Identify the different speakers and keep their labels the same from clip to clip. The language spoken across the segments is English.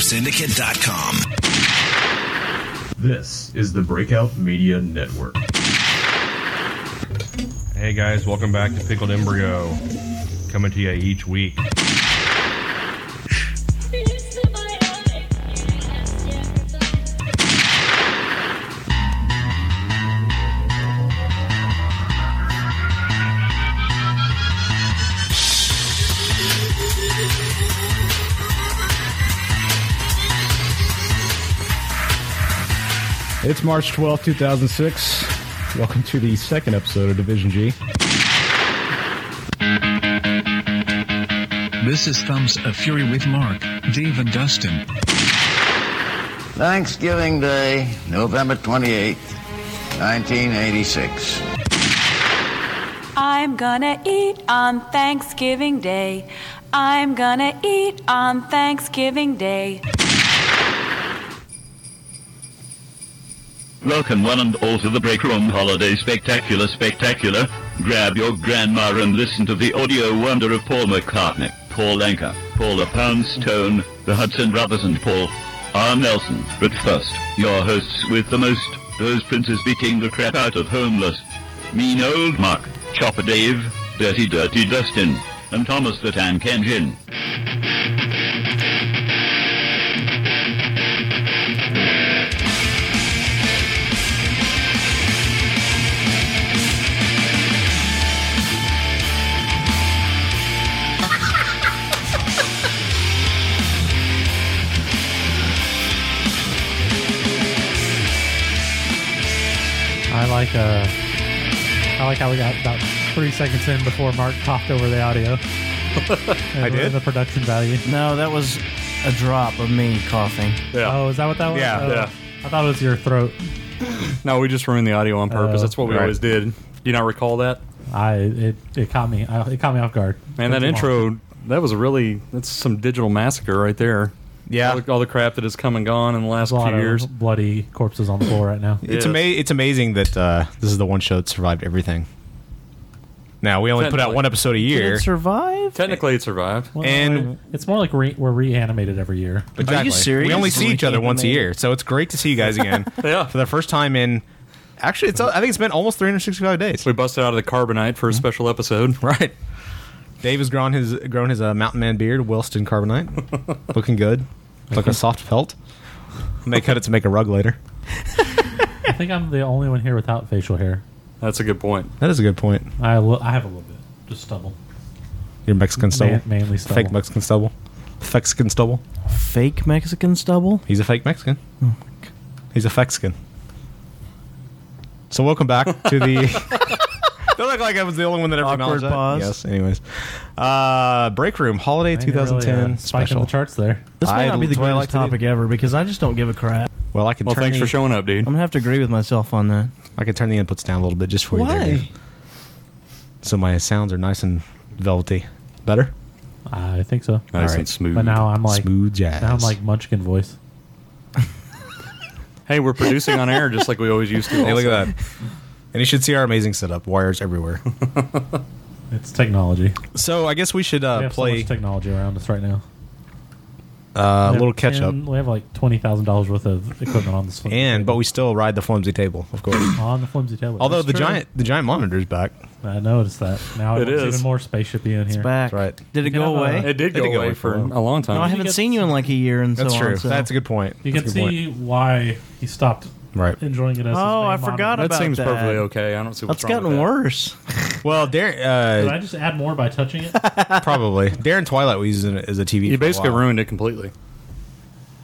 Speaker 1: RadioSyndicate.com.
Speaker 2: This is the Breakout Media Network.
Speaker 3: Hey guys, welcome back to Pickled Embryo. Coming to you each week.
Speaker 4: It's March twelfth, two 2006. Welcome to the second episode of Division G.
Speaker 5: This is Thumbs of Fury with Mark, Dave, and Dustin.
Speaker 6: Thanksgiving Day, November 28th, 1986.
Speaker 7: I'm gonna eat on Thanksgiving Day. I'm gonna eat on Thanksgiving Day.
Speaker 8: Welcome one and all to the Break Room Holiday Spectacular Spectacular. Grab your grandma and listen to the audio wonder of Paul McCartney, Paul Anka, Paula Poundstone, the Hudson Brothers and Paul R. Nelson. But first, your hosts with the most, those princes beating the crap out of homeless. Mean old Mark, Chopper Dave, Dirty Dirty Dustin, and Thomas the Tank Engine.
Speaker 9: I like uh, I like how we got about three seconds in before Mark talked over the audio. I
Speaker 10: did?
Speaker 9: the production value.
Speaker 10: No, that was a drop of me coughing.
Speaker 9: Oh, is that what that was?
Speaker 10: Yeah.
Speaker 9: Oh,
Speaker 10: Yeah.
Speaker 9: I thought it was your throat.
Speaker 11: No, we just ruined the audio on purpose.
Speaker 9: Oh,
Speaker 11: That's what we
Speaker 9: right.
Speaker 11: always did. Do you not recall that?
Speaker 9: I it, it caught me. I, it caught me off guard.
Speaker 11: Man, that
Speaker 9: Come on.
Speaker 11: intro, that was really, that's some digital massacre right there. Yeah. All the, all the crap that has come and gone in the last
Speaker 9: There's a lot
Speaker 11: few
Speaker 9: of
Speaker 11: years.
Speaker 9: bloody corpses on the floor right now.
Speaker 12: It's ama- It's amazing that uh, this is the one show that survived everything. Now we only put out
Speaker 11: Technically.
Speaker 12: one episode a year.
Speaker 10: survive?
Speaker 11: Technically, it survivived.
Speaker 9: Well,
Speaker 12: And-
Speaker 9: it's more like re- we're reanimated every year.
Speaker 12: Exactly. We only see each other once a year, so it's great to see you guys again. yeah. For the first time in, actually, it's I think it's been almost 365 days. Mm-hmm.
Speaker 11: We busted out of the carbonite for a special episode.
Speaker 12: Right. Dave has grown his grown his uh, mountain man beard, Wilston carbonite, looking good, like a soft pelt. May cut it to make a rug later.
Speaker 9: I think I'm the only one here without facial hair.
Speaker 11: That's a good point.
Speaker 12: That is a good point.
Speaker 9: I li- I have a little bit, just stubble.
Speaker 12: Your Mexican stubble,
Speaker 9: Man- manly stubble.
Speaker 12: fake Mexican stubble, Mexican stubble.
Speaker 10: Fake Mexican stubble? Oh
Speaker 12: He's a fake Mexican. He's a Mexican. So welcome back to the. Don't look like I was the only one that ever acknowledged that.
Speaker 10: pause.
Speaker 12: Yes. Anyways, uh, break room holiday
Speaker 9: Man, you're
Speaker 12: 2010
Speaker 9: really, uh, spiking
Speaker 12: special.
Speaker 9: the charts there.
Speaker 10: This may
Speaker 12: I-
Speaker 10: not be the
Speaker 12: that's what I
Speaker 10: greatest
Speaker 12: like to do.
Speaker 10: topic ever because I just don't give a crap.
Speaker 12: Well, I can.
Speaker 11: Well,
Speaker 12: turn
Speaker 11: thanks
Speaker 12: the,
Speaker 11: for showing up, dude.
Speaker 10: I'm gonna have to agree with myself on that.
Speaker 12: I can turn the inputs down a little bit just for you, there, Dave. so my sounds are nice and velvety. Better.
Speaker 9: I think so.
Speaker 11: Nice
Speaker 12: All
Speaker 11: and
Speaker 12: right.
Speaker 11: smooth.
Speaker 9: But now I'm like
Speaker 12: Smooth jazz.
Speaker 9: Now I'm like Munchkin voice.
Speaker 11: hey, we're producing on air just like we always used to.
Speaker 12: Hey, look
Speaker 11: also.
Speaker 12: at that. And you should see our amazing setup. Wires everywhere.
Speaker 9: It's technology.
Speaker 12: so I guess we should uh,
Speaker 9: we have so
Speaker 12: play
Speaker 9: much technology around us right now.
Speaker 12: uh, a
Speaker 9: We have
Speaker 12: little catch up.
Speaker 9: 10 We have like twenty thousand dollars worth of equipment on this. flimsy
Speaker 12: And
Speaker 9: table.
Speaker 12: but we still ride the flimsy table, of course.
Speaker 9: on the
Speaker 10: Oh,
Speaker 9: flimsy table.
Speaker 12: Although
Speaker 9: That's
Speaker 12: the
Speaker 9: true.
Speaker 12: giant the giant monitor's back.
Speaker 9: I noticed that. Now
Speaker 11: It
Speaker 9: it is
Speaker 11: is.
Speaker 9: even more spaceshipy in here.
Speaker 10: Back.
Speaker 12: right.
Speaker 10: Did it go
Speaker 9: You know, uh,
Speaker 10: away?
Speaker 11: It did
Speaker 12: It
Speaker 11: go away for a long
Speaker 10: no, I
Speaker 11: time.
Speaker 10: haven't
Speaker 9: get-
Speaker 10: seen you in like a year and
Speaker 12: That's
Speaker 10: so
Speaker 12: true.
Speaker 10: on. So.
Speaker 12: That's a good point.
Speaker 9: You
Speaker 12: That's
Speaker 9: can
Speaker 12: a good point.
Speaker 9: see why he stopped
Speaker 12: Right.
Speaker 9: enjoying it as.
Speaker 10: Oh, I
Speaker 9: his main
Speaker 10: forgot
Speaker 9: monitor.
Speaker 11: That
Speaker 10: about
Speaker 11: seems
Speaker 10: that.
Speaker 11: perfectly okay. I don't see what's
Speaker 10: That's
Speaker 11: wrong with
Speaker 10: gotten
Speaker 11: that.
Speaker 10: worse.
Speaker 12: Well,
Speaker 9: Did
Speaker 12: Darren
Speaker 9: I just add more by touching it?
Speaker 12: uh, probably Darren Twilight was using it as a TV.
Speaker 11: You
Speaker 12: for a
Speaker 11: basically
Speaker 12: while.
Speaker 11: ruined it completely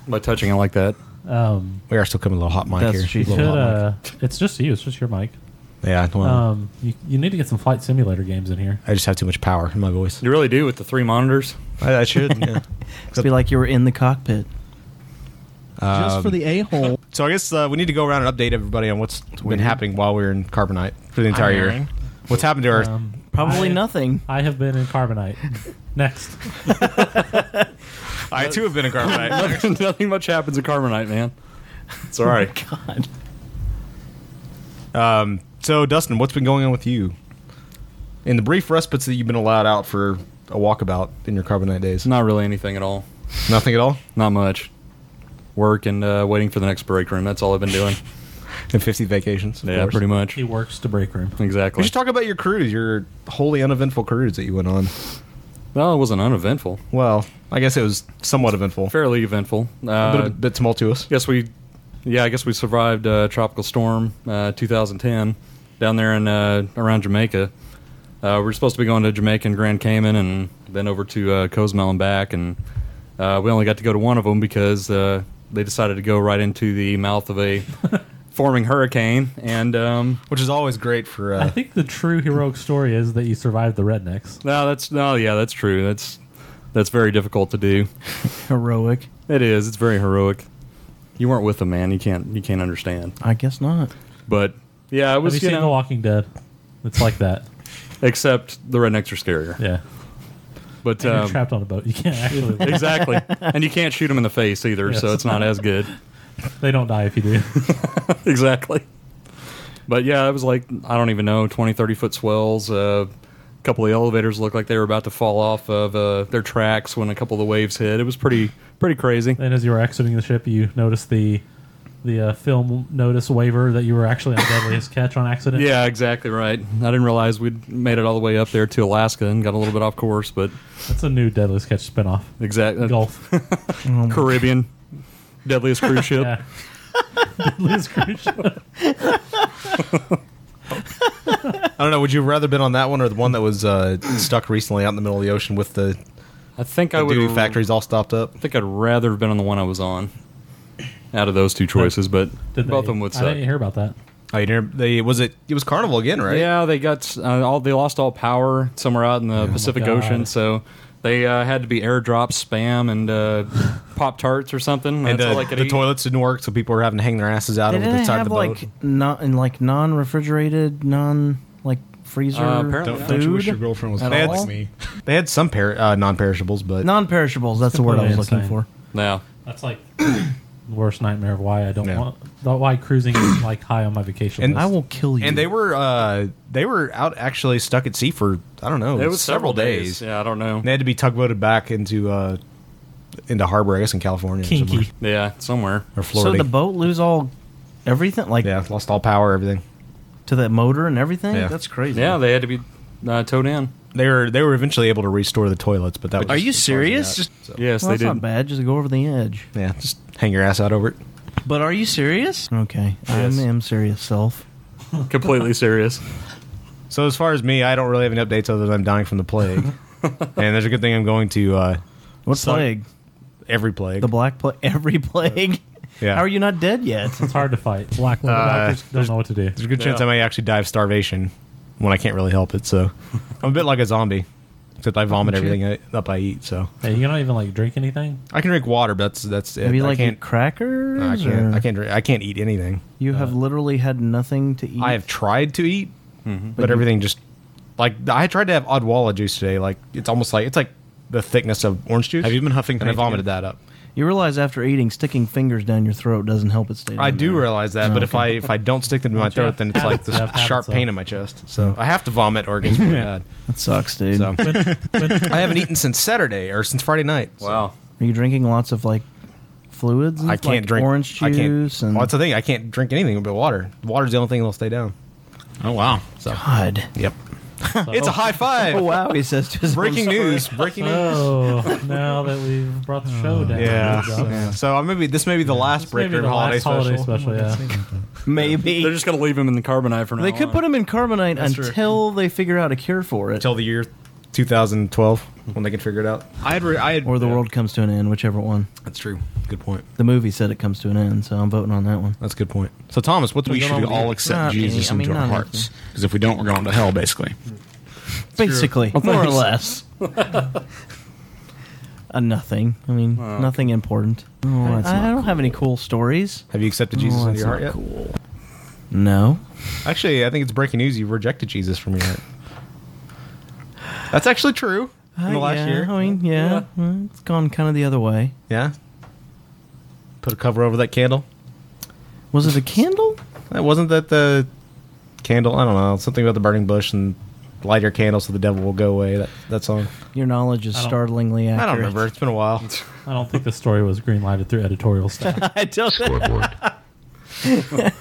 Speaker 11: by touching it like that.
Speaker 9: Um,
Speaker 12: We are still coming a little hot mic
Speaker 10: That's
Speaker 12: here.
Speaker 10: cheap.
Speaker 12: A
Speaker 9: could,
Speaker 12: little hot
Speaker 9: uh, it's just you. It's just your mic.
Speaker 12: mic. Yeah. Well,
Speaker 9: Um, you, you need to get some flight simulator games in here.
Speaker 12: I just have too much power in my voice.
Speaker 11: You really do with the three monitors.
Speaker 12: I, I should. Yeah.
Speaker 10: It'd be like you were in the cockpit. Just for the a hole.
Speaker 12: Um, So I guess uh, we need to go around and update everybody on what's been happening while we were in Carbonite for the entire year.
Speaker 10: hearing.
Speaker 12: What's happened to our
Speaker 9: Um,
Speaker 10: Probably
Speaker 9: I-
Speaker 10: nothing.
Speaker 9: I have been in carbonite. Next,
Speaker 12: I too have been in Carbonite.
Speaker 11: nothing, nothing much happens in Carbonite, man. Sorry.
Speaker 8: Oh,
Speaker 10: God.
Speaker 12: Um, so, Dustin, what's been going on with you? In the brief respites that you've been allowed out for a walkabout in your carbonite days,
Speaker 11: Not really anything at all.
Speaker 12: nothing at all.
Speaker 11: Not much.
Speaker 8: work, and uh, waiting for the next break room. That's all I've been doing.
Speaker 12: and 50 vacations.
Speaker 8: yeah, pretty much.
Speaker 12: He works to break room.
Speaker 8: Exactly.
Speaker 12: We should talk about your cruise, your wholly uneventful cruise that you went on.
Speaker 8: Well, it wasn't uneventful.
Speaker 12: Well, I guess it was somewhat eventful.
Speaker 8: Fairly eventful.
Speaker 12: a bit,
Speaker 8: Uh,
Speaker 12: a bit tumultuous.
Speaker 8: Guess we, yeah, I guess we survived uh, tropical storm uh, 2010 down there in uh, around Jamaica. Uh, we were supposed to be going to Jamaica and Grand Cayman, and then over to uh, Cozumel and back, and uh, we only got to go to one of them because uh, they decided to go right into the mouth of a forming hurricane, and um,
Speaker 12: which is always great for.
Speaker 8: Uh,
Speaker 11: I think the true heroic story is that you survived the rednecks.
Speaker 8: no, that's no, yeah, that's true. That's that's very difficult to do.
Speaker 13: heroic.
Speaker 8: It is. It's very heroic. You weren't with them, man. You can't. You can't understand.
Speaker 13: I guess not.
Speaker 8: But yeah, it was.
Speaker 11: Have
Speaker 8: you
Speaker 11: you, seen
Speaker 8: know-
Speaker 11: The Walking Dead? It's like that.
Speaker 8: Except the rednecks are scarier.
Speaker 11: Yeah.
Speaker 8: But
Speaker 11: And you're
Speaker 8: um,
Speaker 11: trapped on a boat. You can't actually-
Speaker 8: exactly, and you can't shoot them in the face either, so
Speaker 11: Yes.
Speaker 8: it's not as good.
Speaker 11: They don't die if you do.
Speaker 8: exactly. But yeah, it was like I don't even know 20, 30 foot swells. Uh, a couple of elevators looked like they were about to fall off of uh, their tracks when a couple of the waves hit. It was pretty pretty crazy.
Speaker 11: And as you were exiting the ship, you noticed the the uh, film notice waiver that you were actually on Deadliest Catch on accident.
Speaker 8: Yeah, exactly right. I didn't realize we'd made it all the way up there to Alaska and got a little bit off course, but
Speaker 11: That's a new Deadliest Catch spinoff.
Speaker 8: exactly
Speaker 11: Gulf, Oh
Speaker 8: Caribbean, deadliest cruise ship.
Speaker 11: Yeah. Deadliest cruise ship.
Speaker 12: I don't know. Would you have rather been on that one or the one that was uh, stuck recently out in the middle of the ocean with the?
Speaker 8: I think
Speaker 12: the
Speaker 8: I would-
Speaker 12: duty factories all stopped up.
Speaker 8: I think I'd rather have been on the one I was on out of those two choices, but
Speaker 11: Did
Speaker 8: both
Speaker 11: they-
Speaker 8: of them would
Speaker 11: I
Speaker 8: suck.
Speaker 11: didn't hear about that.
Speaker 12: Oh, you didn't, they was it? It was Carnival again, right?
Speaker 8: Yeah, they got uh, all they lost all power somewhere out in the Pacific
Speaker 12: God.
Speaker 8: Ocean, so they uh, had to be airdrop spam and uh, pop tarts or something.
Speaker 12: And
Speaker 8: That's all
Speaker 12: uh,
Speaker 8: I could
Speaker 12: the
Speaker 8: eat.
Speaker 12: toilets didn't work, so people were having to hang their asses out
Speaker 13: They
Speaker 12: over the
Speaker 13: didn't
Speaker 12: side of
Speaker 13: have
Speaker 12: the boat.
Speaker 13: like not in like non-refrigerated, non like freezer
Speaker 12: Uh, apparently
Speaker 13: food.
Speaker 12: not. Don't you wish your girlfriend was
Speaker 13: at
Speaker 12: hot like
Speaker 13: all?
Speaker 12: me? They had some per- uh, non-perishables, but
Speaker 13: Non-perishables. That's the word I was looking for.
Speaker 8: No,
Speaker 11: that's like worst nightmare of why I don't
Speaker 12: Yeah.
Speaker 11: want why cruising is like high on my vacation
Speaker 12: And
Speaker 11: list.
Speaker 12: I will
Speaker 13: kill
Speaker 12: And they were uh, they were out actually stuck at sea for I don't know.
Speaker 8: It was several days. Yeah, I don't know.
Speaker 12: They had to be tugboated back into uh, into harbor, I guess, in California. or somewhere.
Speaker 8: Yeah, somewhere.
Speaker 12: Or Florida.
Speaker 13: So the boat lose all everything, like
Speaker 12: yeah, lost all power, everything
Speaker 13: to the motor and everything.
Speaker 12: Yeah.
Speaker 13: That's crazy.
Speaker 8: Yeah, they had to be uh, towed in.
Speaker 12: They were they were eventually able to restore the toilets, but that was
Speaker 13: Are you
Speaker 12: just as far as they
Speaker 13: serious?
Speaker 12: got.
Speaker 13: Just-
Speaker 8: yes,
Speaker 13: well,
Speaker 8: they
Speaker 13: that's not
Speaker 8: did.
Speaker 13: bad. Just go over the edge.
Speaker 12: Yeah, just hang your ass out over it.
Speaker 13: But are you serious? Okay,
Speaker 12: Yes.
Speaker 13: I am serious self.
Speaker 8: Completely serious.
Speaker 12: So as far as me, I don't really have any updates other than I'm dying from the plague. and there's a good thing I'm going to. Uh,
Speaker 13: what
Speaker 12: plague? Every plague.
Speaker 13: The black plague. Every plague.
Speaker 12: yeah.
Speaker 13: How are you not dead yet?
Speaker 11: It's hard to fight. Black
Speaker 12: Uh,
Speaker 11: doctors don't
Speaker 12: there's-
Speaker 11: know what to do.
Speaker 12: There's a good chance I may actually die of starvation when I can't really help it. So I'm a bit like a zombie, except I vomit
Speaker 11: Shit.
Speaker 12: everything I, up I eat. So
Speaker 11: Hey, you don't even like drink anything.
Speaker 12: I can drink water, but that's that's it.
Speaker 13: Maybe
Speaker 12: I
Speaker 13: like eat
Speaker 12: can't,
Speaker 13: crackers.
Speaker 12: I can't.
Speaker 13: or-
Speaker 12: I can't. Drink, I can't eat anything.
Speaker 13: You have literally had nothing to eat.
Speaker 12: I have tried to eat, but,
Speaker 13: But you-
Speaker 12: everything just like I tried to have Odwalla juice today. Like it's almost like it's like the thickness of orange juice. Have you been huffing? And I
Speaker 13: paint
Speaker 12: vomited
Speaker 13: again?
Speaker 12: that up.
Speaker 13: You realize after eating, sticking fingers down your throat doesn't help it stay.
Speaker 12: I
Speaker 13: down
Speaker 12: do
Speaker 13: there.
Speaker 12: realize that,
Speaker 13: Oh,
Speaker 12: but if I
Speaker 13: okay.
Speaker 12: if I don't stick them in my
Speaker 13: Jeff,
Speaker 12: throat, then it's like this
Speaker 13: Jeff, habits
Speaker 12: sharp
Speaker 13: suck.
Speaker 12: pain in my chest. So I have to vomit or it gets really bad.
Speaker 13: That sucks, dude.
Speaker 12: So I haven't eaten since Saturday or since Friday night.
Speaker 8: Wow.
Speaker 13: Are you drinking lots of like fluids? and
Speaker 12: I
Speaker 13: stuff,
Speaker 12: can't
Speaker 13: like
Speaker 12: drink
Speaker 13: orange juice
Speaker 12: I can't,
Speaker 13: and
Speaker 12: well, that's the thing. I can't drink anything but water. Water's the only thing that'll stay down. Oh wow! So
Speaker 13: God.
Speaker 12: Yep. it's a high five.
Speaker 13: Oh wow, he says. To his
Speaker 12: Breaking
Speaker 13: himself.
Speaker 12: news! Breaking news!
Speaker 11: Oh, now that we've brought the show down.
Speaker 12: Yeah.
Speaker 11: Good job.
Speaker 12: So, so I maybe this may be the last
Speaker 11: This may be
Speaker 12: breaker
Speaker 11: the
Speaker 12: holiday,
Speaker 11: last holiday
Speaker 12: special.
Speaker 11: special, yeah.
Speaker 13: Maybe
Speaker 8: They're just gonna leave him in the carbonite for now.
Speaker 13: they could put him in carbonite
Speaker 12: That's true.
Speaker 13: until they figure out a cure for it,
Speaker 12: Until the year 2012 when they can figure it out. I had re- I had
Speaker 13: or the world comes to an end, whichever one.
Speaker 12: That's true. Good point.
Speaker 13: The movie said it comes to an end, so I'm voting on that one.
Speaker 12: That's a good point. So Thomas, what's
Speaker 5: We
Speaker 12: been going
Speaker 5: should
Speaker 12: on with you?
Speaker 5: all accept
Speaker 13: Not me.
Speaker 5: Jesus
Speaker 13: I mean,
Speaker 5: into our
Speaker 13: not
Speaker 5: hearts.
Speaker 13: me.
Speaker 5: Because if we don't, we're going to hell, basically.
Speaker 13: Basically,
Speaker 5: Well,
Speaker 13: more or
Speaker 5: thanks.
Speaker 13: less. a nothing. I mean, nothing important. I,
Speaker 12: that's
Speaker 13: I
Speaker 12: not
Speaker 13: don't have any cool stories.
Speaker 12: Have you accepted Jesus
Speaker 13: Oh,
Speaker 12: into your
Speaker 13: that's
Speaker 12: heart
Speaker 13: not
Speaker 12: yet?
Speaker 13: No.
Speaker 12: Actually, I think it's breaking news. You rejected Jesus from your heart. That's actually true. In the
Speaker 13: Uh,
Speaker 12: last
Speaker 13: yeah,
Speaker 12: year,
Speaker 13: I mean, yeah, Mm, it's gone kind of the other way.
Speaker 12: yeah. Put a cover over that candle.
Speaker 13: Was it a candle?
Speaker 12: That wasn't that the candle. I don't know something about the burning bush and
Speaker 5: light your candle so the devil will go away. That that song.
Speaker 12: Your knowledge is
Speaker 5: I don't-
Speaker 12: startlingly
Speaker 5: I
Speaker 12: accurate.
Speaker 5: don't remember. It's been a while.
Speaker 9: I don't think the story was greenlighted through editorial stuff.
Speaker 12: I don't.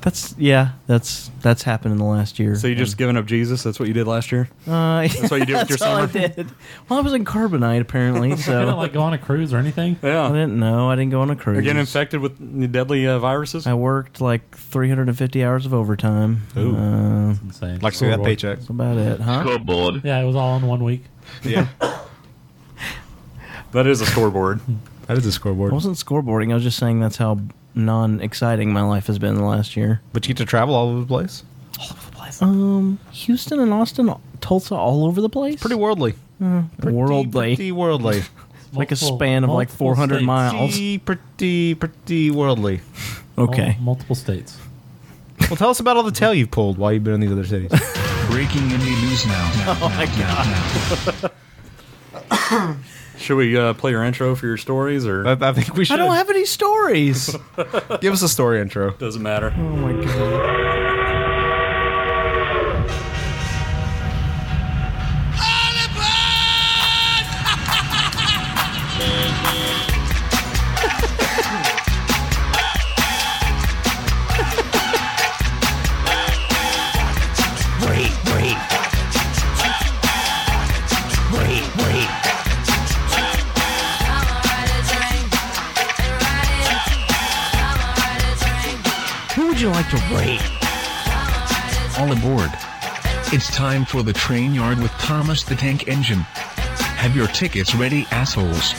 Speaker 12: that's yeah. That's that's happened in the last year.
Speaker 8: So you just giving up Jesus? That's what you did last year.
Speaker 12: Uh,
Speaker 8: that's what you do with your
Speaker 12: that's all
Speaker 8: summer.
Speaker 12: I did. Well, I was in carbonite apparently, so
Speaker 8: You didn't, like,
Speaker 12: go on a cruise or anything. Yeah, I didn't know. I didn't go on a cruise.
Speaker 8: You're getting infected with deadly uh, viruses.
Speaker 12: I worked like 350 hours of overtime.
Speaker 8: Ooh.
Speaker 12: uh,
Speaker 9: insane.
Speaker 8: Like see that Scoreboard. paycheck.
Speaker 12: That's about it, huh?
Speaker 14: Scoreboard.
Speaker 9: Yeah, it was all in one week.
Speaker 8: Yeah. that is a scoreboard.
Speaker 5: That is a scoreboard.
Speaker 12: I wasn't scoreboarding. I was just saying that's how non-exciting my life has been the last year.
Speaker 5: But you get to travel all over the place.
Speaker 12: Um, Houston and Austin, Tulsa, all over the place. Pretty
Speaker 5: worldly.
Speaker 12: worldly.
Speaker 5: pretty worldly.
Speaker 12: like a span of like 400 miles.
Speaker 5: Pretty, pretty, pretty worldly.
Speaker 12: Okay.
Speaker 9: Mul- multiple states.
Speaker 5: Well, tell us about all the tail you've pulled while you've been in these other cities.
Speaker 15: Breaking indie news now.
Speaker 12: Oh my
Speaker 8: Should we uh, play your intro for your stories, or
Speaker 12: Uh,
Speaker 8: I,
Speaker 5: think we
Speaker 12: I don't have any stories.
Speaker 5: Give us a story intro.
Speaker 8: Doesn't matter.
Speaker 12: Oh my god.
Speaker 15: Wait, wait. Wait, wait.
Speaker 12: Who would you like to
Speaker 15: wait?
Speaker 12: All aboard.
Speaker 15: It's time for the train yard with Thomas the Tank Engine. Have your tickets ready, assholes.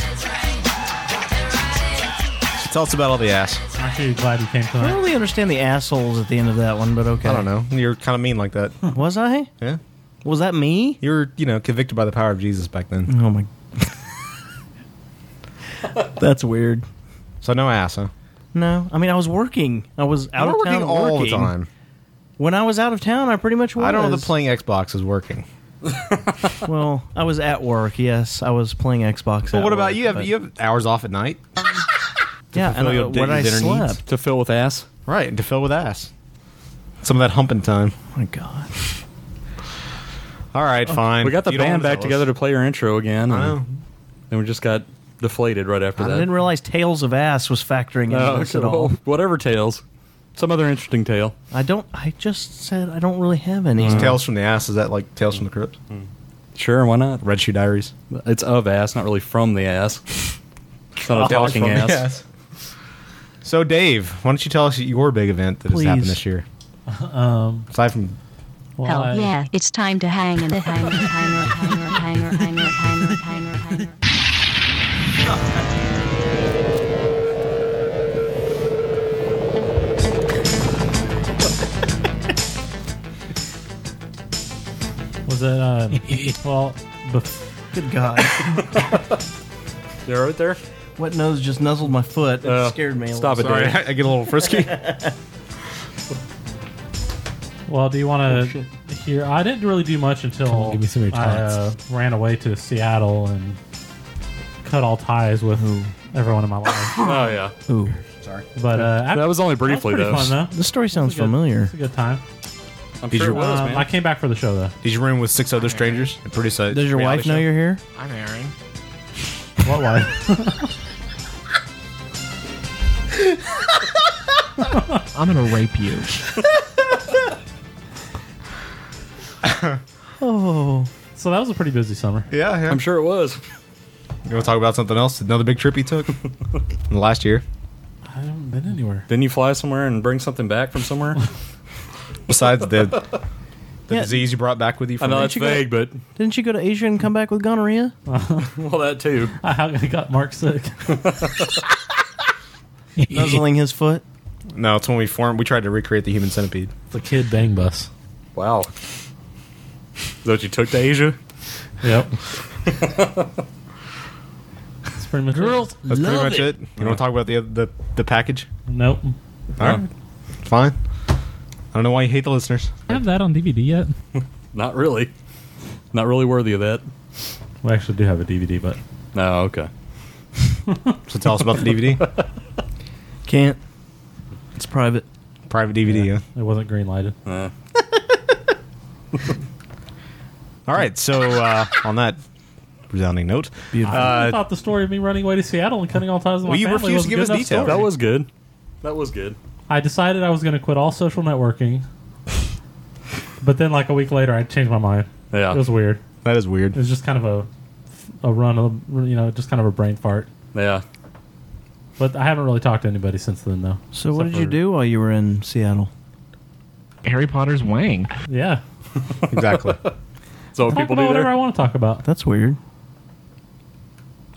Speaker 5: tell us about all the ass.
Speaker 9: I'm actually glad you came
Speaker 12: I
Speaker 9: tonight.
Speaker 12: don't really understand the assholes at the end of that one, but okay.
Speaker 5: I don't know. You're kind of mean like that.
Speaker 12: Was I?
Speaker 5: Yeah.
Speaker 12: Was that me?
Speaker 5: You were, you know, convicted by the power of Jesus back then.
Speaker 12: Oh my. That's weird.
Speaker 5: So no ass, huh?
Speaker 12: No, I mean I was working. I was out
Speaker 5: We're
Speaker 12: of
Speaker 5: working
Speaker 12: town
Speaker 5: all the
Speaker 12: working.
Speaker 5: time.
Speaker 12: When I was out of town, I pretty much was.
Speaker 5: I don't know. The playing Xbox is working.
Speaker 12: Well, I was at work. Yes, I was playing Xbox.
Speaker 5: But
Speaker 12: at
Speaker 5: what about
Speaker 12: work,
Speaker 5: you? Have
Speaker 12: but-
Speaker 5: you have hours off at night?
Speaker 12: yeah, and I, what I slept.
Speaker 8: to fill with ass.
Speaker 5: Right, and to fill with ass. Some of that humping time.
Speaker 12: Oh my god. Oh,
Speaker 5: All right, fine.
Speaker 8: We got the
Speaker 5: You don't
Speaker 8: band
Speaker 5: wanna
Speaker 8: back
Speaker 5: tell
Speaker 8: together
Speaker 5: us.
Speaker 8: to play your intro again.
Speaker 5: I
Speaker 8: and
Speaker 5: know.
Speaker 8: Then we just got deflated right after
Speaker 12: I
Speaker 8: that.
Speaker 12: didn't realize Tales of Ass was factoring into
Speaker 8: Oh,
Speaker 12: this
Speaker 8: okay,
Speaker 12: at all.
Speaker 8: well, whatever tales. Some other interesting tale.
Speaker 12: I don't. I just said I don't really have any.
Speaker 5: Is Tales from the Ass. Is that like Tales from the Crypt?
Speaker 8: Sure, why not?
Speaker 5: Red Shoe Diaries.
Speaker 8: It's of ass, not really from the ass. It's not a talking ass.
Speaker 5: So, Dave, why don't you tell us your big event that has happened
Speaker 9: Please.
Speaker 5: this year?
Speaker 9: Um,
Speaker 5: Aside from
Speaker 9: well,
Speaker 16: Hell
Speaker 9: I-
Speaker 16: yeah, it's time to hang and hang and hang and hang and hang and hang and hang and hang and hang.
Speaker 9: Was it? Uh, well, bef-
Speaker 12: Good God.
Speaker 8: You all right there?
Speaker 12: Wet nose just nuzzled my foot. It
Speaker 8: Uh,
Speaker 12: scared me. A
Speaker 8: stop
Speaker 12: little.
Speaker 8: it, Sorry, Dave.
Speaker 5: I get a little frisky.
Speaker 9: well, do you
Speaker 4: Oh,
Speaker 9: want to hear? I didn't really do much until
Speaker 4: give me some of your
Speaker 9: I uh, ran away to Seattle and cut all ties with everyone in my life.
Speaker 8: Oh, yeah.
Speaker 12: Ooh.
Speaker 9: Sorry, but uh,
Speaker 8: That was only briefly,
Speaker 9: pretty
Speaker 8: though.
Speaker 9: Fun, though.
Speaker 12: This story sounds
Speaker 9: It's a good-
Speaker 12: familiar.
Speaker 9: It's a good time.
Speaker 8: I'm
Speaker 5: Did
Speaker 8: sure
Speaker 5: you-
Speaker 8: it was,
Speaker 9: Um,
Speaker 8: man.
Speaker 9: I came back for the show though.
Speaker 5: Did you room with six other strangers? And pretty so.
Speaker 12: Does your wife know you're here?
Speaker 5: I'm Aaron.
Speaker 9: What wife?
Speaker 4: I'm gonna rape you.
Speaker 12: Oh.
Speaker 9: so that was a pretty busy summer.
Speaker 5: Yeah, yeah.
Speaker 8: I'm sure it was.
Speaker 5: You want to talk about something else? Another big trip you took in the last year?
Speaker 9: I haven't been anywhere.
Speaker 8: Didn't you fly somewhere and bring something back from somewhere?
Speaker 5: Besides the the
Speaker 12: Yeah.
Speaker 5: disease you brought back with you
Speaker 8: I
Speaker 5: from
Speaker 8: know
Speaker 5: the-
Speaker 8: that's vague, but
Speaker 12: Didn't you go to Asia and come back with gonorrhea?
Speaker 8: well, that too.
Speaker 9: I got Mark sick.
Speaker 12: Nuzzling his foot.
Speaker 5: No, it's when we formed. We tried to recreate the human centipede.
Speaker 9: The kid bang bus.
Speaker 8: Wow. Is that what you took to Asia?
Speaker 9: Yep. That's pretty much
Speaker 12: Girls
Speaker 5: That's pretty
Speaker 12: love
Speaker 5: much it. You want to talk about the the the package?
Speaker 9: it. Nope.
Speaker 5: All right, fine. I don't know why you hate the listeners.
Speaker 9: I have that on DVD yet.
Speaker 8: Not really. Not really worthy of that.
Speaker 9: We actually do have a DVD, but
Speaker 8: No, okay.
Speaker 5: So tell us about the DVD,
Speaker 12: Can't. It's private.
Speaker 5: private DVD. Yeah. Uh,
Speaker 9: it wasn't green lighted.
Speaker 8: Uh,
Speaker 5: All right. So uh, on that resounding note,
Speaker 11: I
Speaker 5: uh,
Speaker 11: thought the story of me running away to Seattle and cutting all ties with my
Speaker 5: Well, you
Speaker 11: family
Speaker 5: refused
Speaker 11: was
Speaker 5: to
Speaker 11: a
Speaker 5: give
Speaker 11: good
Speaker 5: us
Speaker 11: enough
Speaker 5: details.
Speaker 11: story.
Speaker 5: That
Speaker 8: was good. That was good.
Speaker 11: I decided I was going to quit all social networking, but then like a week later, I changed my mind.
Speaker 8: Yeah.
Speaker 11: it was weird.
Speaker 5: That is weird.
Speaker 11: It was just kind of a a run of you know just kind of a brain fart.
Speaker 8: Yeah.
Speaker 11: But I haven't really talked to anybody since then though.
Speaker 12: So what did you do while you were in Seattle?
Speaker 11: Harry Potter's Wang. Yeah.
Speaker 5: Exactly.
Speaker 8: So
Speaker 11: talk about whatever I want to talk about.
Speaker 12: That's weird.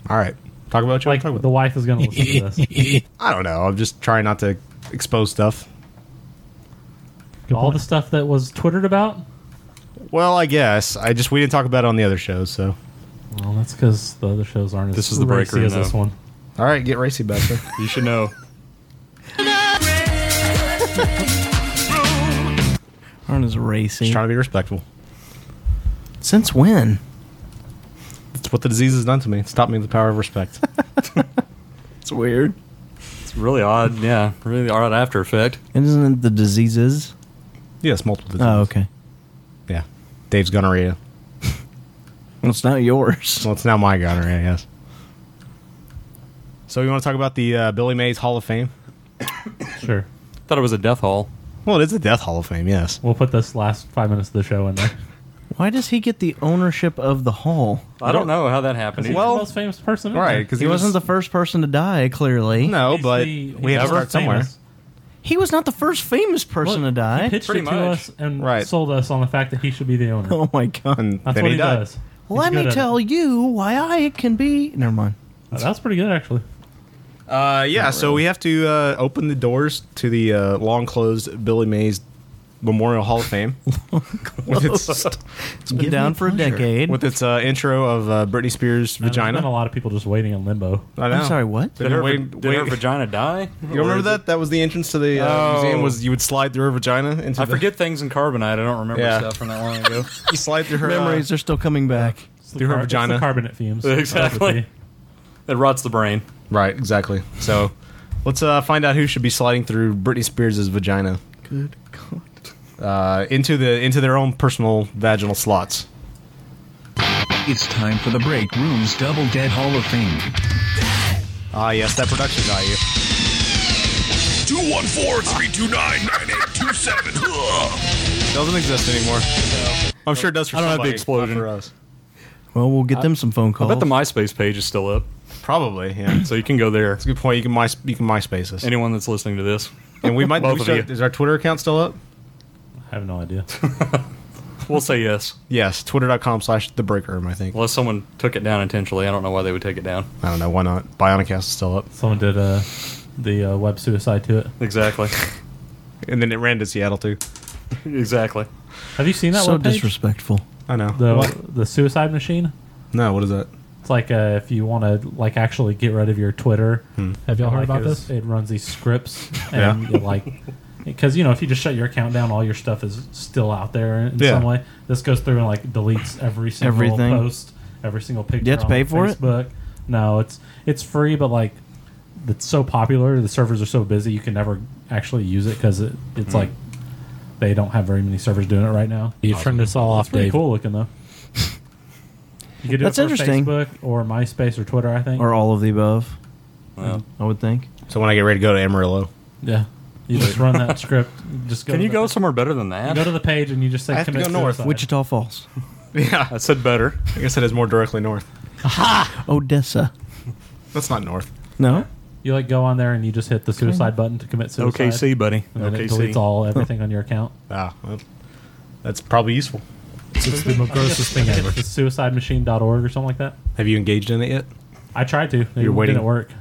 Speaker 5: All right. Talk about what you want to talk about.
Speaker 11: The wife is going to listen to this.
Speaker 5: I don't know. I'm just trying not to expose stuff.
Speaker 11: All the stuff that was twittered about.
Speaker 5: Well, I guess I just we didn't talk about it on the other shows, so
Speaker 11: Well, that's because the other shows aren't.
Speaker 5: this
Speaker 11: as
Speaker 5: is the
Speaker 11: racy
Speaker 5: breaker.
Speaker 11: as this one.
Speaker 5: All right, get racy about it.
Speaker 8: you should know.
Speaker 12: Aren't as racy.
Speaker 5: Just trying to be respectful.
Speaker 12: Since when?
Speaker 5: That's what the disease has done to me. It's taught me the power of respect.
Speaker 12: It's weird.
Speaker 8: It's really odd. Yeah. Really odd after effect.
Speaker 12: And isn't it the diseases?
Speaker 5: yes, multiple diseases.
Speaker 12: Oh, okay.
Speaker 5: Yeah. Dave's gonorrhea.
Speaker 12: well, it's not yours.
Speaker 5: Well, it's now my gonorrhea, yes. So you want to talk about the uh, Billy Mays Hall of Fame?
Speaker 11: Sure.
Speaker 8: Thought it was a death hall.
Speaker 5: Well, it is a death hall of fame, yes.
Speaker 11: We'll put this last five minutes of the show in there.
Speaker 12: Why does he get the ownership of the hall?
Speaker 8: I don't know how that happened.
Speaker 11: He's
Speaker 8: either.
Speaker 11: the most famous person. in
Speaker 5: right,
Speaker 11: there.
Speaker 5: 'cause
Speaker 12: he, wasn't the first person to die, clearly.
Speaker 5: No, but we have to
Speaker 11: Ever
Speaker 5: start somewhere.
Speaker 11: famous.
Speaker 12: He was not the first famous person to die.
Speaker 11: He pitched it to us and
Speaker 12: Right.
Speaker 11: sold us on the fact that he should be the owner.
Speaker 12: Oh my god!
Speaker 11: That's what he,
Speaker 5: Uh,
Speaker 11: does. He's
Speaker 12: Let
Speaker 11: good
Speaker 12: me
Speaker 11: at it.
Speaker 12: tell you why I can be. Never mind.
Speaker 11: Uh, That's pretty good, actually.
Speaker 5: Uh, yeah, so we have to uh, open the doors to the uh, long closed Billy Mays Memorial Hall of Fame. with its,
Speaker 12: It's been down for a decade.
Speaker 5: With its uh, intro of uh, Britney Spears' vagina.
Speaker 11: There's been a lot of people just waiting in limbo.
Speaker 5: I know.
Speaker 8: Did, her, did her vagina die?
Speaker 5: You remember that? That was the entrance to the uh,
Speaker 8: Oh.
Speaker 5: museum. Was you would slide through her vagina into?
Speaker 8: I
Speaker 5: the-
Speaker 8: forget things in carbonite. I don't remember
Speaker 5: Yeah.
Speaker 8: stuff from that long ago.
Speaker 5: you slide through her
Speaker 8: uh,
Speaker 12: Memories are still coming back.
Speaker 5: through her vagina. Uh,
Speaker 11: carbonate fumes.
Speaker 8: Exactly. It rots the brain.
Speaker 5: Right. Exactly. So, let's uh, find out who should be sliding through Britney Spears' vagina
Speaker 12: Good God.
Speaker 5: uh, into the into their own personal vaginal slots.
Speaker 15: It's time for the break room's Double Dead Hall of Fame.
Speaker 5: Ah, yes, that production value.
Speaker 17: 214-329-9827.
Speaker 5: Doesn't exist anymore. I'm sure it does for
Speaker 8: I don't have the
Speaker 5: somebody,
Speaker 8: explosion.
Speaker 5: not for us.
Speaker 12: Well, we'll get them some phone
Speaker 8: I
Speaker 12: calls.
Speaker 8: bet the MySpace page is still up.
Speaker 5: Probably, yeah.
Speaker 8: So you can go there. That's
Speaker 5: a good point. You can my you can MySpace us.
Speaker 8: Anyone that's listening to this,
Speaker 5: And we might.
Speaker 8: both
Speaker 5: we
Speaker 8: of
Speaker 5: should-
Speaker 8: you.
Speaker 5: Is our Twitter account still up?
Speaker 11: I have no idea.
Speaker 8: We'll say yes,
Speaker 5: Yes, twitter.com slash the break room, I think.
Speaker 8: unless someone took it down intentionally. I don't know why they would take it down.
Speaker 5: I don't know, why not? Bionicast is still up.
Speaker 11: Someone did uh, the uh, web suicide to it.
Speaker 8: Exactly.
Speaker 5: And then it ran to Seattle too.
Speaker 8: exactly.
Speaker 11: Have you seen that?
Speaker 12: so
Speaker 11: webpage?
Speaker 12: disrespectful.
Speaker 5: I know.
Speaker 11: The
Speaker 5: What?
Speaker 11: the suicide machine.
Speaker 5: No, what is that?
Speaker 11: It's like uh, if you want to like actually get rid of your Twitter.
Speaker 12: Hmm.
Speaker 9: Have y'all heard
Speaker 11: Like,
Speaker 9: about
Speaker 11: it's- It runs these scripts and
Speaker 9: Yeah.
Speaker 11: it, like because you know if you just shut your account down, all your stuff is still out there in
Speaker 12: Yeah.
Speaker 11: some way. This goes through and like deletes every single
Speaker 12: Everything.
Speaker 11: post, every single picture.
Speaker 12: have to
Speaker 11: on
Speaker 12: pay for it?
Speaker 11: Facebook. No, it's it's free, but like it's so popular, the servers are so busy, you can never actually use it because it, it's
Speaker 9: Hmm.
Speaker 11: like they don't have very many servers doing it right now.
Speaker 9: You turned us all
Speaker 11: It's
Speaker 9: off,
Speaker 11: pretty
Speaker 9: Dave.
Speaker 11: cool looking though. You could do
Speaker 12: That's
Speaker 11: it for
Speaker 12: interesting.
Speaker 11: Facebook or MySpace or Twitter, I think.
Speaker 12: Or all of the above.
Speaker 8: Yeah.
Speaker 12: I would think.
Speaker 5: So when I get ready to go to Amarillo.
Speaker 11: Yeah. You just run that script. Just go
Speaker 8: Can
Speaker 11: to
Speaker 8: you
Speaker 11: the-
Speaker 8: go somewhere better than
Speaker 11: you
Speaker 8: that?
Speaker 11: go to the page and you just say
Speaker 8: I have to
Speaker 11: commit
Speaker 8: go north.
Speaker 11: suicide.
Speaker 12: Wichita Falls.
Speaker 5: Yeah.
Speaker 8: I said better.
Speaker 5: I guess it is more directly north.
Speaker 12: Odessa.
Speaker 5: That's not north.
Speaker 12: No?
Speaker 11: You like go on there and you just hit the suicide button to commit suicide.
Speaker 8: OKC, buddy.
Speaker 11: And then it
Speaker 8: OKC.
Speaker 11: deletes all everything on your account.
Speaker 5: Ah, well, that's probably useful.
Speaker 11: It's the grossest thing ever. It's suicidemachine.org or something like that.
Speaker 5: Have you engaged in it yet?
Speaker 11: I tried to. They
Speaker 5: You're waiting.
Speaker 11: didn't work.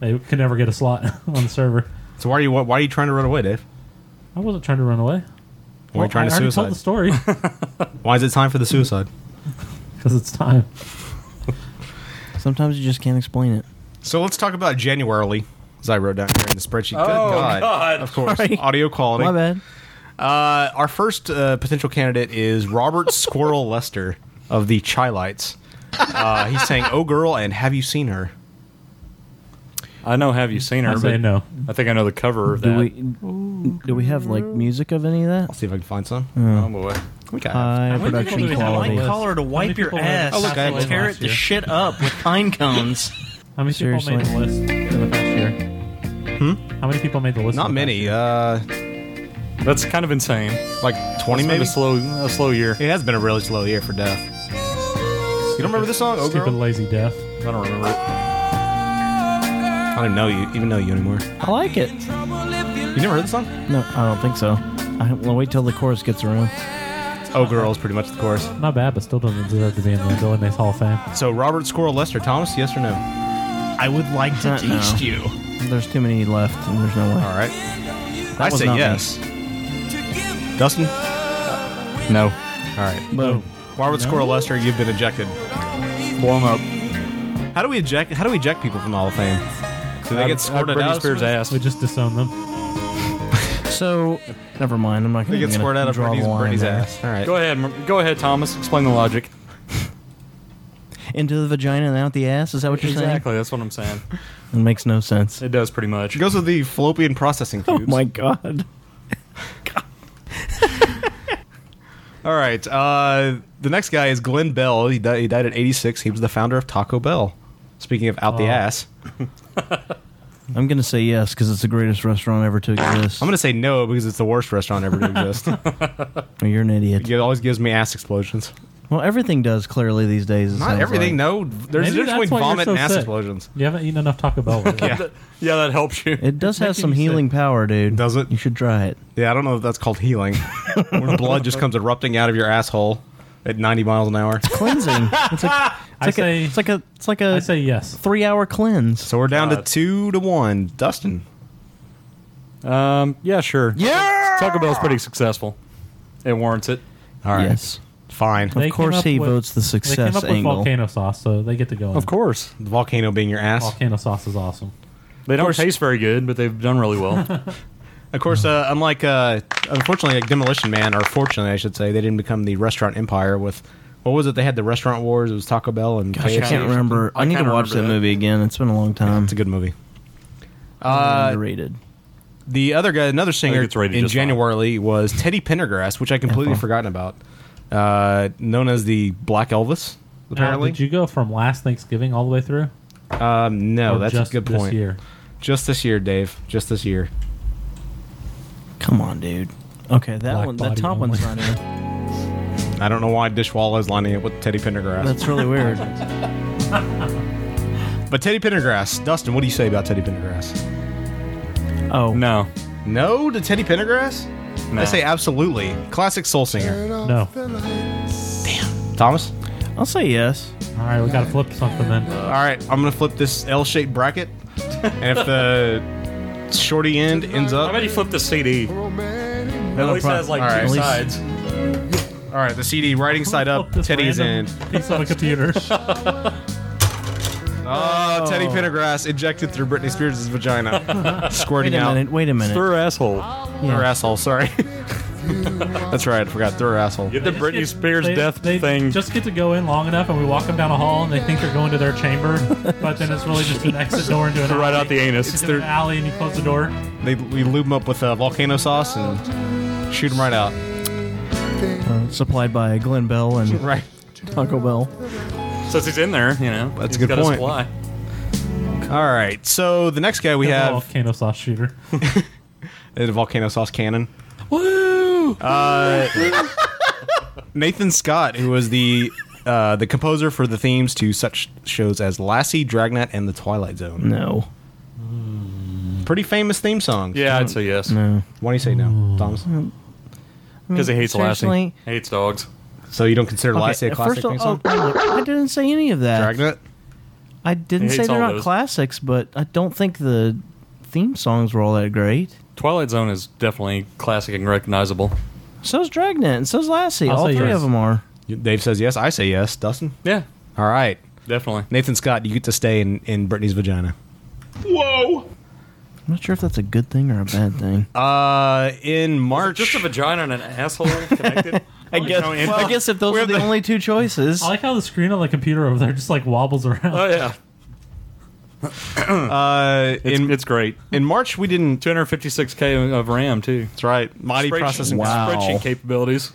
Speaker 11: They could never get a slot on the server.
Speaker 5: So why are you why are you trying to run away, Dave?
Speaker 11: I wasn't trying to run away.
Speaker 5: Why are you trying
Speaker 11: I
Speaker 5: to
Speaker 11: already
Speaker 5: suicide?
Speaker 11: told the story
Speaker 5: Why is it time for the suicide?
Speaker 11: because it's time.
Speaker 12: Sometimes you just can't explain it.
Speaker 5: So let's talk about January, as I wrote down here in the spreadsheet.
Speaker 12: Oh,
Speaker 5: Good God.
Speaker 12: God.
Speaker 5: Of course. Audio quality.
Speaker 12: My bad.
Speaker 5: Uh, our first uh, potential candidate is Robert Squirrel Lester of the Chi Lights. Uh, he sang Oh Girl and Have You Seen Her?
Speaker 8: I know. Have you seen her?
Speaker 11: I say
Speaker 8: but
Speaker 11: no.
Speaker 8: I think I know the cover of that.
Speaker 12: Do we do we have like music of any of that? I'll
Speaker 5: see if I can find some.
Speaker 8: oh boy.
Speaker 5: We got
Speaker 18: How
Speaker 12: high
Speaker 18: many people
Speaker 12: production
Speaker 18: do we have?
Speaker 12: quality.
Speaker 18: White collar to wipe your
Speaker 11: people Oh, made
Speaker 18: ass.
Speaker 11: the list
Speaker 18: and
Speaker 11: last
Speaker 18: tear it to
Speaker 11: year?
Speaker 18: shit up with pine cones.
Speaker 11: How many
Speaker 12: Seriously.
Speaker 11: people made the list in the past year? Hmm? How many people made the list?
Speaker 8: Not
Speaker 11: in the past
Speaker 8: many,
Speaker 11: year?
Speaker 5: Uh,
Speaker 8: that's kind of insane.
Speaker 5: Like 20
Speaker 8: It's been
Speaker 5: maybe?
Speaker 8: a slow, a slow year. It
Speaker 5: has been a really slow year for death. You don't remember this song? Oh,
Speaker 11: Stupid
Speaker 5: girl?
Speaker 11: lazy death.
Speaker 8: I don't remember it.
Speaker 5: I don't even know you even know you anymore.
Speaker 12: I like it.
Speaker 5: You never heard the song?
Speaker 12: No, I don't think so. I will wait till the chorus gets around.
Speaker 5: Oh, girls, pretty much the chorus.
Speaker 11: Not bad, but still doesn't deserve to be in the Golden Days Hall of Fame.
Speaker 5: So Robert Squirrel Lester Thomas, yes or no?
Speaker 18: I would like to
Speaker 12: Uh,
Speaker 18: teach
Speaker 12: no.
Speaker 18: you.
Speaker 12: There's too many left, and there's no way.
Speaker 5: All right. I
Speaker 12: was
Speaker 5: say
Speaker 12: not me.
Speaker 5: yes. Dustin?
Speaker 8: No.
Speaker 5: All right.
Speaker 12: Boom.
Speaker 5: Robert
Speaker 12: No.
Speaker 5: Squirrel Lester, you've been ejected.
Speaker 8: Blow him up.
Speaker 5: How do we eject? How do we eject people from the Hall of Fame? Do they
Speaker 8: I'd-
Speaker 5: get
Speaker 8: I'd
Speaker 5: squirted
Speaker 8: Britney
Speaker 5: out?
Speaker 8: Spears' ass.
Speaker 11: We just disown them.
Speaker 12: So, never mind. I'm not
Speaker 5: They
Speaker 12: going
Speaker 5: get
Speaker 12: to
Speaker 5: squirted out of
Speaker 12: draw
Speaker 5: Britney's,
Speaker 12: the line
Speaker 5: Britney's
Speaker 12: there.
Speaker 5: ass. All right.
Speaker 8: Go ahead, Mer- go ahead, Thomas. Explain the logic.
Speaker 12: Into the vagina and out the ass. Is that what you're
Speaker 8: Exactly. That's what I'm saying.
Speaker 12: saying? It makes no sense.
Speaker 8: It does pretty much.
Speaker 5: It goes with the fallopian processing
Speaker 12: Oh
Speaker 5: tubes.
Speaker 12: my god.
Speaker 5: All right. Uh, the next guy is Glenn Bell. He, di- he died at 86. He was the founder of Taco Bell. Speaking of out the
Speaker 12: Oh.
Speaker 5: ass,
Speaker 12: I'm going to say yes because it's the greatest restaurant ever to exist.
Speaker 5: I'm going to say no because it's the worst restaurant ever to exist.
Speaker 12: Well, Oh, you're an idiot.
Speaker 5: it always gives me ass explosions.
Speaker 12: Well, everything does clearly these days. it
Speaker 5: Not
Speaker 12: sounds
Speaker 5: everything.
Speaker 12: like.
Speaker 5: No, there's
Speaker 11: Maybe
Speaker 5: a difference
Speaker 11: that's why
Speaker 5: between
Speaker 11: you're
Speaker 5: vomit
Speaker 11: so
Speaker 5: and ass
Speaker 11: sick.
Speaker 5: explosions.
Speaker 11: You haven't eaten enough Taco Bell. lately.
Speaker 5: Yeah.
Speaker 8: yeah, that helps you.
Speaker 12: It does have
Speaker 11: making
Speaker 12: some
Speaker 11: you
Speaker 12: healing power, dude.
Speaker 5: Does it?
Speaker 12: You should try it.
Speaker 5: Yeah, I don't know if that's called healing. when blood just comes erupting out of your asshole at 90 miles an hour.
Speaker 12: Cleansing. It's like,
Speaker 11: I
Speaker 12: it's like
Speaker 11: say-
Speaker 12: a, it's like a it's like a
Speaker 11: I say yes.
Speaker 12: three hour cleanse.
Speaker 5: So we're down to two to one. Dustin.
Speaker 8: Um, yeah, sure. Yeah. Taco Bell's pretty successful. It warrants it.
Speaker 5: All right.
Speaker 12: Yes.
Speaker 5: Fine.
Speaker 12: Of course, he votes the
Speaker 11: They came
Speaker 12: success
Speaker 11: up with
Speaker 12: angle.
Speaker 11: volcano sauce, so they get to go. In.
Speaker 8: Of course.
Speaker 5: The volcano being your ass.
Speaker 11: Volcano sauce is awesome.
Speaker 8: They don't taste very good, but they've done really well.
Speaker 5: Of course, uh, unlike uh, unfortunately, like Demolition Man, or fortunately, I should say, they didn't become the restaurant empire with what was it? They had the restaurant wars. It was Taco Bell and
Speaker 12: Gosh, I
Speaker 5: KFC.
Speaker 12: can't remember. I, need to
Speaker 8: can't
Speaker 12: watch that,
Speaker 8: remember that.
Speaker 12: movie again. It's been a long time.
Speaker 8: Um,
Speaker 5: It's a good movie.
Speaker 12: Uh,
Speaker 5: Uh,
Speaker 12: underrated.
Speaker 5: the other guy, another singer
Speaker 8: it's rated
Speaker 5: in
Speaker 8: just fine.
Speaker 5: January was Teddy Pendergrass, which I completely
Speaker 12: Yeah.
Speaker 5: forgotten about. Uh, known as the Black Elvis,
Speaker 11: Apparently,
Speaker 5: apparently.
Speaker 11: did you go from last Thanksgiving all the way through?
Speaker 5: um, no,
Speaker 11: Or
Speaker 5: that's
Speaker 11: just
Speaker 5: a good
Speaker 11: this
Speaker 5: point.
Speaker 11: year?
Speaker 5: Just this year, Dave. Just this year.
Speaker 12: Come on, dude. Okay, that
Speaker 11: Black
Speaker 12: one. That
Speaker 11: body
Speaker 12: top
Speaker 11: only.
Speaker 12: one's not in.
Speaker 5: I don't know why Dishwalla is lining up with Teddy Pendergrass.
Speaker 12: That's really weird.
Speaker 5: but Teddy Pendergrass, Dustin, what do you say about Teddy Pendergrass?
Speaker 12: Oh,
Speaker 8: no.
Speaker 5: No to Teddy Pendergrass? I
Speaker 8: No.
Speaker 5: say absolutely. Classic soul singer.
Speaker 11: No.
Speaker 5: Thomas?
Speaker 12: I'll say yes.
Speaker 11: All right, we got to flip something then.
Speaker 5: All right, I'm going to flip this L shaped bracket. And if the shorty end ends
Speaker 8: I
Speaker 5: up.
Speaker 8: bet he flipped the CD. At least it has like
Speaker 5: All right.
Speaker 8: two
Speaker 5: At least-
Speaker 8: sides.
Speaker 5: All right, the CD writing side up,
Speaker 11: This
Speaker 5: Teddy's
Speaker 11: random
Speaker 5: end.
Speaker 11: Piece on a computer.
Speaker 5: Oh, Teddy Pendergrass ejected through Britney Spears' vagina,
Speaker 12: Wait
Speaker 5: squirting
Speaker 12: a
Speaker 5: out
Speaker 12: minute. Wait a minute.
Speaker 8: Through her asshole.
Speaker 5: through her asshole. Sorry. That's right, I forgot. Through her asshole.
Speaker 8: Get the Britney Spears
Speaker 11: They-
Speaker 8: death
Speaker 11: they
Speaker 8: thing.
Speaker 11: Just get to go in long enough, and we walk them down a hall, and they think they're going to their chamber, but then it's really just an exit door into an alley.
Speaker 8: right out the anus.
Speaker 11: It's
Speaker 8: It's
Speaker 11: an
Speaker 8: their-
Speaker 11: alley, and you close the door.
Speaker 5: They, we lube them up with uh, volcano sauce and shoot them right out.
Speaker 12: Uh, supplied by Glenn Bell and
Speaker 5: Right.
Speaker 12: Taco Bell.
Speaker 8: Since he's in there, you know.
Speaker 5: That's a
Speaker 8: he's
Speaker 5: good
Speaker 8: got
Speaker 5: point.
Speaker 8: supply.
Speaker 5: All right, so the next guy we
Speaker 11: Got a
Speaker 5: have
Speaker 11: volcano sauce shooter.
Speaker 5: The volcano sauce cannon. Woo! Uh, Nathan Scott, who was the uh, the composer for the themes to such shows as Lassie, Dragnet, and The Twilight Zone.
Speaker 12: No.
Speaker 5: Pretty famous theme songs.
Speaker 8: Yeah, I'd say yes.
Speaker 12: No.
Speaker 5: Why do you say no, Thomas?
Speaker 8: Because he hates Lassie.
Speaker 12: Hmm. Seriously?
Speaker 8: Hates dogs.
Speaker 5: So you don't consider Lassie
Speaker 12: Okay,
Speaker 5: a classic
Speaker 12: first of
Speaker 5: theme song?
Speaker 12: all, oh, I didn't say any of that.
Speaker 5: Dragnet.
Speaker 12: I didn't
Speaker 8: He
Speaker 12: say
Speaker 8: hates
Speaker 12: they're
Speaker 8: all
Speaker 12: not
Speaker 8: those.
Speaker 12: classics, but I don't think the theme songs were all that great.
Speaker 8: Twilight Zone is definitely classic and recognizable.
Speaker 12: So's Dragnet and so's Lassie.
Speaker 11: I'll
Speaker 12: all
Speaker 11: say
Speaker 12: three
Speaker 11: yes.
Speaker 12: of them are.
Speaker 5: Dave says yes. I say yes. Dustin.
Speaker 8: Yeah,
Speaker 5: All right,
Speaker 8: definitely.
Speaker 5: Nathan Scott, you get to stay in in Britney's vagina.
Speaker 17: Whoa!
Speaker 12: I'm not sure if that's a good thing or a bad thing.
Speaker 5: Uh, in March.
Speaker 8: Just a vagina and an asshole connected.
Speaker 12: I guess.
Speaker 8: no, it-
Speaker 12: I guess if those are the, only two choices,
Speaker 11: I like how the screen on the computer over there just like wobbles around.
Speaker 8: oh yeah.
Speaker 5: uh,
Speaker 8: it's, it's great.
Speaker 5: In March, we didn't
Speaker 8: 256k of RAM too.
Speaker 5: That's right. Mighty processing- Wow.
Speaker 8: spreadsheet capabilities.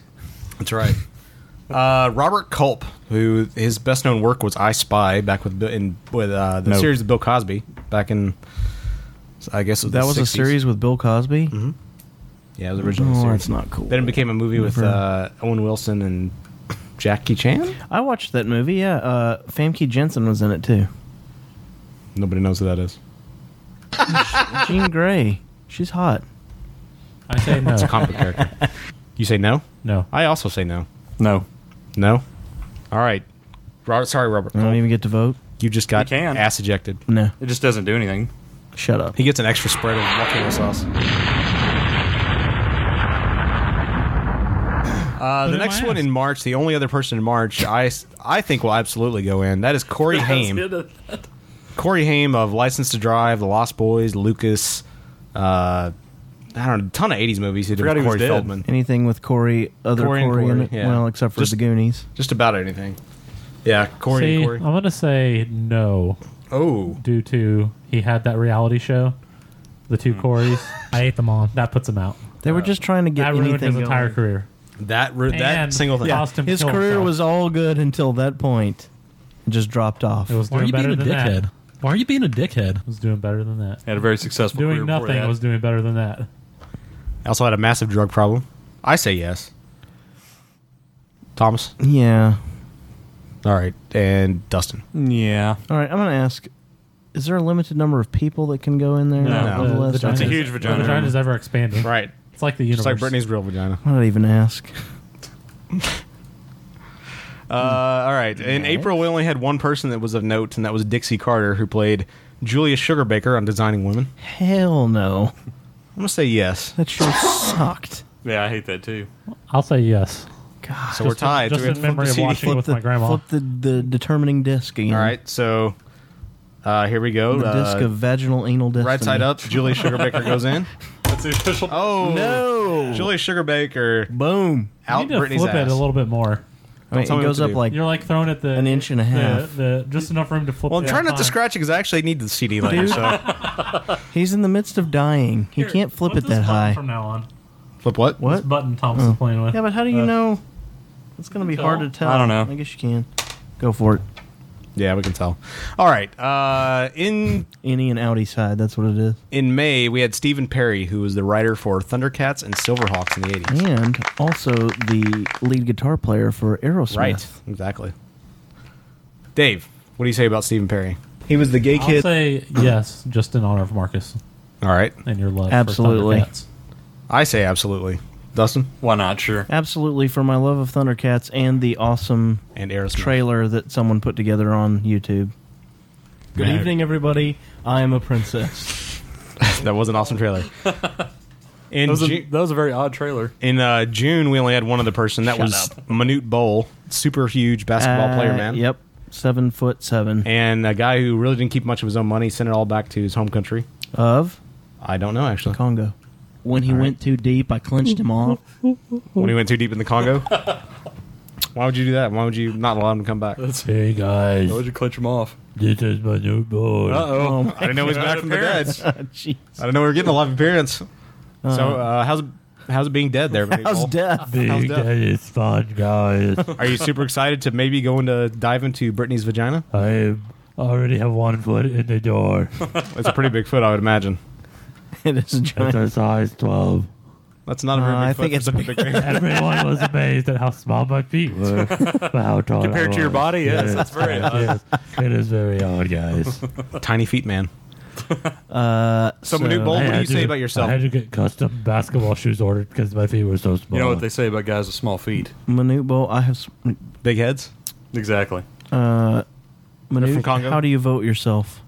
Speaker 5: That's right. Uh, Robert Culp, who his best known work was I Spy, back with Bill- in with uh, the
Speaker 12: No.
Speaker 5: series of Bill Cosby back in, I guess it was
Speaker 12: That
Speaker 5: the
Speaker 12: was
Speaker 5: 60s.
Speaker 12: a series with Bill Cosby. Mm-hmm.
Speaker 5: Yeah, it was originally.
Speaker 12: Oh,
Speaker 5: a series.
Speaker 12: that's not cool.
Speaker 5: Then it became a movie with
Speaker 12: Never-
Speaker 5: uh, Owen Wilson and Jackie Chan.
Speaker 12: I watched that movie. Yeah, uh, Famke Jensen was in it too.
Speaker 5: Nobody knows who that is.
Speaker 12: Jean Grey. She's hot.
Speaker 11: I say no.
Speaker 5: It's a comic book character. You say no?
Speaker 11: No.
Speaker 5: I also say no.
Speaker 8: No.
Speaker 5: No. All right. Robert, sorry, Robert. I
Speaker 12: don't even get to vote.
Speaker 5: You just got
Speaker 8: can.
Speaker 5: ass ejected.
Speaker 12: No.
Speaker 8: It just doesn't do anything.
Speaker 12: Shut up.
Speaker 5: He gets an extra spread of volcano sauce. Uh, the
Speaker 12: in
Speaker 5: next
Speaker 12: my
Speaker 5: one in March, the only other person in March, I, I think will absolutely go in. That is Corey Haim. Corey Haim of License to Drive, The Lost Boys, Lucas. Uh, I don't know, a ton of '80s movies. He did with Corey Feldman.
Speaker 12: Anything with Corey, other
Speaker 5: Corey
Speaker 12: Corey,
Speaker 5: and
Speaker 12: in
Speaker 5: Corey,
Speaker 12: it?
Speaker 5: yeah.
Speaker 12: Well, except for
Speaker 5: Just-
Speaker 12: the Goonies.
Speaker 5: Just about anything. Yeah, Corey.
Speaker 11: See,
Speaker 5: and Corey.
Speaker 11: I'm gonna say no.
Speaker 5: Oh,
Speaker 11: due to he had that reality show, the two
Speaker 5: Hmm.
Speaker 11: Corys. I ate them all. That puts him out.
Speaker 12: They
Speaker 5: Uh,
Speaker 12: were just trying to get
Speaker 11: that ruined
Speaker 12: anything
Speaker 11: his entire
Speaker 12: going.
Speaker 11: career.
Speaker 5: That ru- that
Speaker 11: And single thing.
Speaker 12: Yeah.
Speaker 11: caused him to
Speaker 12: His
Speaker 11: kill
Speaker 12: career
Speaker 11: himself.
Speaker 12: was all good until that point. It just dropped off.
Speaker 11: It was
Speaker 12: Why
Speaker 11: doing better than
Speaker 12: dickhead?
Speaker 11: that. Why are you being a dickhead? Was doing better than that.
Speaker 8: Had a very successful
Speaker 11: doing
Speaker 8: career before
Speaker 11: nothing
Speaker 8: that.
Speaker 11: was doing better than that.
Speaker 5: also had a massive drug problem. I say yes. Thomas.
Speaker 12: Yeah.
Speaker 5: All right, and Dustin.
Speaker 8: Yeah.
Speaker 12: All right, I'm going to ask is there a limited number of people that can go in there?
Speaker 5: No.
Speaker 12: On the
Speaker 5: The-
Speaker 12: list?
Speaker 5: the That's a
Speaker 11: Vagina's-
Speaker 5: huge
Speaker 11: the
Speaker 5: vagina.
Speaker 11: Vagina's ever expanding.
Speaker 5: Right.
Speaker 11: It's like the
Speaker 5: Just
Speaker 11: universe.
Speaker 5: like Britney's real vagina.
Speaker 12: Why not even ask?
Speaker 5: Uh, all right. In April, we only had one person that was of note, and that was Dixie Carter, who played Julia Sugarbaker on Designing Women.
Speaker 12: Hell no.
Speaker 5: I'm gonna say yes.
Speaker 12: That show sucked.
Speaker 8: Yeah, I hate that too.
Speaker 11: I'll say yes.
Speaker 12: God.
Speaker 5: So we're
Speaker 11: Just-
Speaker 5: tied.
Speaker 11: just
Speaker 5: Do we have
Speaker 11: in
Speaker 5: to flip
Speaker 11: memory
Speaker 5: the
Speaker 11: of
Speaker 5: CD?
Speaker 11: watching it with my grandma.
Speaker 12: Flip the, the determining disc again.
Speaker 5: All right. So uh, here we go.
Speaker 12: The disc
Speaker 5: Uh,
Speaker 12: of vaginal anal destiny.
Speaker 5: right side up. Julia Sugarbaker goes in.
Speaker 8: That's the official.
Speaker 5: Oh
Speaker 12: no!
Speaker 5: Julia Sugarbaker.
Speaker 12: Boom.
Speaker 5: Out
Speaker 11: you need to
Speaker 5: Britney's
Speaker 11: flip
Speaker 5: ass.
Speaker 11: it a little bit more.
Speaker 12: I mean,
Speaker 5: tell me
Speaker 12: it
Speaker 5: what
Speaker 12: goes
Speaker 5: to
Speaker 12: up
Speaker 5: do.
Speaker 12: like
Speaker 11: You're like throwing at the
Speaker 12: an inch and a half.
Speaker 11: The, the just enough room to flip.
Speaker 5: Well, I'm
Speaker 11: it
Speaker 5: trying
Speaker 11: out
Speaker 5: not to
Speaker 11: fine.
Speaker 5: scratch it because I actually need the CD later.
Speaker 12: Dude.
Speaker 5: So
Speaker 12: He's in the midst of dying. He
Speaker 11: Here,
Speaker 12: can't flip
Speaker 11: flip
Speaker 12: it
Speaker 11: this
Speaker 12: that
Speaker 11: button
Speaker 12: high.
Speaker 11: From now on,
Speaker 5: flip what?
Speaker 12: What?
Speaker 11: this button Thomas is playing with.
Speaker 12: Yeah, but how do you
Speaker 11: Uh,
Speaker 12: know? It's going to be
Speaker 11: Tell.
Speaker 12: hard to tell.
Speaker 8: I don't know.
Speaker 12: I guess you can. Go for it.
Speaker 5: Yeah, we can tell. All right. Uh, in
Speaker 12: Any and outie side. That's what it is.
Speaker 5: in May, we had Stephen Perry, who was the writer for Thundercats and Silverhawks in the 80s.
Speaker 12: And also the lead guitar player for Aerosmith.
Speaker 5: Right. Exactly. Dave, what do you say about Stephen Perry?
Speaker 18: He was the gay
Speaker 11: I'll say yes, just in honor of Marcus
Speaker 5: All right.
Speaker 11: and your love.
Speaker 12: Absolutely.
Speaker 11: For Thundercats.
Speaker 5: I say absolutely. Dustin?
Speaker 8: Why not? Sure.
Speaker 12: Absolutely, for my love of Thundercats and the awesome
Speaker 5: And Aerosmith.
Speaker 12: trailer that someone put together on YouTube. Good
Speaker 5: Mag-
Speaker 12: evening, everybody. I am a princess.
Speaker 5: that was an awesome trailer. In,
Speaker 8: That was, a,
Speaker 5: Ju-
Speaker 8: that was a very odd trailer.
Speaker 5: in uh, June, we only had one other person. That
Speaker 8: Shut
Speaker 5: was
Speaker 8: up.
Speaker 5: Manute Bowl, super huge basketball
Speaker 12: Uh,
Speaker 5: player, man.
Speaker 12: Yep, seven foot seven.
Speaker 5: And a guy who really didn't keep much of his own money, sent it all back to his home country.
Speaker 12: Of
Speaker 5: I don't know, actually.
Speaker 12: Congo. When he went too deep, I clenched him off.
Speaker 5: When he went too deep in the Congo? Why would you do that? Why would you not allow him to come back?
Speaker 11: Hey guys,
Speaker 8: Why would you clutch him off?
Speaker 11: this is my new boy.
Speaker 8: Uh-oh.
Speaker 12: Um,
Speaker 5: I didn't know he was back from the dead.
Speaker 8: Appearance.
Speaker 5: I
Speaker 12: Jeez.
Speaker 5: didn't know we were getting a live appearance. so uh, how's how's it being dead there?
Speaker 12: Uh-huh. How's
Speaker 5: Nicole?
Speaker 12: death?
Speaker 5: How's death?
Speaker 11: is fun, guys.
Speaker 5: Are you super excited to maybe go into dive into Brittany's vagina?
Speaker 11: I already have one foot in the door.
Speaker 5: It's a pretty big foot, I would imagine.
Speaker 12: It is a giant.
Speaker 11: a size 12.
Speaker 5: That's not a very
Speaker 12: Uh,
Speaker 5: big
Speaker 12: I
Speaker 5: foot.
Speaker 12: think
Speaker 5: for
Speaker 12: it's
Speaker 5: such a
Speaker 12: big.
Speaker 5: big man.
Speaker 11: Everyone was amazed at how small my feet were, but how tall
Speaker 8: Compared
Speaker 11: I
Speaker 8: to your
Speaker 11: was.
Speaker 8: body, yes, that's very
Speaker 5: uh,
Speaker 11: yes, it is very odd, guys.
Speaker 5: Tiny feet man.
Speaker 12: Uh,
Speaker 5: So, Manute Bol,
Speaker 11: I
Speaker 5: what do
Speaker 11: had
Speaker 5: you say
Speaker 11: to-
Speaker 5: about yourself?
Speaker 11: I had to get custom basketball shoes ordered because my feet were so small.
Speaker 8: You know what they say about guys with small feet?
Speaker 12: Manute Bol, I have. s-
Speaker 5: Big heads.
Speaker 8: Exactly.
Speaker 12: Uh, Manute,
Speaker 5: from Congo?
Speaker 12: how do you vote yourself?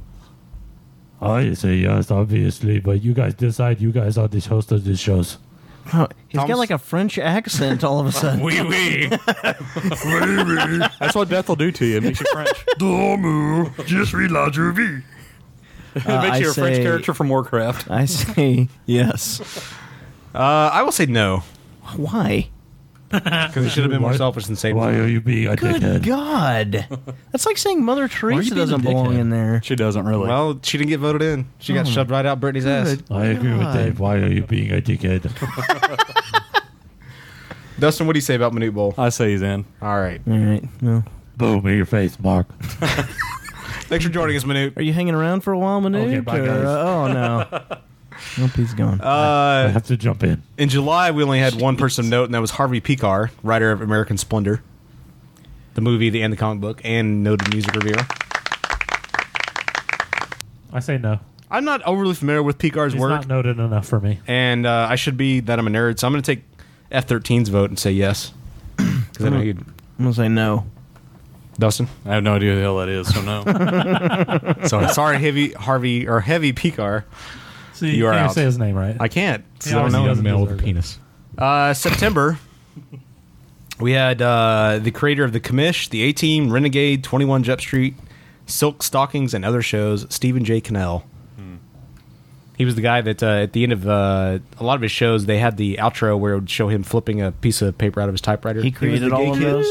Speaker 11: I say yes, obviously, but you guys decide. You guys are the host of these shows.
Speaker 12: Huh, He's got
Speaker 5: Tom's-
Speaker 12: like a French accent all of a sudden.
Speaker 8: Wee wee. That's what death will do to you. It makes you French.
Speaker 17: Just reload your V.
Speaker 8: It
Speaker 12: Uh,
Speaker 8: makes
Speaker 12: I
Speaker 8: you a French
Speaker 12: say-
Speaker 8: character from Warcraft.
Speaker 12: I say yes.
Speaker 5: Uh, I will say no.
Speaker 12: Why?
Speaker 5: Because it should have been more selfish than saving. Why
Speaker 12: be a Good dickhead? God. That's like saying Mother Teresa doesn't belong in there.
Speaker 8: She doesn't really.
Speaker 5: Well, she didn't get voted in. She got
Speaker 12: Oh.
Speaker 5: shoved right out Britney's ass.
Speaker 12: Good I agree with God. Dave.
Speaker 5: Why are you being a dickhead? Dustin, what do you say about Manute Bowl?
Speaker 8: I say he's in.
Speaker 5: All right.
Speaker 12: All right. No.
Speaker 5: Boom in your face, Mark. Thanks for joining us, Manute.
Speaker 12: Are you hanging around for a while, Manute?
Speaker 5: Okay, bye,
Speaker 12: or-
Speaker 5: guys.
Speaker 12: oh, no. Nope, he's gone.
Speaker 5: Uh,
Speaker 12: I have
Speaker 5: to jump in. In July, we only had one person of note, and that was Harvey Picar, writer of American Splendor, the movie, the and the comic book, and noted music reviewer.
Speaker 11: I say no.
Speaker 5: I'm not overly familiar with Picar's
Speaker 11: He's
Speaker 5: work,
Speaker 11: not noted enough for me.
Speaker 5: and uh, I should be that I'm a nerd, so I'm going to take F13's vote and say yes. 'Cause I know you'd-
Speaker 12: I'm gonna say no.
Speaker 5: Dustin,
Speaker 8: I have no idea who the hell that is, so no.
Speaker 5: so sorry, heavy Harvey or heavy Picar.
Speaker 11: See, you can't say his name right.
Speaker 5: I can't. 'cause
Speaker 11: He
Speaker 5: I don't
Speaker 11: obviously
Speaker 5: know
Speaker 11: doesn't Male with a deserve
Speaker 5: penis. Uh, September, we had uh, the creator of the Commish, the A Team, Renegade, Twenty One Jump Street, Silk Stockings, and other shows. Stephen J. Cannell. He was the guy that uh, at the end of uh, a lot of his shows, they had the outro where it would show him flipping a piece of paper out of his typewriter.
Speaker 12: He created all of those.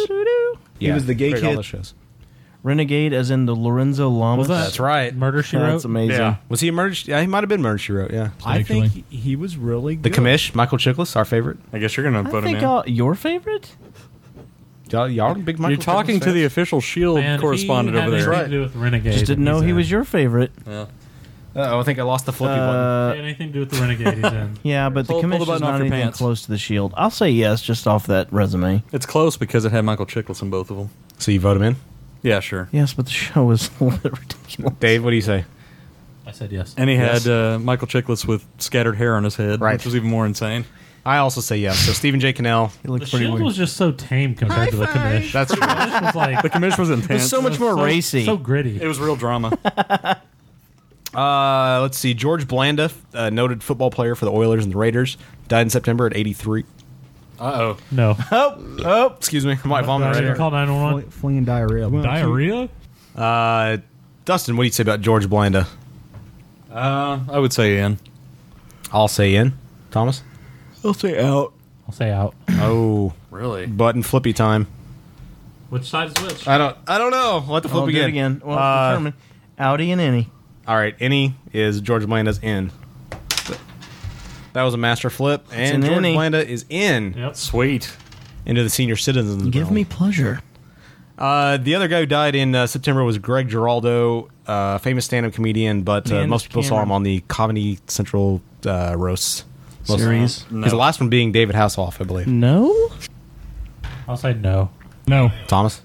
Speaker 5: He was the gay
Speaker 12: created
Speaker 5: kid.
Speaker 12: all those Renegade, as in the Lorenzo Lamas.
Speaker 5: That's right.
Speaker 11: Murder
Speaker 12: She That's Wrote? amazing.
Speaker 5: Was he emerged? Yeah, he might have been Murder She Wrote. Yeah,
Speaker 12: I think
Speaker 5: he, was really the
Speaker 12: good.
Speaker 5: commish. Michael Chiklis, our favorite.
Speaker 8: I guess you're gonna
Speaker 12: I think I'll, your favorite?
Speaker 5: Y'all, y'all are big Michael
Speaker 8: You're talking
Speaker 5: Chiklis
Speaker 8: to the
Speaker 5: fans.
Speaker 8: official Shield
Speaker 11: Man,
Speaker 8: correspondent
Speaker 11: he
Speaker 8: over
Speaker 11: had
Speaker 8: there.
Speaker 11: anything to do with Renegade.
Speaker 12: Just didn't know he was your favorite.
Speaker 8: Yeah.
Speaker 5: Uh-oh, I think I lost the flippy
Speaker 12: Uh,
Speaker 11: Had anything to do with the Renegade he's in.
Speaker 12: Yeah, but
Speaker 8: Pull- pull the
Speaker 12: the commission
Speaker 8: button
Speaker 12: is
Speaker 8: off
Speaker 12: not
Speaker 8: your
Speaker 12: anything
Speaker 8: pants.
Speaker 12: close to the shield. I'll say yes, just off that resume.
Speaker 8: It's close because it had Michael Chiklis in both of them.
Speaker 5: So you vote him in?
Speaker 8: Yeah, sure.
Speaker 12: Yes, but the show was a little bit ridiculous.
Speaker 5: Dave, what do you say?
Speaker 11: I said yes.
Speaker 8: And he
Speaker 5: Yes.
Speaker 8: had uh, Michael Chiklis with scattered hair on his head,
Speaker 5: Right.
Speaker 8: which was even more insane.
Speaker 5: I also say yes. So Stephen J. Cannell. He
Speaker 11: The Shield was just so tame compared to the Commish.
Speaker 5: That's true.
Speaker 11: Commish was like
Speaker 8: the commission was intense.
Speaker 11: so much more racy. so gritty.
Speaker 8: It was real drama.
Speaker 5: Uh, let's see. George Blanda, uh, noted football player for the Oilers and the Raiders, died in September at 83.
Speaker 8: Uh oh.
Speaker 11: No.
Speaker 12: Oh, oh.
Speaker 5: Excuse me. I might vomit right here.
Speaker 11: Call 911.
Speaker 4: flinging diarrhea.
Speaker 5: Uh, Dustin, what do you say about George Blanda?
Speaker 8: Uh, I would say in.
Speaker 5: I'll say in. Thomas?
Speaker 8: I'll say out.
Speaker 11: I'll say out.
Speaker 5: Oh.
Speaker 8: Really?
Speaker 5: Button flippy time.
Speaker 11: Which side is which?
Speaker 5: I don't I don't know. Let the flip
Speaker 12: I'll do
Speaker 5: begin.
Speaker 12: it again. Well,
Speaker 5: Uh,
Speaker 12: determine. Audi and any.
Speaker 5: All right. Any is George Blanda's in. That was a master flip.
Speaker 12: an
Speaker 5: And George
Speaker 12: innie.
Speaker 5: Blanda is in.
Speaker 11: Yep.
Speaker 8: Sweet.
Speaker 5: Into the senior citizens.
Speaker 12: Give
Speaker 5: realm.
Speaker 12: me pleasure.
Speaker 5: Uh, the other guy who died in uh, September was Greg Giraldo, uh, famous stand-up comedian, but uh,
Speaker 12: Man,
Speaker 5: most people saw
Speaker 12: Cameron.
Speaker 5: him on the Comedy Central uh, roasts Most-
Speaker 12: Series?
Speaker 5: His last one being David Hasselhoff, I believe.
Speaker 12: No?
Speaker 11: I'll say no.
Speaker 4: No.
Speaker 5: Thomas?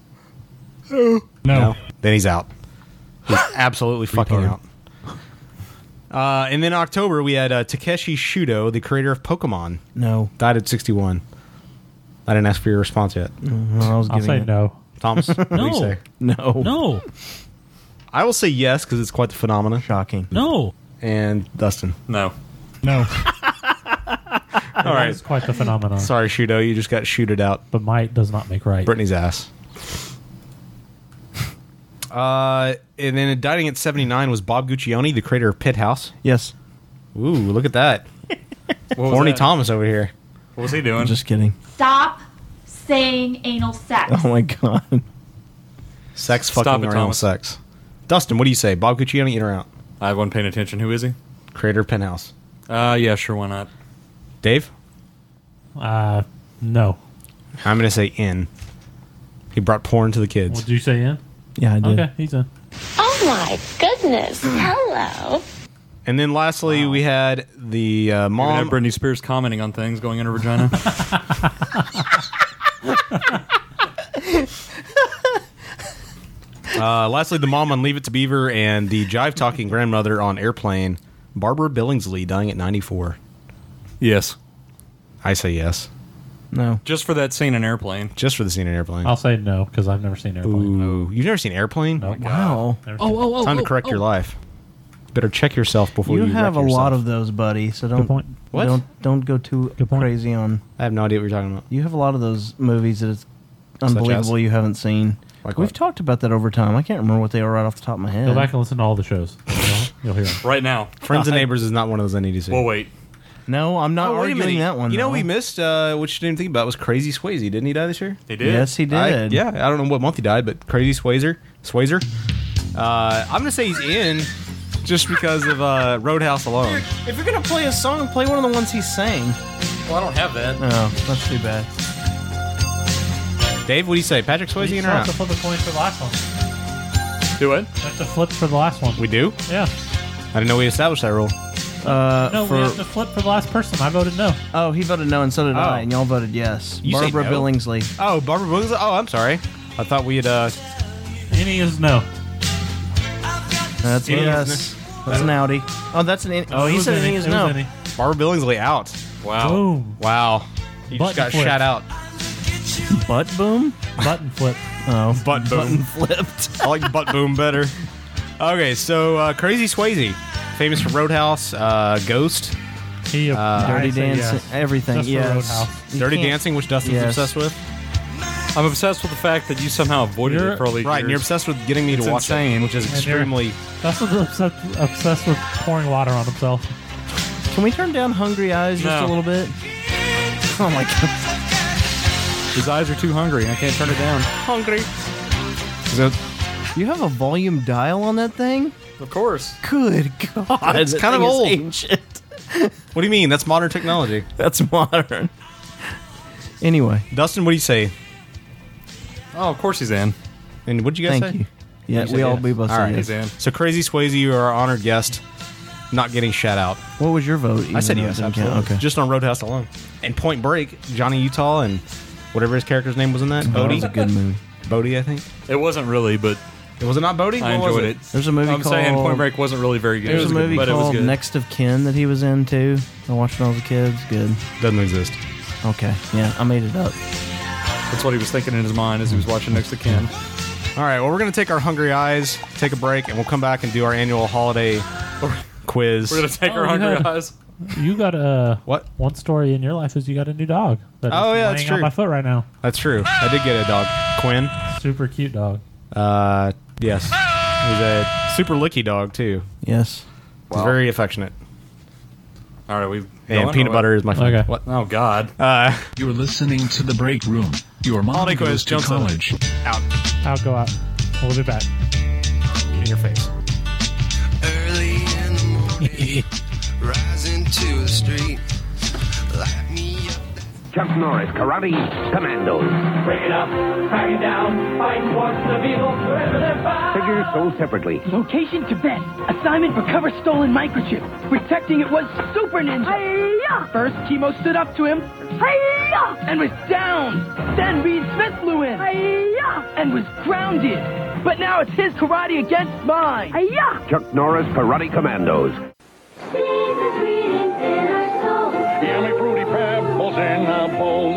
Speaker 4: No.
Speaker 5: Then he's out. He's absolutely fucking out. Uh, and then October we had uh, Takeshi Shudo, the creator of Pokemon,
Speaker 12: No.
Speaker 5: died at 61. I didn't ask for your response yet.
Speaker 12: Mm, well, I was
Speaker 11: I'll
Speaker 12: giving
Speaker 11: say
Speaker 12: it.
Speaker 11: no.
Speaker 5: Thomas, what do you
Speaker 12: No.
Speaker 5: say?
Speaker 12: No.
Speaker 11: No.
Speaker 5: I will say yes because it's quite the phenomenon.
Speaker 12: Shocking.
Speaker 11: No.
Speaker 5: And Dustin.
Speaker 8: No.
Speaker 4: No.
Speaker 5: All right.
Speaker 11: It's quite the phenomenon.
Speaker 5: Sorry, Shudo, you just got shooted out.
Speaker 11: But might does not make right.
Speaker 5: Brittany's ass. Uh, and then dining at 79 was Bob Guccione, the creator of Pit House.
Speaker 12: Yes.
Speaker 5: Ooh, look at that.
Speaker 8: was
Speaker 5: Horny
Speaker 8: that?
Speaker 5: Thomas over here.
Speaker 8: What was he doing?
Speaker 12: Just kidding.
Speaker 19: Stop saying anal sex.
Speaker 12: Oh, my God.
Speaker 5: Sex
Speaker 8: Stop
Speaker 5: fucking
Speaker 8: it,
Speaker 5: around
Speaker 8: Thomas.
Speaker 5: sex. Dustin, what do you say? Bob Guccione in or out?
Speaker 8: I wasn't paying attention. Who is he?
Speaker 5: Creator of Pit House.
Speaker 8: Uh, yeah, sure, why not?
Speaker 5: Dave?
Speaker 11: Uh, no.
Speaker 5: I'm going to say in. He brought porn to the kids.
Speaker 11: What did you say in?
Speaker 12: Yeah, I
Speaker 11: Okay, he's in.
Speaker 20: Oh my goodness. Hello.
Speaker 5: And then lastly, we had the uh, mom.
Speaker 8: Mom. Britney Spears commenting on things going in her vagina.
Speaker 5: Uh, lastly, the mom on Leave It to Beaver and the jive talking grandmother on Airplane, Barbara Billingsley, dying at 94.
Speaker 8: Yes.
Speaker 5: I say yes.
Speaker 12: No.
Speaker 8: Just for that scene in Airplane.
Speaker 5: Just for the scene in Airplane.
Speaker 11: I'll say no because I've never seen Airplane.
Speaker 5: Ooh, you've never seen Airplane?
Speaker 12: Wow.
Speaker 11: Never
Speaker 12: Oh,
Speaker 11: seen
Speaker 12: oh,
Speaker 5: Time to correct your life. Better check yourself before
Speaker 12: You,
Speaker 5: you,
Speaker 12: have a
Speaker 5: wreck
Speaker 12: lot
Speaker 5: yourself.
Speaker 12: of those, buddy. So don't
Speaker 5: point. What?
Speaker 12: don't don't go too crazy on.
Speaker 5: I have no idea what you're talking about.
Speaker 12: You have a lot of those movies that it's
Speaker 5: as?
Speaker 12: unbelievable you haven't seen.
Speaker 5: Like
Speaker 12: We've
Speaker 5: what?
Speaker 12: talked about that over time. I can't remember what they were right off the top of my head.
Speaker 11: Go back and listen to all the shows. You'll, you'll hear. 'em.
Speaker 8: Right now.
Speaker 5: Friends and Neighbors is not one of those I need to see.
Speaker 8: We'll wait.
Speaker 12: No, I'm not
Speaker 5: Oh, wait a
Speaker 12: arguing
Speaker 5: minute.
Speaker 12: that one.
Speaker 5: You know,
Speaker 12: though.
Speaker 5: we missed, uh, which you didn't think about, was Crazy Swayze. Didn't he die this year? He
Speaker 12: did. Yes, he did.
Speaker 5: yeah, I don't know what month he died, but Crazy Swayzer. Swayzer. Uh, I'm going to say he's in just because of uh, Roadhouse alone.
Speaker 12: if you're gonna play a song, play one of the ones he sang.
Speaker 8: Well, I don't have that.
Speaker 12: No, Oh, that's too bad.
Speaker 5: Dave, what do you say? Patrick Swayze
Speaker 9: You
Speaker 5: in
Speaker 9: still
Speaker 5: or
Speaker 9: have
Speaker 5: out?
Speaker 9: to flip a coin for the last one.
Speaker 8: Do it.
Speaker 9: have to flip for the last one.
Speaker 5: We do?
Speaker 9: Yeah.
Speaker 5: I didn't know we established that rule.
Speaker 12: Uh,
Speaker 9: No, we
Speaker 12: for-
Speaker 9: have to flip for the last person. I voted no.
Speaker 12: Oh, he voted no, and so did
Speaker 9: Oh.
Speaker 12: I, and y'all voted yes.
Speaker 9: You say
Speaker 12: Barbara
Speaker 9: no?
Speaker 12: Billingsley.
Speaker 5: Oh, Barbara Billingsley. Oh, I'm sorry. I thought we had. Uh...
Speaker 9: Any is no.
Speaker 12: That's a
Speaker 5: Any is
Speaker 12: yes.
Speaker 5: no.
Speaker 12: That's an outie. Oh, that's an. In- oh,
Speaker 5: It
Speaker 12: he
Speaker 5: was
Speaker 12: said
Speaker 5: any.
Speaker 12: any is
Speaker 5: It was
Speaker 12: no.
Speaker 5: any. Barbara Billingsley out. Wow.
Speaker 9: Boom.
Speaker 5: Wow. You
Speaker 12: Button
Speaker 5: just got
Speaker 12: flip.
Speaker 5: shot out.
Speaker 12: Butt boom.
Speaker 9: Button flip.
Speaker 12: Oh,
Speaker 5: butt boom.
Speaker 12: Button flipped.
Speaker 5: I like butt boom better. Okay, so uh, Crazy Swayze, famous for Roadhouse, uh, Ghost,
Speaker 9: he,
Speaker 5: uh,
Speaker 12: Dirty Dancing, everything. yes. You
Speaker 5: Dirty
Speaker 12: can't-
Speaker 5: Dancing, which Dustin's
Speaker 12: Yes.
Speaker 5: obsessed with.
Speaker 8: I'm obsessed with the fact that you somehow avoided it for all these
Speaker 5: right, and you're
Speaker 8: years.
Speaker 5: obsessed with getting me
Speaker 8: It's
Speaker 5: to watch
Speaker 8: insane.
Speaker 5: it, which is
Speaker 8: And
Speaker 9: you're-
Speaker 5: extremely.
Speaker 9: That's what's obsessed, obsessed with pouring water on himself.
Speaker 12: Can we turn down Hungry Eyes just
Speaker 9: No.
Speaker 12: a little bit? Oh my god.
Speaker 8: His eyes are too hungry, and I can't turn it down.
Speaker 5: Hungry.
Speaker 12: you have a volume dial on that thing?
Speaker 8: Of course.
Speaker 12: Good god.
Speaker 5: It's
Speaker 12: that
Speaker 5: kind of
Speaker 12: thing is
Speaker 5: old.
Speaker 12: ancient.
Speaker 5: What do you mean? That's modern technology.
Speaker 12: That's modern. Anyway,
Speaker 5: Dustin, what do you say?
Speaker 8: Oh, of course he's in.
Speaker 5: And what'd you guys
Speaker 12: Thank
Speaker 5: say?
Speaker 12: you. Yeah,
Speaker 5: You said
Speaker 12: we all- we both said
Speaker 5: Alright.
Speaker 12: yes. He's in.
Speaker 5: So Crazy Swayze, you are our honored guest, not getting shut out.
Speaker 12: what was your vote?
Speaker 5: I
Speaker 12: even
Speaker 5: said
Speaker 12: though it
Speaker 5: yes,
Speaker 12: didn't
Speaker 5: absolutely.
Speaker 12: count? Okay.
Speaker 5: Just on Roadhouse alone. And Point Break, Johnny Utah, and whatever his character's name was in that.
Speaker 12: Oh, that
Speaker 5: Bodie.
Speaker 12: was a good movie.
Speaker 5: Bodie, I think.
Speaker 8: It wasn't really, but
Speaker 5: it was it not Bodie.
Speaker 8: I
Speaker 5: What was
Speaker 8: enjoyed
Speaker 5: it?
Speaker 8: it?
Speaker 12: There's a movie
Speaker 8: I'm saying
Speaker 12: called-
Speaker 8: Point Break wasn't really very good.
Speaker 12: There's a
Speaker 8: It was good,
Speaker 12: movie
Speaker 8: but it was
Speaker 12: called
Speaker 8: good.
Speaker 12: Next of Kin that he was in too. I watched when I was a kid. It's good.
Speaker 5: Doesn't exist.
Speaker 12: Okay. Yeah, I made it up.
Speaker 8: That's what he was thinking in his mind as he was watching Next to Ken.
Speaker 5: All right. Well, we're gonna take our hungry eyes, take a break, and we'll come back and do our annual holiday quiz.
Speaker 8: We're gonna take
Speaker 9: Oh,
Speaker 8: our
Speaker 9: you
Speaker 8: hungry
Speaker 9: had-
Speaker 8: eyes.
Speaker 9: You got a
Speaker 5: what?
Speaker 9: One story in your life is you got a new dog. that
Speaker 5: Oh,
Speaker 9: is
Speaker 5: yeah, that's
Speaker 9: laying on
Speaker 5: true.
Speaker 9: my foot right now.
Speaker 5: That's true. I did get a dog, Quinn.
Speaker 9: Super cute dog.
Speaker 5: Uh, yes. He's a super licky dog too.
Speaker 12: Yes.
Speaker 5: He's very affectionate.
Speaker 8: All right, we've.
Speaker 5: And peanut butter is my favorite. What?
Speaker 8: Oh God.
Speaker 5: Uh,
Speaker 15: You're listening to the break room. Your mom
Speaker 5: Holiday quiz,
Speaker 15: goes to
Speaker 5: Jones Center.
Speaker 15: college.
Speaker 5: Out.
Speaker 9: I'll go out. We'll be back.
Speaker 5: In your face.
Speaker 21: Early in the morning, rising to the street. Light me up.
Speaker 22: Chuck Norris, Karate Commandos. Break it up, crack it down, fight towards the evil, wherever they're found.
Speaker 23: Figures sold separately.
Speaker 24: Location Tibet. Assignment recover stolen microchip. Protecting it was Super Ninja. First, Chemo stood up to him. And was down. Then Reed Smith flew in. And was grounded. But now it's his karate against mine.
Speaker 22: Chuck Norris, Karate Commandos.
Speaker 25: Yummy fruity pebbles in a bowl.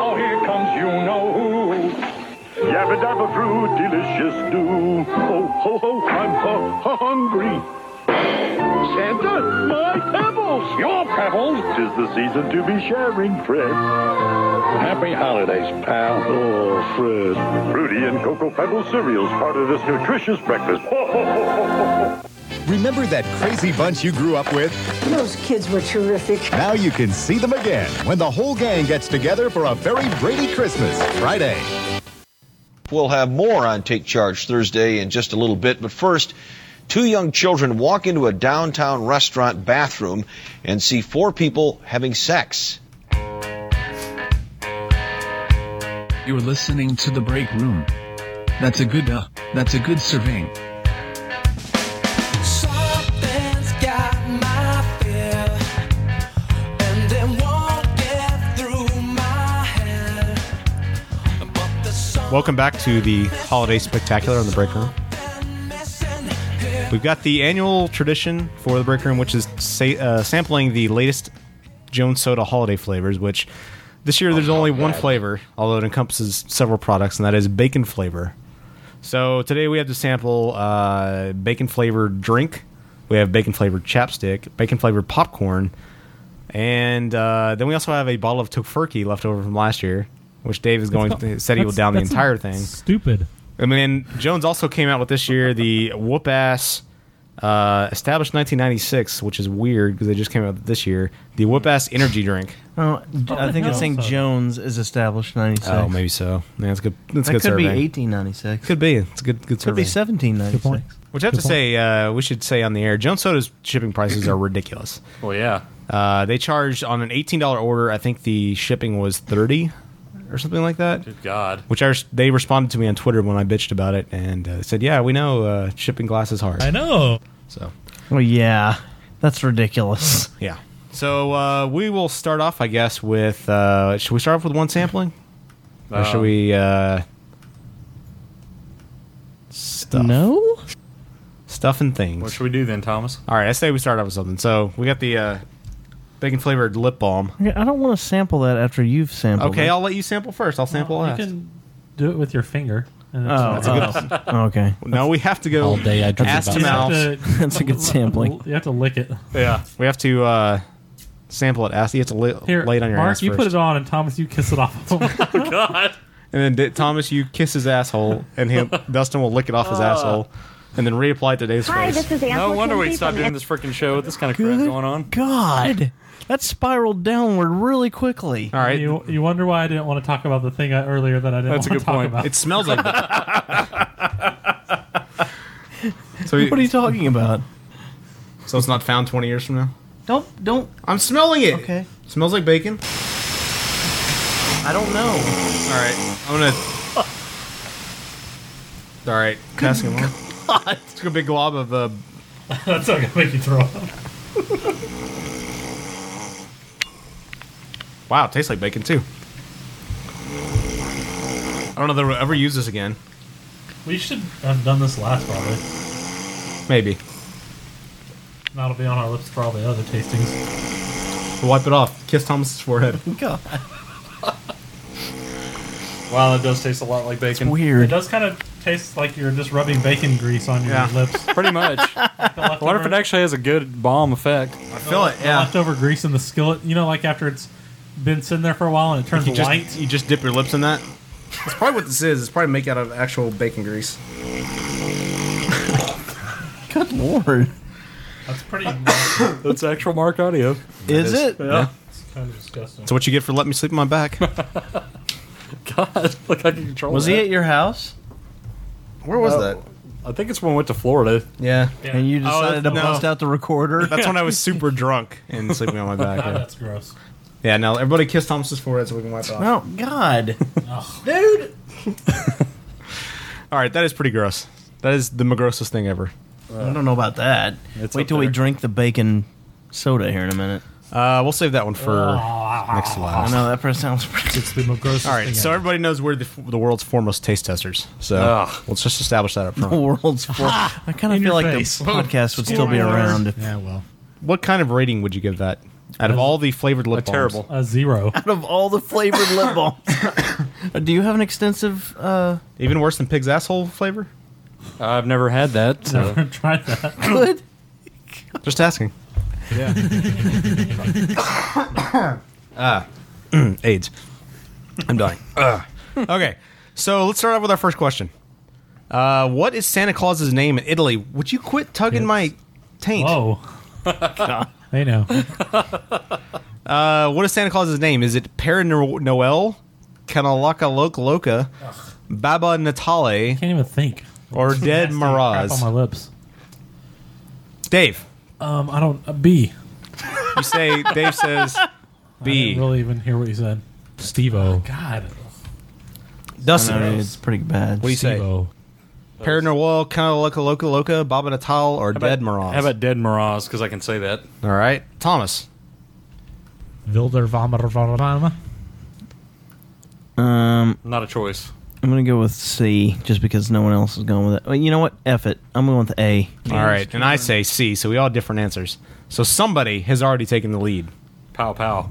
Speaker 25: Oh, here comes you know who. Yabba dabba brew, delicious do. Ho ho ho, I'm hu- hungry. Santa, my pebbles, your pebbles. Tis the season to be sharing, Fred. Happy holidays, pal. Oh, Fred. Fruity and cocoa pebble cereals, part of this nutritious breakfast. Ho ho ho ho ho.
Speaker 6: Remember that crazy bunch you grew up with?
Speaker 26: Those kids were terrific.
Speaker 6: Now you can see them again when the whole gang gets together for a very Brady Christmas Friday.
Speaker 27: We'll have more on Take Charge Thursday in just a little bit, but first, two young children walk into a downtown restaurant bathroom and see four people having sex.
Speaker 15: You're listening to the break room. That's a good uh, that's a good surveying.
Speaker 28: Something's got my fear, and it won't get through my head. But the sun
Speaker 5: Welcome back to the Holiday Spectacular on the Break Room. We've got the annual tradition for the Break Room, which is sa- uh, sampling the latest Jones Soda holiday flavors, which this year there's only one flavor, although it encompasses several products, and that is bacon flavor. So today we have to sample uh, bacon flavored drink. We have bacon flavored chapstick, bacon flavored popcorn, and uh, then we also have a bottle of Tofurkey left over from last year, which Dave is going to, said he will
Speaker 9: That's-
Speaker 5: down the
Speaker 9: that's
Speaker 5: entire thing.
Speaker 9: Stupid.
Speaker 5: I mean, Jones also came out with this year the whoop ass Uh, established 1996, which is weird because they just came out this year. The Whoop Ass Energy Drink.
Speaker 12: Oh, I think it's
Speaker 5: Oh,
Speaker 12: saying
Speaker 5: so-
Speaker 12: Jones is established ninety six.
Speaker 5: Oh, maybe so. Yeah, that's good. That's
Speaker 12: that
Speaker 5: good
Speaker 12: could be
Speaker 5: survey.
Speaker 12: eighteen ninety six.
Speaker 5: Could be. It's a good good
Speaker 12: Could
Speaker 5: survey.
Speaker 12: be seventeen ninety six.
Speaker 5: Which I have to say, uh, we should say on the air, Jones Soda's shipping prices are ridiculous.
Speaker 8: Well, yeah.
Speaker 5: Uh, they charged on an eighteen dollar order. I think the shipping was thirty or something like that.
Speaker 8: Good God.
Speaker 5: Which I res- they responded to me on Twitter when I bitched about it and uh, said, "Yeah, we know uh, shipping glass is hard."
Speaker 12: I know.
Speaker 5: So.
Speaker 12: Well, yeah, that's ridiculous.
Speaker 5: Yeah. So uh, we will start off, I guess, with uh, should we start off with one sampling, or should
Speaker 12: Um,
Speaker 5: we? Uh, stuff.
Speaker 12: No.
Speaker 5: Stuff and things.
Speaker 8: What should we do then, Thomas?
Speaker 5: All right, I say we start off with something. So we got the uh, bacon flavored lip balm.
Speaker 12: Okay, I don't want to sample that after you've sampled.
Speaker 5: Okay,
Speaker 12: it.
Speaker 5: I'll let you sample first. I'll sample
Speaker 11: you
Speaker 5: last.
Speaker 11: can do it with your finger. and
Speaker 12: Oh,
Speaker 11: it's-
Speaker 12: oh. okay.
Speaker 5: No, we have to go
Speaker 12: All day I dreamed
Speaker 5: ass
Speaker 12: about
Speaker 5: to mouth.
Speaker 12: that. That's a good sampling.
Speaker 11: You have to lick it.
Speaker 5: Yeah, we have to uh, sample it. Ass. You have to li-
Speaker 11: Here,
Speaker 5: lay it on your
Speaker 11: Mark,
Speaker 5: ass
Speaker 11: you
Speaker 5: first.
Speaker 11: put it on, and Thomas, you kiss it off. oh God!
Speaker 5: And then D- Thomas, you kiss his asshole, and him, Dustin will lick it off his
Speaker 8: Ah.
Speaker 5: asshole, and then reapply today's
Speaker 8: Hi,
Speaker 5: face.
Speaker 8: this is Angela No wonder we Kinsey stopped from doing this
Speaker 5: freaking show with this kind of
Speaker 8: crap going on.
Speaker 12: God, that spiraled downward really quickly.
Speaker 5: All right.
Speaker 11: You, you wonder why I didn't want to talk about the thing I, earlier that I didn't
Speaker 12: That's a
Speaker 11: want
Speaker 12: good
Speaker 11: to talk
Speaker 12: point.
Speaker 11: about.
Speaker 12: It
Speaker 5: smells like
Speaker 11: that.
Speaker 5: So
Speaker 12: what are you talking about?
Speaker 5: So it's not found 20 years from now?
Speaker 12: Don't don't.
Speaker 5: I'm smelling it.
Speaker 12: Okay.
Speaker 5: Smells like bacon.
Speaker 12: I don't know.
Speaker 5: All right. I'm going to. All right. Pass him on. It's a big glob of. Uh,
Speaker 11: That's not gonna make you throw up.
Speaker 5: wow, it tastes like bacon too. I don't know that we'll ever use this again.
Speaker 11: We should have done this last probably.
Speaker 5: Maybe.
Speaker 11: That'll be on our lips for all the other tastings.
Speaker 5: We'll wipe it off. Kiss Thomas's forehead.
Speaker 12: God.
Speaker 8: Wow, that does taste a lot like bacon.
Speaker 11: It does kind of taste like you're just rubbing bacon grease on your
Speaker 8: Yeah.
Speaker 11: lips.
Speaker 8: Pretty much. I wonder if it actually has a good bomb effect.
Speaker 5: I
Speaker 8: feel
Speaker 11: The Leftover grease in the skillet. You know, like after it's been sitting there for a while and it turns
Speaker 5: you just,
Speaker 11: white.
Speaker 5: You just dip your lips in that. That's probably what this is. It's probably made out of actual bacon grease.
Speaker 12: Good lord.
Speaker 11: That's pretty.
Speaker 8: That's actual Mark audio.
Speaker 12: Is it?
Speaker 8: Yeah.
Speaker 5: Yeah.
Speaker 11: It's kind of disgusting.
Speaker 5: That's what you get for letting me sleep on my back.
Speaker 8: God, look, I can control
Speaker 12: Was
Speaker 8: that.
Speaker 12: he at your house?
Speaker 5: Where
Speaker 10: Oh.
Speaker 12: was
Speaker 8: that? I think it's when we went to Florida.
Speaker 12: Yeah. And you
Speaker 8: Oh, that's
Speaker 12: decided
Speaker 8: the-
Speaker 12: to bust
Speaker 8: no.
Speaker 12: out the recorder.
Speaker 5: That's when I was super drunk and sleeping on my back. Yeah.
Speaker 11: Ah, That's gross.
Speaker 5: Yeah, now everybody kiss Thomas's forehead so we can wipe it off.
Speaker 12: Oh God,
Speaker 5: dude! All right, that is pretty gross. That is the grossest thing ever.
Speaker 12: I don't know about that.
Speaker 5: It's
Speaker 12: Wait
Speaker 5: up
Speaker 12: till we
Speaker 5: there.
Speaker 12: drink the bacon soda here in a minute.
Speaker 5: Uh, we'll save that one for next to
Speaker 12: I
Speaker 5: last.
Speaker 12: know that probably sounds pretty.
Speaker 11: It's the grossest
Speaker 5: All right, so everybody knows we're the, the world's foremost taste testers. So
Speaker 12: Ugh.
Speaker 5: let's just establish that up
Speaker 12: the
Speaker 5: front.
Speaker 12: world's for. I kind of feel like the podcast would still be around. if-
Speaker 11: Yeah, well.
Speaker 5: What kind of rating would you give that? Out of all the flavored lip balms,
Speaker 11: A zero.
Speaker 12: Out of all the flavored lip balms, do you have an extensive? Uh,
Speaker 5: even worse than pig's asshole flavor.
Speaker 8: I've never had that. So.
Speaker 11: Never tried that.
Speaker 12: Good.
Speaker 5: Just asking. Ah, AIDS. I'm dying. Ugh. okay, so let's start off with our first question. Uh, what is Santa Claus's name in Italy? Would you quit tugging my taint?
Speaker 11: Whoa. I know.
Speaker 5: Uh, what is Santa Claus's name? Is it Père No- Noel, Canalaca Loca Loca, Baba Natale?
Speaker 11: Can't even think.
Speaker 5: Or Dead
Speaker 11: Nasty crap
Speaker 5: Miraz?
Speaker 11: on my lips.
Speaker 5: Dave.
Speaker 11: Um, I don't. A B.
Speaker 5: You say Dave says
Speaker 11: I
Speaker 5: B.
Speaker 11: didn't really even hear what you said. Steve O. God.
Speaker 5: Dustin.
Speaker 12: I mean, it's pretty bad.
Speaker 5: What do you say?
Speaker 11: Steve-O.
Speaker 5: Père Noel, Canalaca Loca Loca, Baba Natale, or
Speaker 8: How
Speaker 5: Dead
Speaker 8: about-
Speaker 5: Miraz?
Speaker 8: How about Dead Miraz? Because I can say that.
Speaker 5: All right, Thomas.
Speaker 11: Wilder Vamar
Speaker 12: Um,
Speaker 8: Not a choice.
Speaker 12: I'm gonna go with C, just because no one else is going with it. Well, you know what? F it. I'm going with A.
Speaker 5: All right, and I say C, so we all have different answers. So somebody has already taken the lead.
Speaker 8: Pow pow.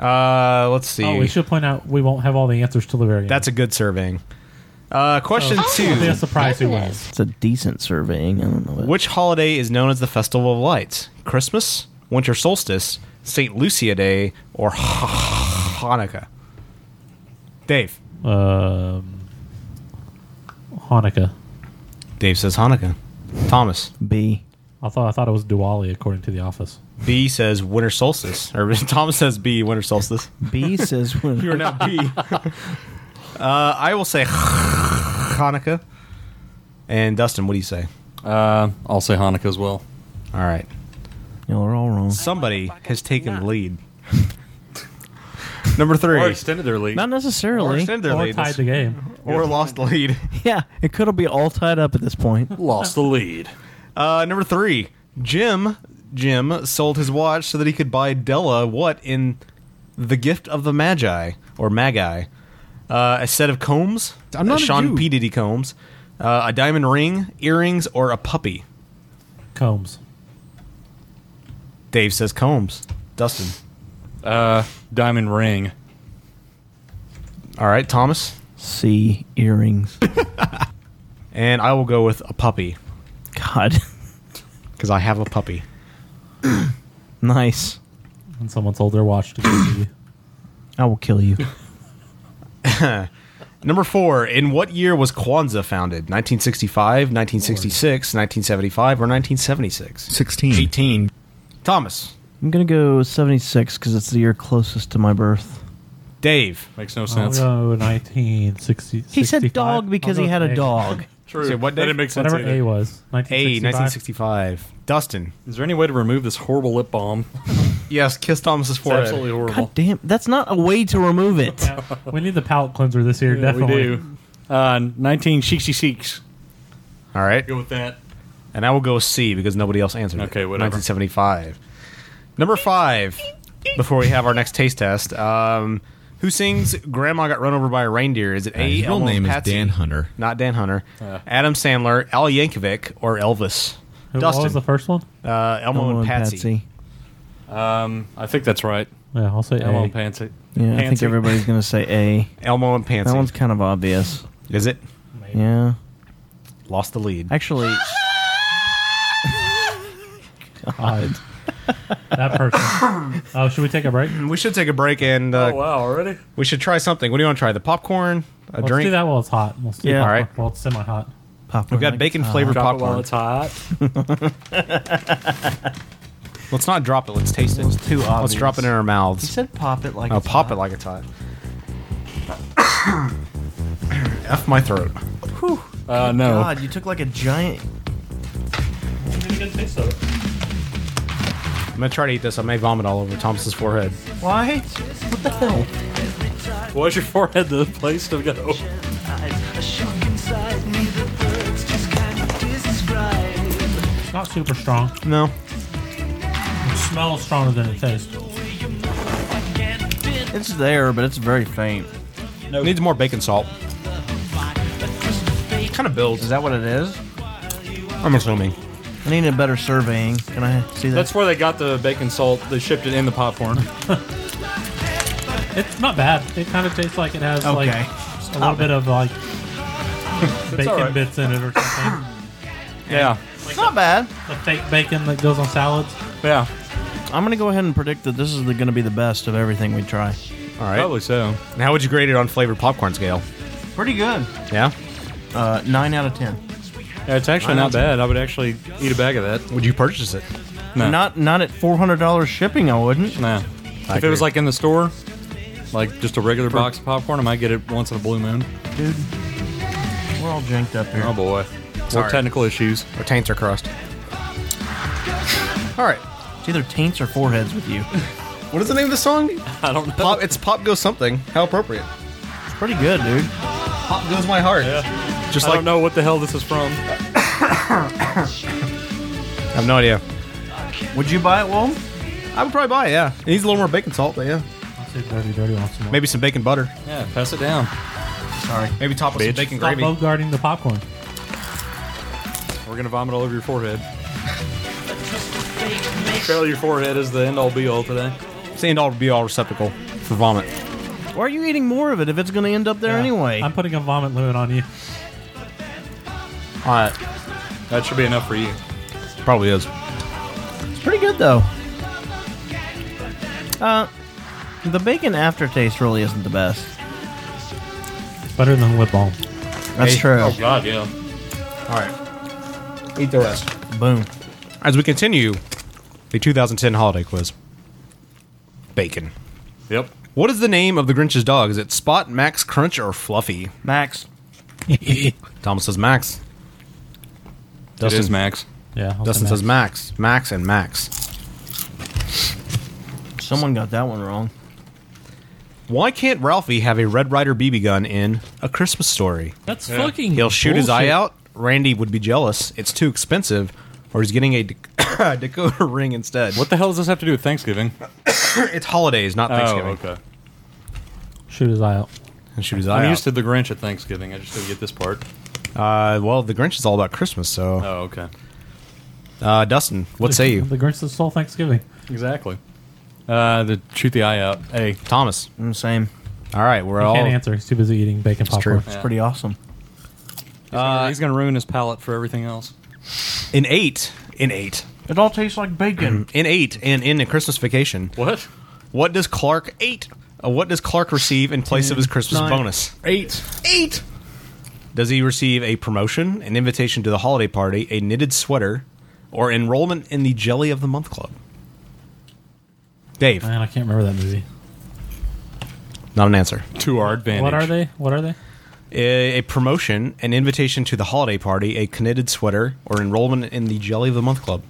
Speaker 5: Uh, let's see.
Speaker 11: Oh, we should point out we won't have all the answers till the very end.
Speaker 5: That's a good surveying. Uh, question
Speaker 11: Oh,
Speaker 5: two.
Speaker 11: it'll be a surprise who wins.
Speaker 12: It's a decent surveying. I don't know. What
Speaker 5: Which holiday is known as the Festival of Lights? Christmas, Winter Solstice, St. Lucia Day, or Hanukkah? Dave.
Speaker 11: Um, Hanukkah.
Speaker 5: Dave says Hanukkah. Thomas.
Speaker 12: B.
Speaker 11: I thought I thought it was Diwali according to The Office.
Speaker 5: B says winter solstice, or Thomas says B winter solstice.
Speaker 12: B says when
Speaker 5: You're not B. Uh, I will say Hanukkah. And Dustin, what do you say?
Speaker 8: Uh, I'll say Hanukkah as well.
Speaker 5: All right.
Speaker 12: Y'all are all wrong.
Speaker 5: Somebody has taken the lead. Number three.
Speaker 8: Or extended their lead.
Speaker 12: Not
Speaker 5: Or
Speaker 12: necessarily.
Speaker 5: extended their lead. Or lost the lead.
Speaker 12: Yeah, it could be all tied up at this point.
Speaker 8: Lost the lead.
Speaker 5: Uh, number three. Jim Jim sold his watch so that he could buy Della what in the gift of the Magi or Magi, uh, a set of combs.
Speaker 1: I'm not a
Speaker 5: Sean
Speaker 1: Jew.
Speaker 5: P Diddy combs, uh, a diamond ring, earrings, or a puppy.
Speaker 11: Combs.
Speaker 5: Dave says combs. Dustin.
Speaker 8: Uh, diamond ring.
Speaker 5: All right, Thomas.
Speaker 12: C earrings.
Speaker 5: and I will go with a puppy.
Speaker 12: God.
Speaker 5: Because I have a puppy.
Speaker 12: Nice.
Speaker 11: And someone sold their watch to me.
Speaker 12: I will kill you.
Speaker 5: Number four. In what year was Kwanzaa founded? 1965, 1966, 1975, or 1976?
Speaker 12: 16.
Speaker 5: 18. Thomas.
Speaker 12: I'm going to go 76 because it's the year closest to my birth.
Speaker 5: Dave.
Speaker 8: Makes no
Speaker 11: I'll
Speaker 8: sense.
Speaker 11: go 1960.
Speaker 12: He said dog because he had a dog.
Speaker 8: True. what that didn't make sense.
Speaker 11: Whatever
Speaker 8: either.
Speaker 11: A was.
Speaker 5: A, 1965. Dustin.
Speaker 8: Is there any way to remove this horrible lip balm?
Speaker 5: yes, kiss Thomas's
Speaker 8: forehead. absolutely horrible.
Speaker 12: God damn, that's not a way to remove it.
Speaker 11: We need the palate cleanser this year,
Speaker 8: Yeah,
Speaker 11: definitely.
Speaker 8: We do. Uh, 1966.
Speaker 5: All right.
Speaker 8: Go with that.
Speaker 5: And I will go C because nobody else answered.
Speaker 8: Okay,
Speaker 5: it.
Speaker 8: whatever.
Speaker 5: 1975. Number five. Before we have our next taste test, um, who sings "Grandma Got Run Over by a Reindeer"? Is it
Speaker 1: Uh,
Speaker 5: A?
Speaker 1: his real
Speaker 5: Elmo
Speaker 1: name is
Speaker 5: Patsy?
Speaker 1: Dan Hunter.
Speaker 5: not Dan Hunter. Adam Sandler, Al Yankovic, or Elvis?
Speaker 11: Who what
Speaker 5: Dustin.
Speaker 11: was the first one?
Speaker 5: Uh, Elmo, and Patsy.
Speaker 8: Um, I think that's right.
Speaker 11: Yeah, I'll say
Speaker 8: Elmo
Speaker 11: A.
Speaker 8: and Patsy.
Speaker 12: Yeah, I think
Speaker 8: Pansy.
Speaker 12: everybody's going to say A.
Speaker 5: Elmo and Pansy.
Speaker 12: That one's kind of obvious.
Speaker 5: Is it?
Speaker 12: Yeah.
Speaker 5: Lost the lead.
Speaker 12: Actually,
Speaker 11: God. that person. Oh, should we take a break?
Speaker 5: We should take a break and uh,
Speaker 8: Oh, wow, already?
Speaker 5: we should try something. What do you want to try? The popcorn, a
Speaker 11: Let's
Speaker 5: drink.
Speaker 11: do that while it's hot. Let's do
Speaker 5: Yeah.
Speaker 11: popcorn
Speaker 5: All right.
Speaker 11: While it's semi hot.
Speaker 5: We've got bacon flavored
Speaker 8: Drop it
Speaker 5: popcorn.
Speaker 8: while it's hot.
Speaker 5: Let's not drop it. Let's taste it. It's
Speaker 12: too
Speaker 5: Let's
Speaker 12: obvious.
Speaker 5: drop it in our mouths.
Speaker 12: He said pop it like
Speaker 5: oh,
Speaker 12: it's
Speaker 5: pop
Speaker 12: hot.
Speaker 5: it like it's hot. F my throat.
Speaker 12: Whew.
Speaker 8: Uh, no.
Speaker 12: God, you took like a giant.
Speaker 5: I'm gonna try to eat this. I may vomit all over Thomas's forehead.
Speaker 12: Why? What the hell?
Speaker 8: Was your forehead the place to go?
Speaker 11: It's not super strong.
Speaker 5: No.
Speaker 11: It smells stronger than it tastes.
Speaker 12: It's there, but it's very faint.
Speaker 5: Needs more baking salt. Kind of builds.
Speaker 12: Is that what it is?
Speaker 5: I'm assuming.
Speaker 12: I need a better surveying. Can I see that?
Speaker 8: That's where they got the bacon salt. They shipped it in the popcorn.
Speaker 11: It's not bad. It kind of tastes like it has like
Speaker 12: Okay.
Speaker 11: a
Speaker 12: Stop
Speaker 11: little
Speaker 12: it.
Speaker 11: bit of like bacon
Speaker 12: all right.
Speaker 11: bits in it or something.
Speaker 8: yeah.
Speaker 12: It's not bad.
Speaker 11: The fake bacon that goes on salads.
Speaker 8: Yeah.
Speaker 12: I'm gonna go ahead and predict that this is going to be the best of everything we try.
Speaker 5: All right.
Speaker 8: Probably so.
Speaker 5: And how would you grade it on flavored popcorn scale?
Speaker 12: Pretty good.
Speaker 5: Yeah.
Speaker 12: Uh, nine out of ten.
Speaker 8: Yeah, it's actually not bad. I would actually eat a bag of that.
Speaker 5: Would you purchase it?
Speaker 8: No.
Speaker 12: Not not at four hundred dollars shipping. I wouldn't.
Speaker 8: No. if it was like in the store, like just a regular box of popcorn, I might get it once in a blue moon.
Speaker 12: Dude, we're all janked up here.
Speaker 8: Oh boy. More
Speaker 5: Sorry.
Speaker 8: technical issues.
Speaker 5: Our taints are crossed. All right.
Speaker 12: It's either taints or foreheads with you.
Speaker 5: What is the name of the song?
Speaker 8: I don't know.
Speaker 5: Pop, it's Pop Goes Something. How appropriate.
Speaker 12: It's pretty good, dude.
Speaker 5: Pop Goes My Heart. Just
Speaker 8: I
Speaker 5: like
Speaker 8: don't know what the hell this is from.
Speaker 5: I have no idea.
Speaker 12: Would you buy it, Wolf?
Speaker 5: I would probably buy it, yeah. It needs a little more bacon salt, but yeah.
Speaker 11: I'll say dirty, dirty on some more.
Speaker 5: Maybe some bacon butter.
Speaker 8: Yeah, pass it down.
Speaker 12: Sorry.
Speaker 5: Maybe top with some bacon
Speaker 11: Stop
Speaker 5: gravy.
Speaker 11: guarding the popcorn.
Speaker 8: We're gonna vomit all over your forehead. Apparently, your forehead is the end all be all today.
Speaker 5: Sand all be all receptacle for vomit.
Speaker 12: Why are you eating more of it if it's going to end up there anyway?
Speaker 11: I'm putting a vomit limit on you.
Speaker 5: All right.
Speaker 8: That should be enough for you.
Speaker 5: Probably is.
Speaker 12: It's pretty good though. Uh, the bacon aftertaste really isn't the best.
Speaker 11: It's better than lip balm.
Speaker 12: That's
Speaker 5: Hey.
Speaker 12: true.
Speaker 8: God, yeah.
Speaker 5: All right.
Speaker 29: Eat the rest.
Speaker 12: Boom. As we continue the 2010 holiday quiz. Bacon.
Speaker 8: Yep.
Speaker 12: What is the name of the Grinch's dog? Is it Spot, Max, Crunch, or Fluffy? Max. Thomas says Max.
Speaker 8: is Max.
Speaker 12: Yeah.
Speaker 8: I'll
Speaker 12: Dustin
Speaker 8: say
Speaker 12: says Max. Max and Max.
Speaker 9: Someone got that one wrong.
Speaker 12: Why can't Ralphie have a Red Rider BB gun in A Christmas Story?
Speaker 30: That's Yeah. fucking
Speaker 12: He'll shoot his eye
Speaker 30: bullshit.
Speaker 12: out. Randy would be jealous. It's too expensive, or he's getting a Dak- Dakota ring instead. What
Speaker 8: the hell does this have to do with Thanksgiving?
Speaker 12: it's holidays, not
Speaker 8: Oh,
Speaker 12: Uh, Thanksgiving.
Speaker 8: okay.
Speaker 12: Shoot his eye out. And shoot his eye
Speaker 8: I'm
Speaker 12: out.
Speaker 8: used to the Grinch at Thanksgiving. I just don't get this part.
Speaker 12: Uh, well, the Grinch is all about Christmas, so.
Speaker 8: Oh, okay.
Speaker 12: Uh, Dustin, what say you?
Speaker 11: The Grinch that stole Thanksgiving.
Speaker 8: Exactly. Uh, the shoot the eye out. Hey,
Speaker 12: Thomas.
Speaker 9: mm, same.
Speaker 12: All right, we're
Speaker 11: He
Speaker 12: all.
Speaker 11: can't answer. He's too busy eating bacon popcorn.
Speaker 8: It's pretty
Speaker 9: awesome.
Speaker 8: He's gonna, he's gonna ruin his palate for everything else.
Speaker 12: In eight, in eight. It all tastes like bacon. in eight, and in the Christmas vacation.
Speaker 8: What?
Speaker 12: What does Clark eight? Uh, what does Clark receive in place of his Christmas
Speaker 29: Nine.
Speaker 12: bonus?
Speaker 29: Eight. Eight.
Speaker 12: Does he receive a promotion, an invitation to the holiday party, a knitted sweater, or enrollment in the Jelly of the Month Club? Dave.
Speaker 11: Man, I can't remember that movie.
Speaker 12: Not an answer. To our
Speaker 11: What are they? What are they?
Speaker 12: A, a promotion, an invitation to the holiday party, a knitted sweater, or enrollment in the Jelly of the Month Club.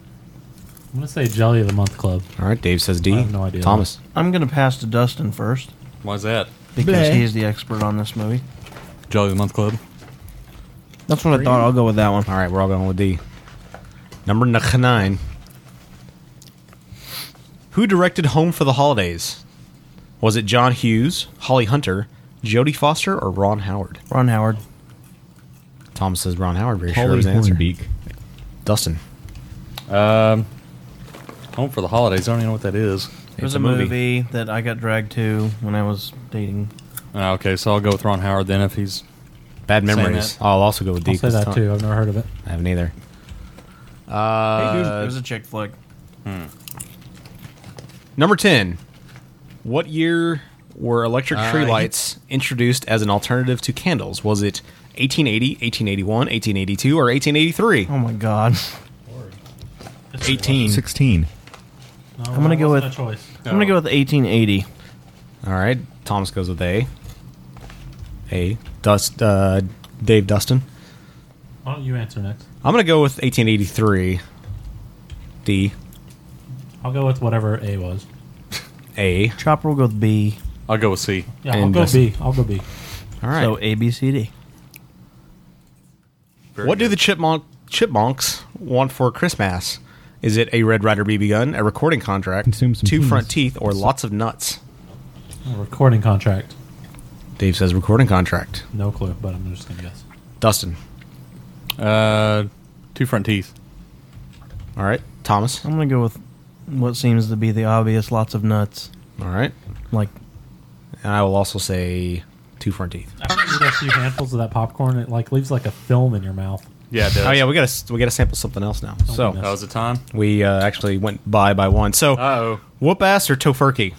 Speaker 11: I'm gonna say Jelly of the Month Club.
Speaker 12: All right, Dave says D.
Speaker 11: I have no idea.
Speaker 12: Thomas.
Speaker 9: I'm going to pass to Dustin first
Speaker 8: Why's that?
Speaker 9: because he's the expert on this movie.
Speaker 8: Jolly the Month Club.
Speaker 9: That's what I thought. I'll go with that one.
Speaker 12: All right, we're all going with D. Number n- nine. Who directed Home for the Holidays? Was it John Hughes, Holly Hunter, Jodie Foster, or Ron Howard?
Speaker 9: Ron Howard.
Speaker 12: Thomas says Ron Howard. Very
Speaker 8: Holly
Speaker 12: sure of his answer.
Speaker 8: Hornbeak.
Speaker 12: Dustin.
Speaker 8: Um, home for the holidays. I don't even know what that is.
Speaker 9: It was a movie. that I got dragged to when I was dating.
Speaker 8: Ah, okay, so I'll go with Ron Howard then if he's
Speaker 12: Bad
Speaker 8: saying
Speaker 12: memories.
Speaker 8: that.
Speaker 12: I'll also go with D.
Speaker 11: I'll say
Speaker 12: 'cause
Speaker 11: that
Speaker 12: Tom-
Speaker 11: too. I've never heard of it.
Speaker 12: I haven't either.
Speaker 9: hey, dude,
Speaker 12: Uh, Hmm.
Speaker 9: it was a chick flick.
Speaker 12: Number 10. What year were electric
Speaker 9: Uh,
Speaker 12: tree
Speaker 9: he-
Speaker 12: lights introduced as an alternative to candles? Was it 1880, 1881, 1882, or 1883? Oh
Speaker 9: my god.
Speaker 12: 18.
Speaker 31: 16.
Speaker 9: I'm gonna go with. I'm gonna go with 1880.
Speaker 12: All right. Thomas goes with A. A. Dust, uh, Dave Dustin.
Speaker 11: Why don't you answer next?
Speaker 12: I'm going to go with 1883. D.
Speaker 11: I'll go with whatever A was.
Speaker 12: A.
Speaker 9: Chopper will go with B.
Speaker 8: I'll go with C.
Speaker 11: Yeah, I'll go B. I'll go B.
Speaker 12: All right.
Speaker 9: So A B C D.
Speaker 12: what do the chipmunk chipmunks want for Christmas? Is it a Red Rider BB gun, a recording contract, two front teeth, or lots of nuts?
Speaker 11: A recording contract.
Speaker 12: Dave says recording contract.
Speaker 11: No clue, but I'm just gonna guess.
Speaker 12: Dustin.
Speaker 8: Uh, two front teeth.
Speaker 12: All right, Thomas.
Speaker 9: I'm gonna go with what seems to be the obvious. Lots of nuts.
Speaker 12: All right.
Speaker 9: Like,
Speaker 12: and I will also say two front teeth.
Speaker 11: After you eat a few handfuls of that popcorn, it like leaves like a film in your mouth.
Speaker 8: Yeah, it does.
Speaker 12: Oh yeah, we gotta we gotta sample something else now. so
Speaker 8: That was the time.
Speaker 12: we uh, actually went by by one. So
Speaker 8: Uh-oh.
Speaker 12: whoop ass or tofurkey?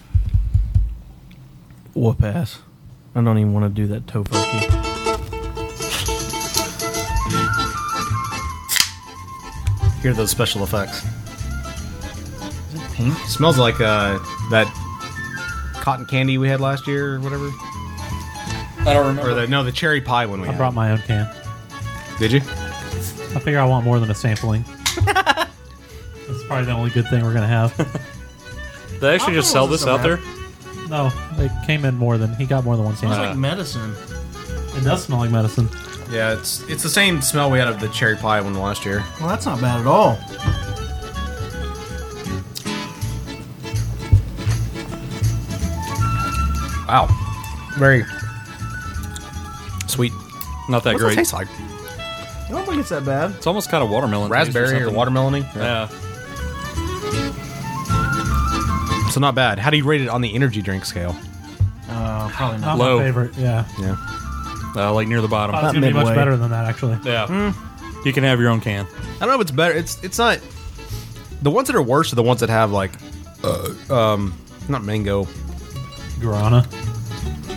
Speaker 9: whoop ass. I don't even want to do that tofurkey.
Speaker 12: Here are those special effects.
Speaker 9: Pink.
Speaker 12: Smells like uh, that cotton candy we had last year or whatever. I don't remember. Or the, no, the cherry pie one we
Speaker 11: I
Speaker 12: had.
Speaker 11: brought my own can.
Speaker 12: Did you?
Speaker 11: I figure I want more than a sampling. That's probably the only good thing we're gonna have.
Speaker 8: They actually just sell this out there.
Speaker 11: No, it came in more than he got more than one
Speaker 9: Smells
Speaker 11: sampling.
Speaker 12: Uh,
Speaker 9: like medicine.
Speaker 11: it does smell like medicine.
Speaker 12: Yeah, it's it's the same smell we had of the cherry pie one last year.
Speaker 9: Well, that's not bad at all.
Speaker 12: Wow, very sweet.
Speaker 8: Not that
Speaker 12: What's
Speaker 8: great.
Speaker 12: It taste like
Speaker 9: I don't think it's that bad.
Speaker 8: It's almost kind of watermelon, taste
Speaker 12: raspberry or,
Speaker 8: something.
Speaker 12: watermelon.
Speaker 8: Yeah.
Speaker 12: So not bad. How do you rate it on the energy drink scale?
Speaker 9: Uh, probably
Speaker 11: Not my favorite. Yeah,
Speaker 12: Yeah.
Speaker 8: Uh, like near the bottom.
Speaker 11: Oh, it's gonna be much better than that actually.
Speaker 8: Yeah. You can have your own can.
Speaker 12: I don't know if it's better. It's it's not. The ones that are worse are the ones that have like, uh, um, not mango,
Speaker 11: Guarana.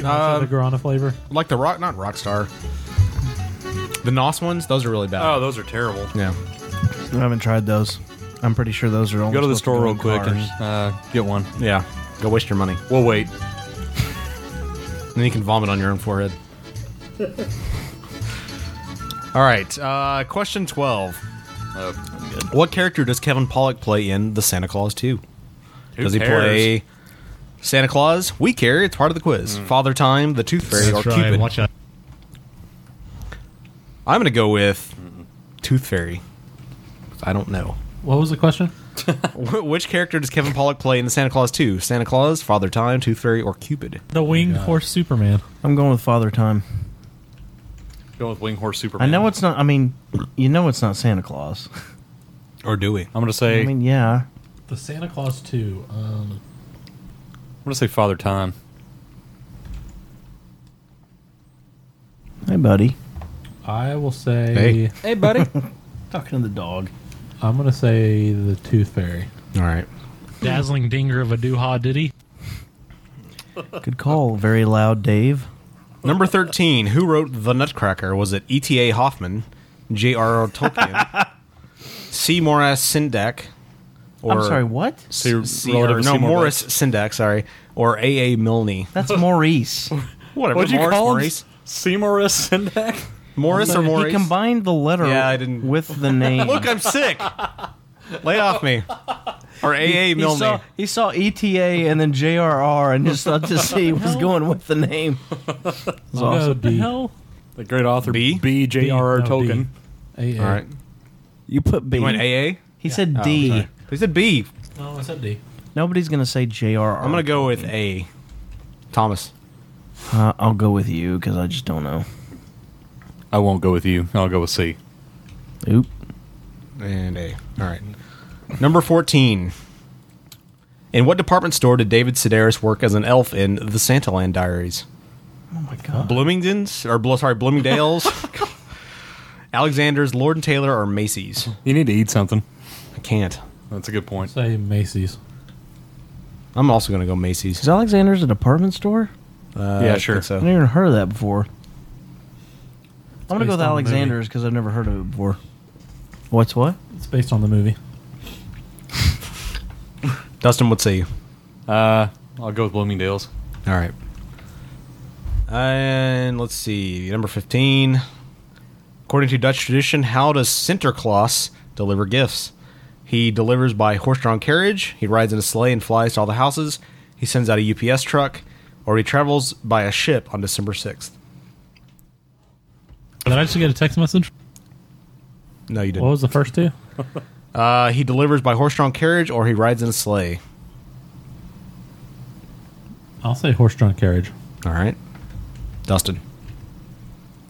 Speaker 12: Uh,
Speaker 11: the guarana flavor.
Speaker 12: like the rock, not rockstar. The nos ones, those are really bad.
Speaker 8: Oh, those are terrible.
Speaker 12: Yeah. I haven't tried those. I'm pretty sure those are only
Speaker 8: Go to the
Speaker 12: supposed
Speaker 8: store
Speaker 12: be
Speaker 8: real
Speaker 12: in
Speaker 8: quick
Speaker 12: cars.
Speaker 8: and uh, get one.
Speaker 5: Yeah. Go waste your money.
Speaker 8: We'll wait.
Speaker 5: Then you can vomit on your own forehead. All right. Uh, question 12.
Speaker 8: Uh,
Speaker 5: What character does Kevin Pollock play in The Santa Claus 2?
Speaker 8: Who
Speaker 5: does he
Speaker 8: cares?
Speaker 5: play Santa Claus? We care. It's part of the quiz. Father Time, The Tooth Fairy,
Speaker 4: That's
Speaker 5: or
Speaker 4: right,
Speaker 5: Cupid?
Speaker 4: watch out.
Speaker 5: I'm going to go with Tooth Fairy. I don't know.
Speaker 11: What was the question?
Speaker 5: Wh- Which character does Kevin Pollock play in The Santa Claus 2? Santa Claus, Father Time, Tooth Fairy, or Cupid?
Speaker 11: The winged horse Superman.
Speaker 12: I'm going with Father Time.
Speaker 8: Go with Wing Horse Superman.
Speaker 12: I know it's not. I mean, you know it's not Santa Claus.
Speaker 5: Or do we? I'm
Speaker 8: going to say
Speaker 12: I mean, yeah.
Speaker 11: The Santa Claus 2. Um,
Speaker 8: I'm going to say Father Time.
Speaker 12: Hey, buddy.
Speaker 11: I will say.
Speaker 8: Hey, buddy.
Speaker 12: Talking to the dog.
Speaker 11: I'm going to say the Tooth Fairy.
Speaker 5: All right.
Speaker 1: Dazzling dinger of a dooha did he?
Speaker 12: Good call. Very loud, Dave.
Speaker 5: Number 13. Who wrote The Nutcracker? Was it E.T.A. Hoffman, J.R.R. Tolkien, C. Morris Sindak,
Speaker 12: I'm sorry, what?
Speaker 5: C, C,
Speaker 12: relative
Speaker 5: or,
Speaker 12: of
Speaker 5: no,
Speaker 12: Seymour
Speaker 5: Morris Sindak, sorry. Or A.A. Milne.
Speaker 12: That's Maurice.
Speaker 5: Whatever.
Speaker 12: What'd you
Speaker 5: Morris,
Speaker 12: call him?
Speaker 5: Maurice.
Speaker 8: Seymour Sindak?
Speaker 5: Morris or Maurice?
Speaker 12: He combined the letter
Speaker 5: Yeah, I didn't.
Speaker 12: with the name.
Speaker 5: Look, I'm sick. Lay off me. Or A.A.
Speaker 12: He-
Speaker 5: Milne.
Speaker 12: He saw, he saw ETA and then JRR and just thought to see what's going with the name. It's awesome.
Speaker 8: the hell? The great author B. B. J. R. R.
Speaker 12: B. No, B.
Speaker 8: Tolkien.
Speaker 11: A.
Speaker 12: All right. You put B.
Speaker 5: You went AA?
Speaker 12: He said D.
Speaker 5: Oh, He said B.
Speaker 11: No, I said D.
Speaker 12: Nobody's going to say JRR.
Speaker 5: I'm going to go with A. Thomas.
Speaker 12: Uh, I'll go with you because I just don't know.
Speaker 8: I won't go with you. I'll go with C.
Speaker 12: Oop.
Speaker 5: And A. All right. Number 14. In what department store did David Sedaris work as an elf in The Santaland Diaries?
Speaker 12: Oh my god.
Speaker 5: Bloomingdon's? Or, blo- sorry, Bloomingdale's? Alexander's, Lord and Taylor, or Macy's?
Speaker 8: You need to eat something.
Speaker 5: I can't.
Speaker 8: That's a good point.
Speaker 11: Say Macy's.
Speaker 5: I'm also going to go Macy's.
Speaker 12: Is Alexander's a department store?
Speaker 5: Uh,
Speaker 8: Yeah,
Speaker 5: I
Speaker 8: sure.
Speaker 5: think
Speaker 12: I've
Speaker 5: So.
Speaker 12: never even heard of that before. I'm going to
Speaker 11: based
Speaker 12: go with
Speaker 11: on the movie.
Speaker 12: Alexander's because I've never heard of it before. What's what?
Speaker 11: It's based on the movie.
Speaker 5: Dustin, what say you?
Speaker 8: Uh, I'll go with Bloomingdale's.
Speaker 5: All right. And let's see. Number 15. According to Dutch tradition, how does Sinterklaas deliver gifts? He delivers by horse drawn carriage, he rides in a sleigh and flies to all the houses, he sends out a UPS truck, or he travels by a ship on December 6th.
Speaker 1: Did I actually get a text message?
Speaker 5: No, you didn't.
Speaker 11: What was the first two?
Speaker 5: Uh, he delivers by horse drawn carriage, or he rides in a sleigh.
Speaker 11: I'll say horse drawn carriage.
Speaker 5: All right. Dustin.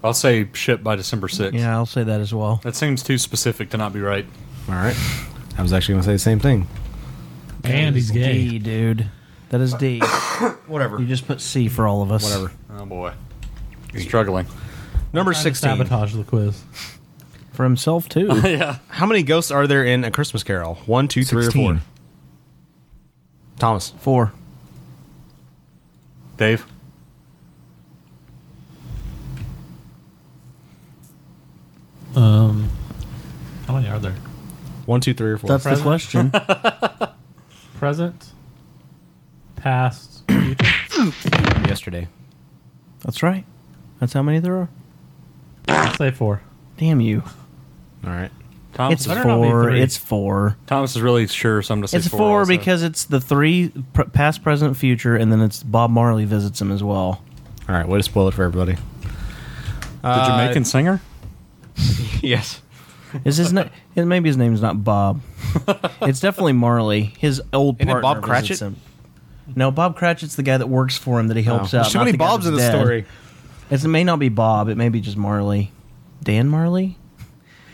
Speaker 8: I'll say ship by December 6th.
Speaker 12: Yeah, I'll say that as well.
Speaker 8: That seems too specific to not be right.
Speaker 5: All right. I was actually going to say the same thing.
Speaker 1: And he's gay.
Speaker 12: D, dude. That is D.
Speaker 5: Whatever.
Speaker 12: You just put C for all of us.
Speaker 5: Whatever.
Speaker 8: Oh, boy. Struggling.
Speaker 5: Number
Speaker 11: Trying to
Speaker 5: 16.
Speaker 11: Sabotage the quiz.
Speaker 12: For himself, too.
Speaker 5: How many ghosts are there in A Christmas Carol? One, two, three, or four?
Speaker 12: 16.
Speaker 5: Thomas.
Speaker 12: Four.
Speaker 8: Dave?
Speaker 11: Um, how many are there?
Speaker 5: One, two, three, or four.
Speaker 12: That's the question.
Speaker 11: Present, past, future.
Speaker 5: Yesterday.
Speaker 12: That's right. That's how many there are.
Speaker 11: I'll say four.
Speaker 12: Damn you.
Speaker 5: All right.
Speaker 8: Thomas
Speaker 12: it's
Speaker 8: is- Um, Better not be
Speaker 12: four.
Speaker 8: three.
Speaker 12: It's four.
Speaker 8: Thomas is really sure, so I'm going to say
Speaker 12: It's
Speaker 8: four.
Speaker 12: four
Speaker 8: also.
Speaker 12: because it's the three pr- past, present, future, and then it's Bob Marley visits him as well.
Speaker 5: All right. Way to spoil it for everybody.
Speaker 12: uh,
Speaker 8: The Jamaican singer?
Speaker 5: yes.
Speaker 12: Is his name? maybe his name's not Bob. it's definitely Marley. His old
Speaker 5: Isn't it
Speaker 12: partner.
Speaker 5: Bob Cratchit?
Speaker 12: visits him. No, Bob Cratchit's the guy that works for him that he helps
Speaker 5: There's
Speaker 12: out.
Speaker 5: too
Speaker 12: not
Speaker 5: many
Speaker 12: the guy
Speaker 5: Bobs
Speaker 12: that's
Speaker 5: in the
Speaker 12: dead.
Speaker 5: story.
Speaker 12: It's, it may not be Bob. It may be just Marley. Dan Marley.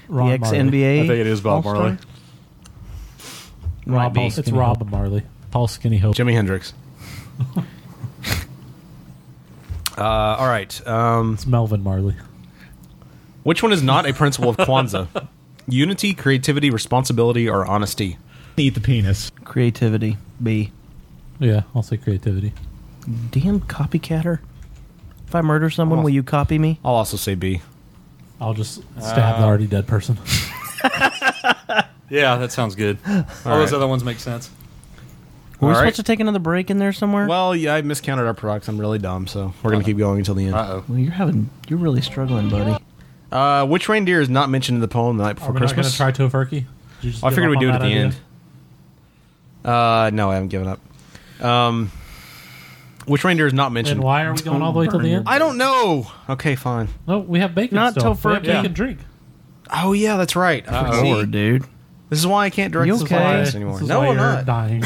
Speaker 11: Ron
Speaker 12: the ex NBA.
Speaker 8: I think it is Bob Marley.
Speaker 11: Rob,
Speaker 12: be.
Speaker 11: it's
Speaker 12: Skinny
Speaker 11: Rob Marley. Paul Skinny Hope.
Speaker 5: Jimi Hendrix. Uh, all right. Um,
Speaker 11: It's Melvin Marley.
Speaker 5: which one is not a principle of Kwanzaa? Unity, creativity, responsibility, or honesty?
Speaker 4: Eat the penis.
Speaker 12: Creativity. B.
Speaker 11: Yeah, I'll say creativity.
Speaker 12: Damn copycatter. If I murder
Speaker 11: Oh.
Speaker 12: someone, will you copy me?
Speaker 5: I'll also say B.
Speaker 11: I'll just stab the already dead person.
Speaker 8: Yeah, that sounds good. All, those
Speaker 11: right.
Speaker 8: other ones make sense.
Speaker 11: All
Speaker 4: Were we
Speaker 11: right.
Speaker 4: supposed to take another break in there somewhere?
Speaker 11: Well, yeah, I miscounted our products. I'm really dumb, so we're gonna keep going until the end. Uh-oh.
Speaker 4: Well, you're having, you're really struggling, buddy.
Speaker 11: Uh, which reindeer is not mentioned in the poem the night
Speaker 12: Are
Speaker 11: before
Speaker 12: we not going
Speaker 11: Christmas?
Speaker 12: to try Tofurkey? Did you just
Speaker 11: I
Speaker 12: give
Speaker 11: figured we'd
Speaker 12: up
Speaker 11: do it
Speaker 12: on
Speaker 11: at the
Speaker 12: that idea?
Speaker 11: end. Uh, no, I haven't given up. Um, which reindeer is not mentioned?
Speaker 12: Then why are we going all the way till the end?
Speaker 11: I don't know. Okay, fine.
Speaker 12: No, we have bacon.
Speaker 11: Not
Speaker 12: still.
Speaker 11: Tofurkey.
Speaker 12: We have bacon drink.
Speaker 11: Oh yeah, that's right. I
Speaker 4: Uh-oh.
Speaker 11: see.
Speaker 4: Lord, dude.
Speaker 11: This is why I can't direct
Speaker 4: You
Speaker 11: this
Speaker 4: okay?
Speaker 11: podcast anymore.
Speaker 4: This is
Speaker 11: no,
Speaker 4: why
Speaker 11: I'm
Speaker 4: you're
Speaker 11: not
Speaker 12: dying.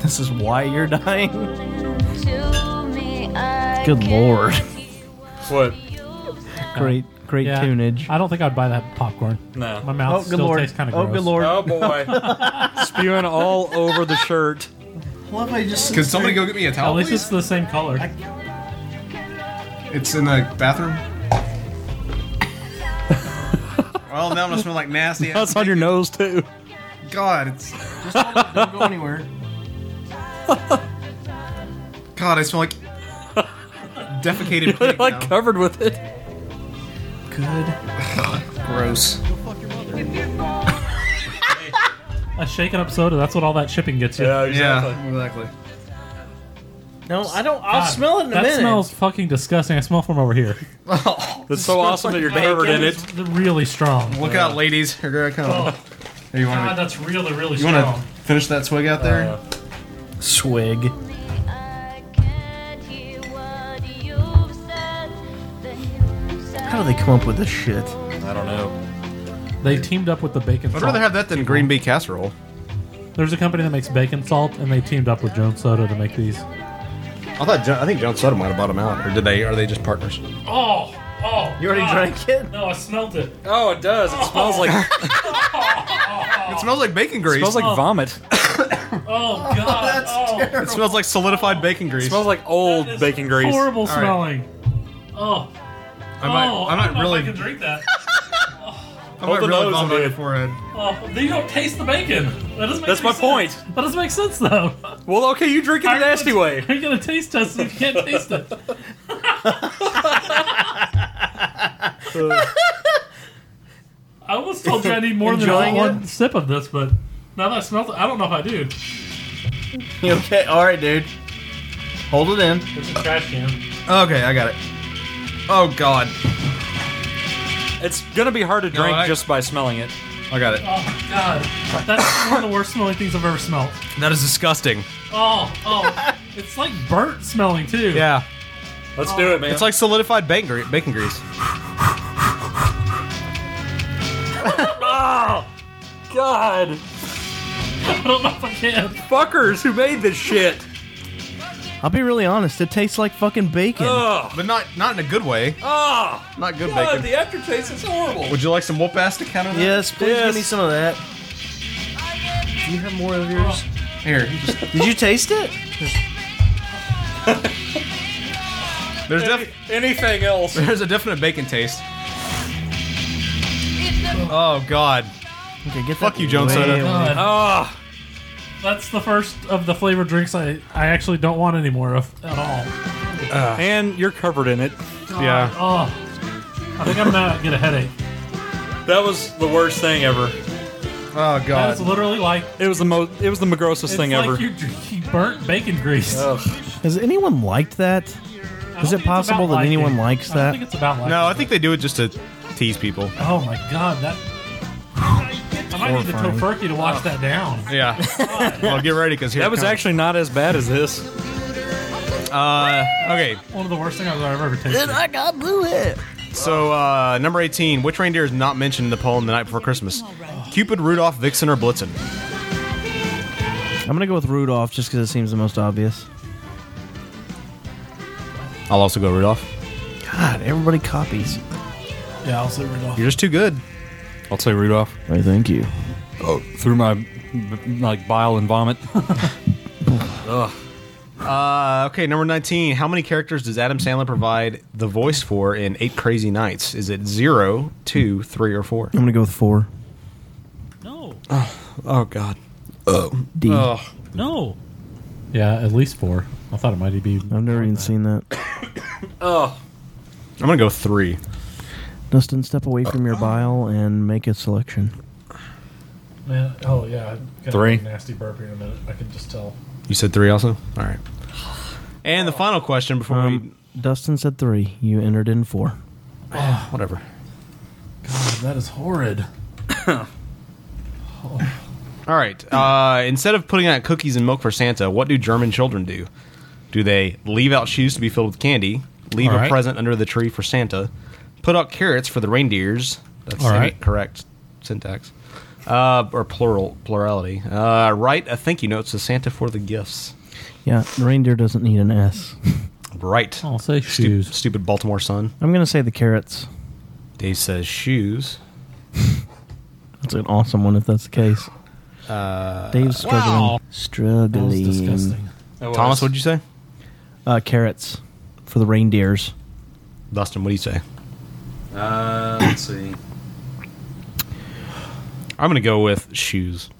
Speaker 4: This is why you're dying.
Speaker 32: Good
Speaker 4: lord.
Speaker 8: What?
Speaker 4: Great, great
Speaker 12: Yeah.
Speaker 4: tunage.
Speaker 12: I don't think I'd buy that popcorn.
Speaker 8: No.
Speaker 12: My mouth
Speaker 4: Oh, good
Speaker 12: still
Speaker 4: lord.
Speaker 12: tastes kind of
Speaker 4: Oh,
Speaker 12: gross.
Speaker 4: good lord.
Speaker 8: Oh boy, spewing all over the shirt.
Speaker 4: Love I just
Speaker 11: Can somebody go get me a towel,
Speaker 12: At least
Speaker 11: please?
Speaker 12: it's the same color.
Speaker 11: It's in the bathroom. well, now I'm gonna smell like nasty.
Speaker 8: That's on your nose too.
Speaker 11: God, it's
Speaker 4: just hold it, don't go anywhere.
Speaker 11: God, I smell like defecated. Pig
Speaker 8: like covered with it.
Speaker 4: Good.
Speaker 11: Gross.
Speaker 12: A shaken up soda. That's what all that shipping gets you.
Speaker 11: exactly.
Speaker 4: No, I don't. I'll smell it in a
Speaker 12: that
Speaker 4: minute.
Speaker 12: smells fucking disgusting. I smell from over here.
Speaker 8: That's so awesome that you're covered in it.
Speaker 12: It's really strong.
Speaker 11: Look out, ladies! Here I come.
Speaker 12: Oh.
Speaker 11: Here, you
Speaker 12: God,
Speaker 11: want
Speaker 12: that's really, really
Speaker 11: to? You
Speaker 12: strong.
Speaker 11: want to finish that swig out there?
Speaker 4: Swig. How do they come up with this shit?
Speaker 8: I don't know.
Speaker 12: They teamed up with the bacon.
Speaker 11: I'd
Speaker 12: salt.
Speaker 11: rather have that than green bean casserole.
Speaker 12: There's a company that makes bacon salt, and they teamed up with Jones Soda to make these.
Speaker 11: I thought John, I think John Soda might have bought them out, or did they? Are they just partners?
Speaker 12: Oh, oh!
Speaker 4: You already drank it?
Speaker 12: No, I smelled it.
Speaker 8: Oh, it does. It smells like
Speaker 11: It smells like bacon
Speaker 8: it
Speaker 11: grease.
Speaker 8: smells like vomit.
Speaker 12: Oh God! that's
Speaker 11: It smells like solidified bacon grease.
Speaker 8: It smells like old bacon grease.
Speaker 12: horrible
Speaker 11: All right.
Speaker 12: smelling. Oh,
Speaker 11: I might-
Speaker 12: oh,
Speaker 11: I might
Speaker 12: don't know if
Speaker 11: really-
Speaker 12: I can drink that.
Speaker 11: I
Speaker 8: Hold
Speaker 11: might
Speaker 8: the
Speaker 11: really
Speaker 8: nose
Speaker 11: vomit
Speaker 8: on
Speaker 11: on your
Speaker 8: it.
Speaker 11: forehead.
Speaker 12: Oh, you don't taste the bacon. That doesn't make
Speaker 8: That's
Speaker 12: any
Speaker 8: my
Speaker 12: sense.
Speaker 8: point.
Speaker 12: That doesn't make sense though.
Speaker 8: Well, okay, you drink it the nasty way.
Speaker 12: Are you gonna taste us if you can't taste it? I almost told you I need more than
Speaker 4: Enjoying
Speaker 12: one sip of this, but now that I smell it, I don't know if I do.
Speaker 4: You okay? All right, dude. Hold it in.
Speaker 12: It's a trash can.
Speaker 11: Okay, I got it. Oh God,
Speaker 8: It's gonna be hard to
Speaker 11: No,
Speaker 8: drink
Speaker 11: I-
Speaker 8: just by smelling it.
Speaker 11: I got it.
Speaker 12: Oh God, that's one of the worst smelling things I've ever smelled.
Speaker 11: That is disgusting.
Speaker 12: Oh, oh, it's like burnt smelling too.
Speaker 11: Yeah,
Speaker 8: Let's do
Speaker 12: Oh,
Speaker 8: it, man.
Speaker 11: it's like solidified bacon, gre- bacon grease.
Speaker 8: oh, God,
Speaker 12: I don't know if I can.
Speaker 8: fuckers who made this shit.
Speaker 4: I'll be really honest. It tastes like fucking bacon.
Speaker 8: Ugh.
Speaker 11: but not not in a good way.
Speaker 8: Oh,
Speaker 11: Not good
Speaker 8: God,
Speaker 11: bacon.
Speaker 8: the aftertaste is horrible.
Speaker 11: Would you like some whoop ass to counter that?
Speaker 4: yes, please
Speaker 8: Yes.
Speaker 4: give me some of that. Do you have more of yours?
Speaker 11: Here, you just,
Speaker 4: Did you taste it?
Speaker 11: there's def-
Speaker 8: Anything else?
Speaker 11: there's a definite bacon taste. Oh God,
Speaker 4: Okay, get
Speaker 11: fuck
Speaker 4: that
Speaker 11: you, Jones
Speaker 4: way
Speaker 11: Soda.
Speaker 12: God.
Speaker 8: Ah,
Speaker 12: That's the first of the flavored drinks I, I actually don't want any more of at all.
Speaker 8: and Ah, you're covered in it.
Speaker 11: Yeah,
Speaker 12: Oh, I think I'm gonna get a headache.
Speaker 8: That was the worst thing ever.
Speaker 11: oh
Speaker 12: That is
Speaker 11: God.
Speaker 12: literally like
Speaker 8: It was the most. It was the grossest
Speaker 12: it's
Speaker 8: thing
Speaker 12: like
Speaker 8: ever.
Speaker 12: you drinking burnt bacon grease.
Speaker 4: Has anyone liked that?
Speaker 12: I don't
Speaker 4: Is
Speaker 12: think
Speaker 4: it
Speaker 12: it's about
Speaker 4: possible that
Speaker 12: liking.
Speaker 4: anyone likes
Speaker 12: I don't
Speaker 4: that?
Speaker 12: think it's about liking.
Speaker 11: No, I think they do it just to tease people.
Speaker 12: Oh my god, that. I might need the
Speaker 4: Horrifying.
Speaker 12: tofurkey to wash that down.
Speaker 11: Yeah. well, get ready because here
Speaker 8: that
Speaker 11: it
Speaker 8: was
Speaker 11: comes.
Speaker 8: actually not as bad as this.
Speaker 11: Uh, okay,
Speaker 12: One of the worst things I've ever tasted.
Speaker 4: I got blue it.
Speaker 11: so uh, number eighteen. Which reindeer is not mentioned in the poem "The Night Before Christmas"? Cupid, Rudolph, Vixen, or Blitzen?
Speaker 4: I'm gonna go with Rudolph just because it seems the most obvious.
Speaker 11: I'll also go Rudolph.
Speaker 4: God, everybody copies.
Speaker 12: Yeah, I'll say Rudolph.
Speaker 11: You're just too good.
Speaker 8: I'll say Rudolph.
Speaker 4: I thank you.
Speaker 8: Oh, through my b- like bile and vomit. Ugh.
Speaker 11: Uh, okay, number 19. How many characters does Adam Sandler provide the voice for in Eight Crazy Nights? Is it zero, two, three, or four?
Speaker 4: I'm gonna go with four.
Speaker 12: No,
Speaker 11: Oh, God.
Speaker 4: D. have
Speaker 11: Oh,
Speaker 12: no. Yeah, at least four. I thought it might be.
Speaker 4: never even seen that.
Speaker 11: I'm going to go three.
Speaker 4: Dustin, step away from your bile and make a selection.
Speaker 33: Yeah. Oh yeah. I've got
Speaker 11: Three.
Speaker 33: a Nasty burp here in a minute. I can just tell.
Speaker 11: You said three also? All right. And the final question before
Speaker 12: Um, Dustin said three. You entered in four.
Speaker 11: Whatever.
Speaker 33: God, that is horrid.
Speaker 11: we. All right. Uh, instead of putting out cookies and milk for Santa, what do German children do? Do they leave out shoes to be filled with candy, leave
Speaker 34: All
Speaker 11: a
Speaker 34: right.
Speaker 11: present under the tree for Santa, put out carrots for the reindeers? That's
Speaker 34: All
Speaker 11: the
Speaker 34: right.
Speaker 11: correct syntax. Uh, or plural plurality. Uh, write a thank you note to Santa for the gifts.
Speaker 12: Yeah, the reindeer doesn't need an S.
Speaker 11: Right. I'll say shoes. stupid Baltimore sun.
Speaker 12: I'm gonna say the carrots.
Speaker 11: Dave says shoes.
Speaker 12: That's an awesome one if that's the case.
Speaker 11: Uh,
Speaker 12: Dave's struggling.
Speaker 11: wow.
Speaker 12: Struggling.
Speaker 11: That was disgusting. That was. Thomas, what'd you say?
Speaker 12: Uh, carrots for the reindeers.
Speaker 11: Dustin, what do you say?
Speaker 8: Uh, let's see.
Speaker 11: I'm gonna go with shoes.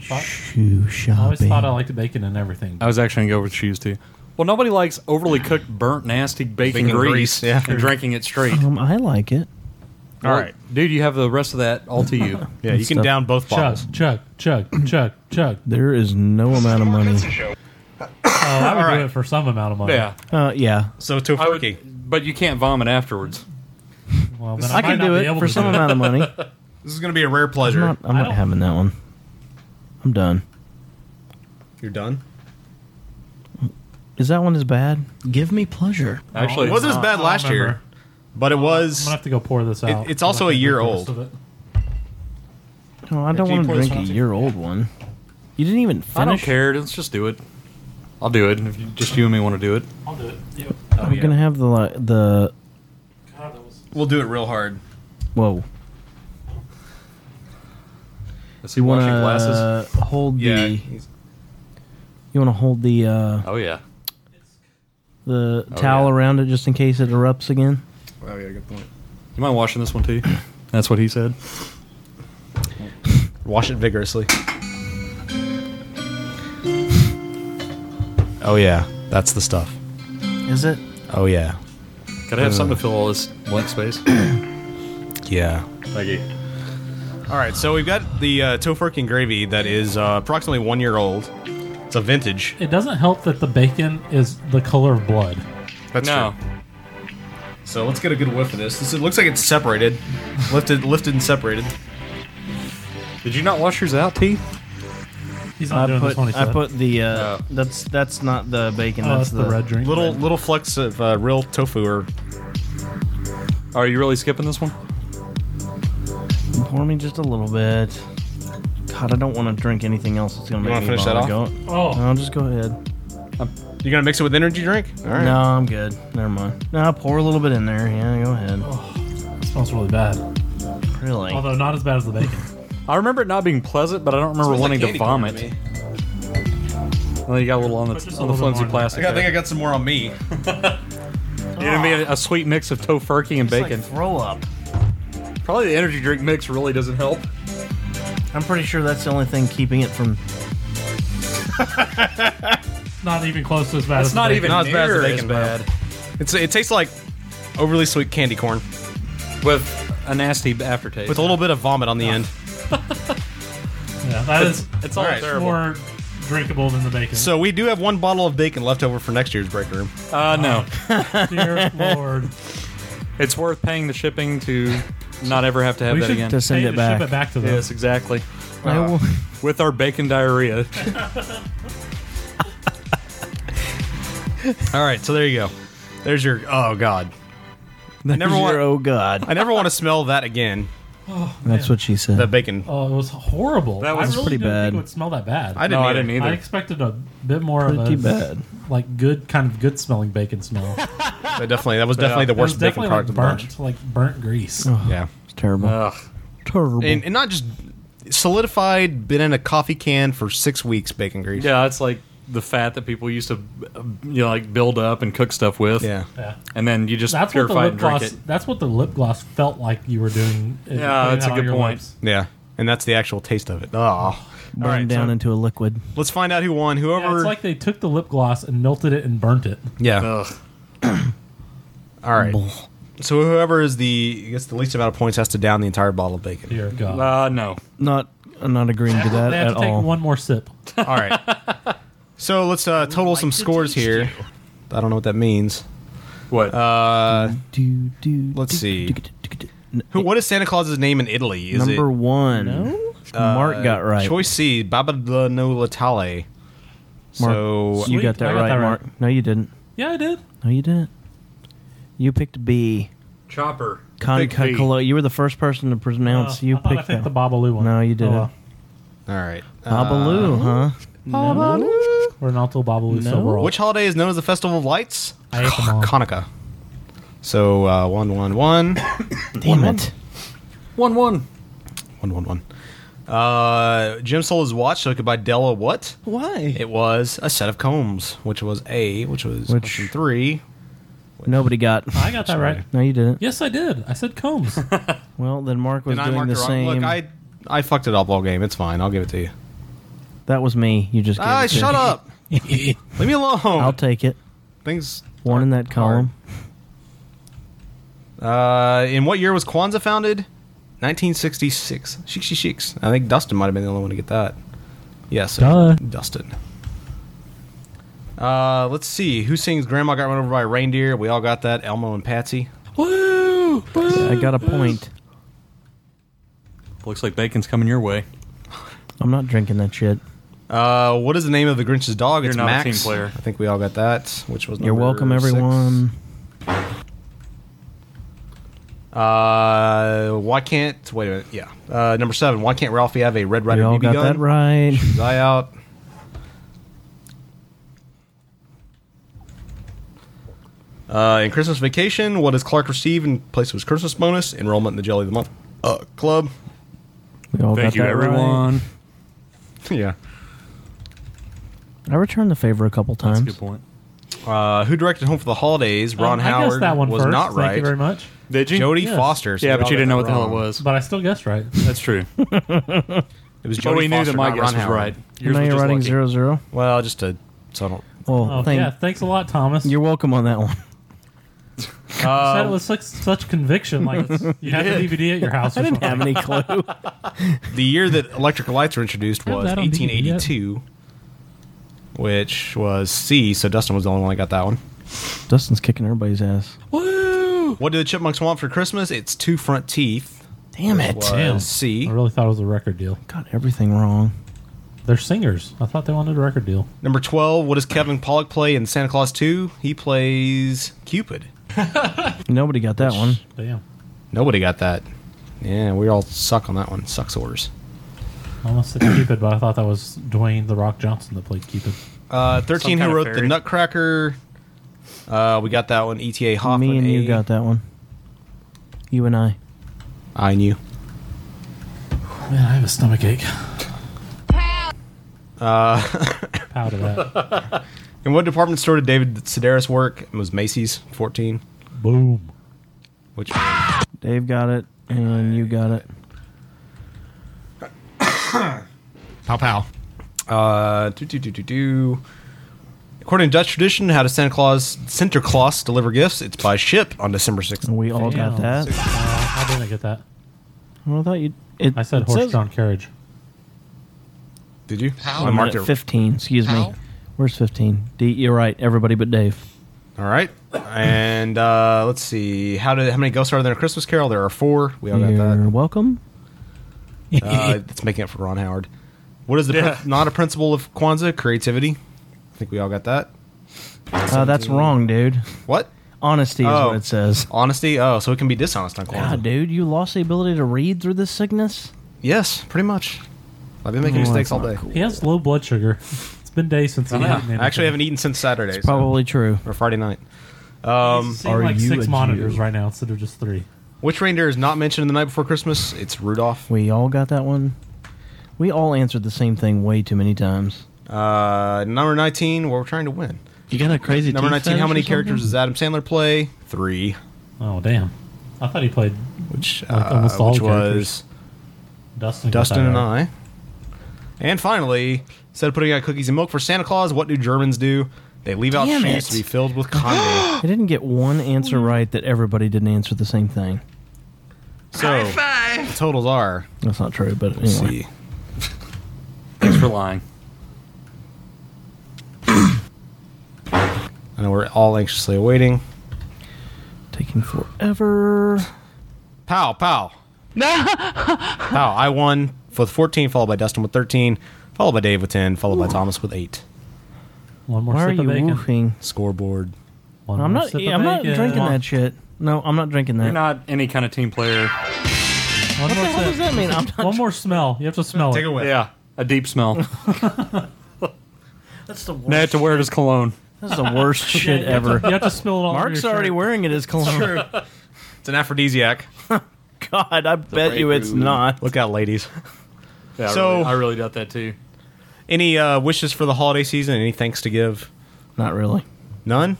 Speaker 12: Shoe
Speaker 33: I always
Speaker 12: shopping.
Speaker 33: thought I liked bacon and everything.
Speaker 8: I was actually going to go with shoes too. Well, nobody likes overly cooked, burnt, nasty bacon,
Speaker 11: Bacon
Speaker 8: grease,
Speaker 11: grease, yeah.
Speaker 8: and drinking it straight.
Speaker 12: Um, I like it.
Speaker 8: All right, dude, you have the rest of that all to you.
Speaker 12: Yeah, you can Stuff. down both
Speaker 33: Chug, chug, chug, chug, chug.
Speaker 12: There is no amount of money.
Speaker 33: Oh, I would
Speaker 8: All right.
Speaker 33: do it for some amount of money.
Speaker 8: Yeah.
Speaker 12: Uh, yeah.
Speaker 11: So
Speaker 8: I would- but you can't vomit afterwards.
Speaker 33: Well,
Speaker 12: then I I can might not do be it able for to some do it. amount of money.
Speaker 11: This is gonna be a rare pleasure.
Speaker 12: I'm not, I'm not having that one. I'm done.
Speaker 11: You're done.
Speaker 12: Is that one as bad? Give me pleasure.
Speaker 11: it wasn't as bad last year, but it was.
Speaker 33: I'm gonna have to go pour this
Speaker 11: It-
Speaker 33: out.
Speaker 11: it's also a year old.
Speaker 12: No, I
Speaker 11: Can you
Speaker 12: don't want to
Speaker 11: pour this
Speaker 12: drink a
Speaker 11: one?
Speaker 12: year old one. You didn't even finish.
Speaker 8: I don't care. Let's just do it. I'll do it if you, just you and me want to do it.
Speaker 33: I'll do it.
Speaker 12: We're gonna have the li- the
Speaker 11: We'll do it real hard.
Speaker 12: whoa.
Speaker 8: Is he washing
Speaker 11: Uh,
Speaker 8: glasses?
Speaker 12: Hold
Speaker 8: Yeah,
Speaker 12: the. You want to hold the uh,
Speaker 8: Oh yeah.
Speaker 12: the
Speaker 8: Oh,
Speaker 12: towel around it just in case it erupts again.
Speaker 8: Oh yeah, good point. You mind washing this one too? That's what he said.
Speaker 11: Wash it vigorously. Oh yeah, that's the stuff.
Speaker 12: Is it?
Speaker 11: Oh yeah,
Speaker 8: Gotta have
Speaker 11: Uh.
Speaker 8: something to fill all this blank space. Thank
Speaker 11: yeah.
Speaker 8: you.
Speaker 11: All right, so we've got the uh, tofurkey and gravy that is uh, approximately one year old. It's a vintage.
Speaker 33: It doesn't help that the bacon is the color of blood.
Speaker 11: That's true. So let's get a good whiff of this. This it looks like it's separated, lifted, lifted and separated.
Speaker 8: Did you not wash yours out, T?
Speaker 33: He's
Speaker 12: I
Speaker 33: not doing
Speaker 12: put
Speaker 33: this one. he
Speaker 12: I
Speaker 33: said.
Speaker 12: put the uh, that's that's not the bacon.
Speaker 33: Oh,
Speaker 12: that's
Speaker 33: that's the red drink.
Speaker 11: Little little flecks of uh, real tofu. Or
Speaker 8: Are you really skipping this one?
Speaker 12: Pour me just a little bit. God, I don't want to drink anything else. that's gonna
Speaker 11: You
Speaker 12: make
Speaker 11: wanna
Speaker 12: me
Speaker 11: finish that
Speaker 12: vomit.
Speaker 11: off?
Speaker 12: Go.
Speaker 11: Oh.
Speaker 12: no, just go ahead.
Speaker 11: you gonna mix it with energy drink? All right.
Speaker 12: No, I'm good. Never mind. No, pour a little bit in there. Yeah, go ahead.
Speaker 33: Oh, It smells really bad.
Speaker 12: Really?
Speaker 33: Although not as bad as the bacon.
Speaker 8: I remember it not being pleasant, but I don't remember
Speaker 33: Smells like
Speaker 8: wanting
Speaker 33: candy
Speaker 8: to
Speaker 33: corn to
Speaker 8: vomit. And then you got a little on the,
Speaker 33: just a
Speaker 8: on the
Speaker 33: little
Speaker 8: flimsy
Speaker 33: more.
Speaker 8: plastic.
Speaker 11: I
Speaker 8: there.
Speaker 11: think I got some more on me.
Speaker 8: You're gonna be a, a sweet mix of tofurkey and
Speaker 12: Oh, It's like
Speaker 8: bacon.
Speaker 12: throw up.
Speaker 8: Probably the energy drink mix really doesn't help.
Speaker 12: I'm pretty sure that's the only thing keeping it from.
Speaker 33: Not even close to as bad.
Speaker 8: That's
Speaker 33: as
Speaker 8: not
Speaker 33: the bacon.
Speaker 8: even
Speaker 11: Not as bad as the
Speaker 8: near
Speaker 11: bacon, but- It's it tastes like overly sweet candy corn
Speaker 8: with a nasty aftertaste.
Speaker 11: with a little bit of vomit on the end.
Speaker 33: Yeah, that
Speaker 8: It's-
Speaker 33: is.
Speaker 8: it's all
Speaker 33: Alright.
Speaker 8: terrible.
Speaker 33: more drinkable than the bacon.
Speaker 11: So we do have one bottle of bacon left over for next year's break room.
Speaker 8: Uh, no.
Speaker 33: Dear Lord,
Speaker 8: It's worth paying the shipping to not ever have to have
Speaker 33: We
Speaker 8: that
Speaker 33: should
Speaker 8: again.
Speaker 12: to send Pay it to ship back. it
Speaker 33: back to them.
Speaker 8: Yes, exactly.
Speaker 12: I will-
Speaker 8: with our bacon diarrhea.
Speaker 11: All right, so there you go. There's your oh god. I never
Speaker 12: There's
Speaker 11: want
Speaker 12: your oh god.
Speaker 11: I never want to smell that again.
Speaker 12: That's what she said.
Speaker 11: The bacon.
Speaker 33: oh, it was horrible.
Speaker 11: That was
Speaker 33: I really
Speaker 11: pretty
Speaker 33: didn't
Speaker 11: bad.
Speaker 33: Think it would smell that bad.
Speaker 11: I didn't No, I either. didn't either.
Speaker 33: I expected a bit more
Speaker 12: Pretty
Speaker 33: of a
Speaker 12: bad.
Speaker 33: like good kind of good smelling bacon smell.
Speaker 11: That definitely that was definitely the
Speaker 33: It was
Speaker 11: worst bacon
Speaker 33: definitely,
Speaker 11: product of the
Speaker 33: like
Speaker 11: bunch.
Speaker 33: burnt, like burnt grease.
Speaker 11: Yeah.
Speaker 12: It's terrible. Terrible.
Speaker 11: And, and not just solidified, been in a coffee can for six weeks bacon grease.
Speaker 8: yeah, it's like the fat that people used to, uh, you know, like build up and cook stuff with.
Speaker 11: Yeah.
Speaker 33: Yeah.
Speaker 8: And then you just
Speaker 33: that's what the
Speaker 8: purify it
Speaker 33: lip
Speaker 8: and drink
Speaker 33: gloss.
Speaker 8: it.
Speaker 33: That's what the lip gloss felt like you were doing. if you
Speaker 8: Yeah,
Speaker 33: put
Speaker 8: that's
Speaker 33: it
Speaker 8: a
Speaker 33: on
Speaker 8: good
Speaker 33: your
Speaker 8: point.
Speaker 33: lips.
Speaker 11: Yeah. And that's the actual taste of it. Oh.
Speaker 12: Burned down into a liquid.
Speaker 11: Let's find out who won. Whoever
Speaker 33: Yeah, it's like they took the lip gloss and melted it and burnt it.
Speaker 11: Yeah. All right. So whoever is the I guess the least amount of points has to down the entire bottle of bacon.
Speaker 9: Dear God.
Speaker 11: Uh, no,
Speaker 12: not I'm not agreeing to that
Speaker 9: they have
Speaker 11: at
Speaker 9: to take
Speaker 11: all.
Speaker 9: one more sip.
Speaker 11: All right. So let's uh, total some scores here. I don't know what that means. What? Uh, let's see. Who? What is Santa Claus's name in Italy? Is
Speaker 12: Number
Speaker 11: it, Uh,
Speaker 12: one. No? Mark got right.
Speaker 11: Choice C, Baba la no Latale. So
Speaker 12: you got that right, Mark. No, you didn't.
Speaker 9: Yeah, I did.
Speaker 12: No, you didn't. You picked B.
Speaker 8: Chopper.
Speaker 12: Con
Speaker 8: Big B.
Speaker 12: Cuccolo. You were the first person to pronounce.
Speaker 9: Oh,
Speaker 12: you
Speaker 9: I thought I
Speaker 12: picked
Speaker 9: picked
Speaker 12: that.
Speaker 9: the Babalu one. Oh,
Speaker 12: No, you didn't.
Speaker 9: well.
Speaker 11: All right. Uh,
Speaker 12: Babalu, huh?
Speaker 9: Renato Babalu
Speaker 11: No.
Speaker 9: Silverall.
Speaker 11: Which holiday is known as the Festival of Lights?
Speaker 9: I ate them all.
Speaker 11: Hanukkah. So uh, one one one.
Speaker 12: Damn it.
Speaker 8: One one.
Speaker 11: One one one. Uh, Jim sold his watch so he could buy Della what?
Speaker 12: Why?
Speaker 11: It was a set of combs, which was A, which was
Speaker 12: Which-
Speaker 11: option three.
Speaker 12: Nobody got.
Speaker 9: I got that
Speaker 11: Sorry.
Speaker 9: right.
Speaker 12: No, you didn't.
Speaker 9: Yes, I did. I said combs.
Speaker 12: Well, then Mark was
Speaker 11: And I
Speaker 12: doing
Speaker 11: marked
Speaker 12: the
Speaker 11: it wrong.
Speaker 12: same.
Speaker 11: Look, I I fucked it up all game. It's fine. I'll give it to you.
Speaker 12: That was me. You just. Gave
Speaker 11: Ah,
Speaker 12: it to
Speaker 11: shut
Speaker 12: me.
Speaker 11: up. Leave me alone.
Speaker 12: I'll take it.
Speaker 11: Things.
Speaker 12: One in that column.
Speaker 11: Uh, in what year was Kwanzaa founded? 1966. Shik shik shiks. I think Dustin might have been the only one to get that. Yes,
Speaker 9: Duh.
Speaker 11: Dustin. Uh, let's see. Who sings "Grandma Got Run Over by a Reindeer"? We all got that. Elmo and Patsy.
Speaker 9: Woo!
Speaker 12: I got a point.
Speaker 8: Looks like bacon's coming your way.
Speaker 12: I'm not drinking that shit.
Speaker 11: Uh, what is the name of the Grinch's dog?
Speaker 8: You're
Speaker 11: it's
Speaker 8: not a
Speaker 11: Max.
Speaker 8: team player.
Speaker 11: I think we all got that. Which was
Speaker 12: You're
Speaker 11: number
Speaker 12: welcome,
Speaker 11: six.
Speaker 12: everyone.
Speaker 11: Uh, why can't wait a minute? Yeah, uh, number seven. Why can't Ralphie have a Red Rider
Speaker 12: you all
Speaker 11: BB
Speaker 12: got
Speaker 11: gun?
Speaker 12: that right.
Speaker 11: His eye out. Uh, in Christmas Vacation, what does Clark receive in place of his Christmas bonus? Enrollment in the Jelly of the Month uh, Club.
Speaker 12: We all got that Right.
Speaker 11: yeah.
Speaker 12: I returned the favor a couple times.
Speaker 8: point.
Speaker 11: Uh, who directed Home for the Holidays? Ron
Speaker 9: Um, I guessed
Speaker 11: Howard
Speaker 9: that one
Speaker 11: was
Speaker 9: first.
Speaker 11: not
Speaker 9: Thank
Speaker 11: right.
Speaker 9: you very much.
Speaker 8: Did you?
Speaker 11: Jodie
Speaker 8: Yes.
Speaker 11: Foster.
Speaker 8: Yeah,
Speaker 11: we
Speaker 8: but
Speaker 11: all got
Speaker 8: you didn't know what
Speaker 11: that
Speaker 8: the hell it
Speaker 11: wrong.
Speaker 8: was.
Speaker 9: But I still guessed right.
Speaker 8: That's true.
Speaker 11: It was
Speaker 8: But we
Speaker 11: Jodie
Speaker 8: knew that
Speaker 11: Foster,
Speaker 8: my
Speaker 11: not
Speaker 8: guess
Speaker 11: Ron
Speaker 8: was
Speaker 11: Howard.
Speaker 8: right.
Speaker 12: And now you're writing zero zero.
Speaker 11: Well, just to so I don't.
Speaker 12: Well,
Speaker 9: Oh,
Speaker 12: thank,
Speaker 9: yeah. Thanks a lot, Thomas.
Speaker 12: you're welcome on that one.
Speaker 9: you
Speaker 11: Um,
Speaker 9: said it with such, such conviction. Like it's, you had the DVD at your house.
Speaker 12: I
Speaker 9: or
Speaker 12: didn't have
Speaker 9: something.
Speaker 12: any clue.
Speaker 11: the year that electric lights were introduced
Speaker 9: I have
Speaker 11: was
Speaker 9: that on DVD yet.
Speaker 11: 1882, which was C. So Dustin was the only one that got that one.
Speaker 12: Dustin's kicking everybody's ass.
Speaker 11: Woo! What do the chipmunks want for Christmas? It's two front teeth.
Speaker 12: Damn
Speaker 11: Which
Speaker 12: it.
Speaker 11: was C.
Speaker 9: I really thought it was a record deal.
Speaker 12: Got everything wrong.
Speaker 9: They're singers. I thought they wanted a record deal.
Speaker 11: Number 12, what does Kevin Pollock play in Santa Claus 2? He plays Cupid.
Speaker 12: Nobody got that one.
Speaker 9: Damn.
Speaker 11: Nobody got that. Yeah, we all suck on that one. Sucks orders.
Speaker 9: I almost said Cupid, but I thought that was Dwayne the Rock Johnson that played Cupid.
Speaker 11: Uh, 13,
Speaker 8: Some
Speaker 11: who
Speaker 8: kind of
Speaker 11: wrote The
Speaker 8: fairy.
Speaker 11: Nutcracker? Uh, we got that one. E.T.A. Hoffman.
Speaker 12: Me and
Speaker 11: A.
Speaker 12: you got that one. You and I.
Speaker 11: I knew.
Speaker 9: Man, I have a stomach ache.
Speaker 11: Uh,
Speaker 9: Proud of that.
Speaker 11: in what department store did David Sedaris work? It was Macy's, 14.
Speaker 9: Boom.
Speaker 11: Which
Speaker 12: Dave got it, and you got it.
Speaker 11: Pow pow. Uh, do do do do do. According to Dutch tradition, how does Santa Claus Santa Claus deliver gifts? It's by ship on December sixth.
Speaker 12: We all got
Speaker 9: Damn.
Speaker 12: that.
Speaker 9: Uh, I didn't get that.
Speaker 12: Well, I thought you. It,
Speaker 9: I said
Speaker 12: it
Speaker 9: horse
Speaker 12: says-
Speaker 9: drawn carriage.
Speaker 11: Did you?
Speaker 12: Wait a
Speaker 11: I marked
Speaker 12: minute,
Speaker 11: it.
Speaker 12: Fifteen. Excuse me. Where's fifteen? D, you're right. Everybody but Dave.
Speaker 11: All right. And uh, let's see. How did how many ghosts are there in Christmas Carol? There are four. We all got that.
Speaker 12: You're welcome.
Speaker 11: Uh, it's making up for Ron Howard. What is the
Speaker 8: Yeah.
Speaker 11: prin- not a principle of Kwanzaa? Creativity. I think we all got that.
Speaker 12: Uh, that's wrong, dude.
Speaker 11: What?
Speaker 12: Honesty is
Speaker 11: Oh.
Speaker 12: what it says.
Speaker 11: Honesty. Oh, so it can be dishonest on Kwanzaa.
Speaker 12: God, dude, you lost the ability to read through this sickness.
Speaker 11: Yes, pretty much. I've been making
Speaker 12: Oh,
Speaker 11: mistakes
Speaker 12: that's
Speaker 11: all
Speaker 12: not
Speaker 11: day.
Speaker 9: He has low blood sugar. It's been days since he
Speaker 11: I know.
Speaker 9: had
Speaker 11: I actually haven't eaten since Saturday. so-
Speaker 12: Probably true.
Speaker 11: or Friday night. Um,
Speaker 9: Are like six monitors right now instead of just three.
Speaker 11: which reindeer is not mentioned in the night before Christmas? It's Rudolph.
Speaker 12: We all got that one. We all answered the same thing way too many times.
Speaker 11: Uh, number nineteen. Well, we're trying to win.
Speaker 35: You got a crazy
Speaker 11: Number
Speaker 35: teeth
Speaker 11: nineteen. How
Speaker 35: fetish
Speaker 11: many
Speaker 35: or
Speaker 11: characters does Adam Sandler play? Three.
Speaker 9: Oh damn! I thought he played
Speaker 11: Which
Speaker 9: Like,
Speaker 11: uh,
Speaker 9: almost all
Speaker 11: which
Speaker 9: characters.
Speaker 11: was
Speaker 9: Dustin. got
Speaker 11: Dustin
Speaker 9: that
Speaker 11: and
Speaker 9: right.
Speaker 11: I. And finally, instead of putting out cookies and milk for Santa Claus, what do Germans do? They leave out
Speaker 12: Damn
Speaker 11: shoes
Speaker 12: it.
Speaker 11: to be filled with condor.
Speaker 12: I didn't get one answer right that everybody didn't answer the same thing.
Speaker 11: so the totals are.
Speaker 12: That's not true, but
Speaker 11: Let's
Speaker 12: anyway.
Speaker 8: Thanks for lying.
Speaker 11: I know we're all anxiously awaiting.
Speaker 12: Taking forever.
Speaker 11: Pow, pow. Pow. I won with 14, followed by Dustin with 13, followed by Dave with 10, followed by Thomas with 8.
Speaker 4: One more
Speaker 12: Why are
Speaker 4: sip of
Speaker 12: you
Speaker 4: bacon.
Speaker 12: woofing?
Speaker 11: Scoreboard.
Speaker 4: One
Speaker 12: I'm
Speaker 4: more
Speaker 12: not.
Speaker 4: sip of
Speaker 12: Yeah, I'm not
Speaker 4: bacon.
Speaker 12: drinking
Speaker 4: One-
Speaker 12: that shit. No, I'm not drinking that.
Speaker 8: You're not any kind of team
Speaker 4: One
Speaker 8: player.
Speaker 12: What
Speaker 4: more
Speaker 12: the hell
Speaker 4: sip.
Speaker 12: does that mean? I'm not
Speaker 4: One more smell. You have to smell it.
Speaker 8: Yeah, a deep smell.
Speaker 12: That's the
Speaker 8: Now I have to wear it as cologne.
Speaker 12: This is the worst shit
Speaker 4: you have to-
Speaker 12: ever.
Speaker 4: you have to spill it all over
Speaker 12: Mark's
Speaker 4: your
Speaker 12: already
Speaker 4: shirt.
Speaker 12: wearing it as cologne.
Speaker 11: It's an aphrodisiac.
Speaker 12: God, I bet you it's
Speaker 11: breakthrough.
Speaker 12: not.
Speaker 11: Look out, ladies.
Speaker 8: Yeah,
Speaker 11: So-
Speaker 8: I really, I really doubt that too.
Speaker 11: Any uh, wishes for the holiday season? Any thanks to give?
Speaker 12: Not really.
Speaker 11: None?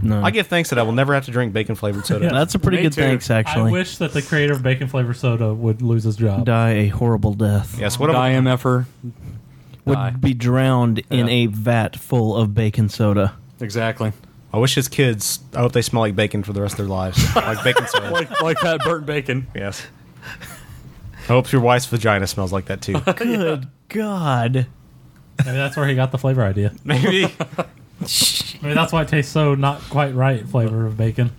Speaker 12: No.
Speaker 11: I give thanks that I will never have to drink bacon flavored soda.
Speaker 4: Yeah.
Speaker 12: pretty
Speaker 4: Me
Speaker 12: good
Speaker 4: too.
Speaker 12: thanks,
Speaker 4: I
Speaker 12: actually.
Speaker 4: wish that the creator of bacon flavor soda would lose his job.
Speaker 12: Die a horrible death.
Speaker 11: Yes,
Speaker 8: what Die, about- MFer.
Speaker 12: Would
Speaker 8: Die.
Speaker 12: be drowned in
Speaker 8: Yeah.
Speaker 12: a vat full of bacon soda.
Speaker 8: Exactly.
Speaker 11: I wish his kids, I hope they smell like bacon for the rest of their lives. like bacon soda.
Speaker 8: like, like that burnt bacon.
Speaker 11: Yes. I hope your wife's vagina smells like that too.
Speaker 12: Good God.
Speaker 4: Maybe that's where he got the flavor idea.
Speaker 11: Maybe.
Speaker 4: Maybe that's why it tastes so not quite right flavor of bacon.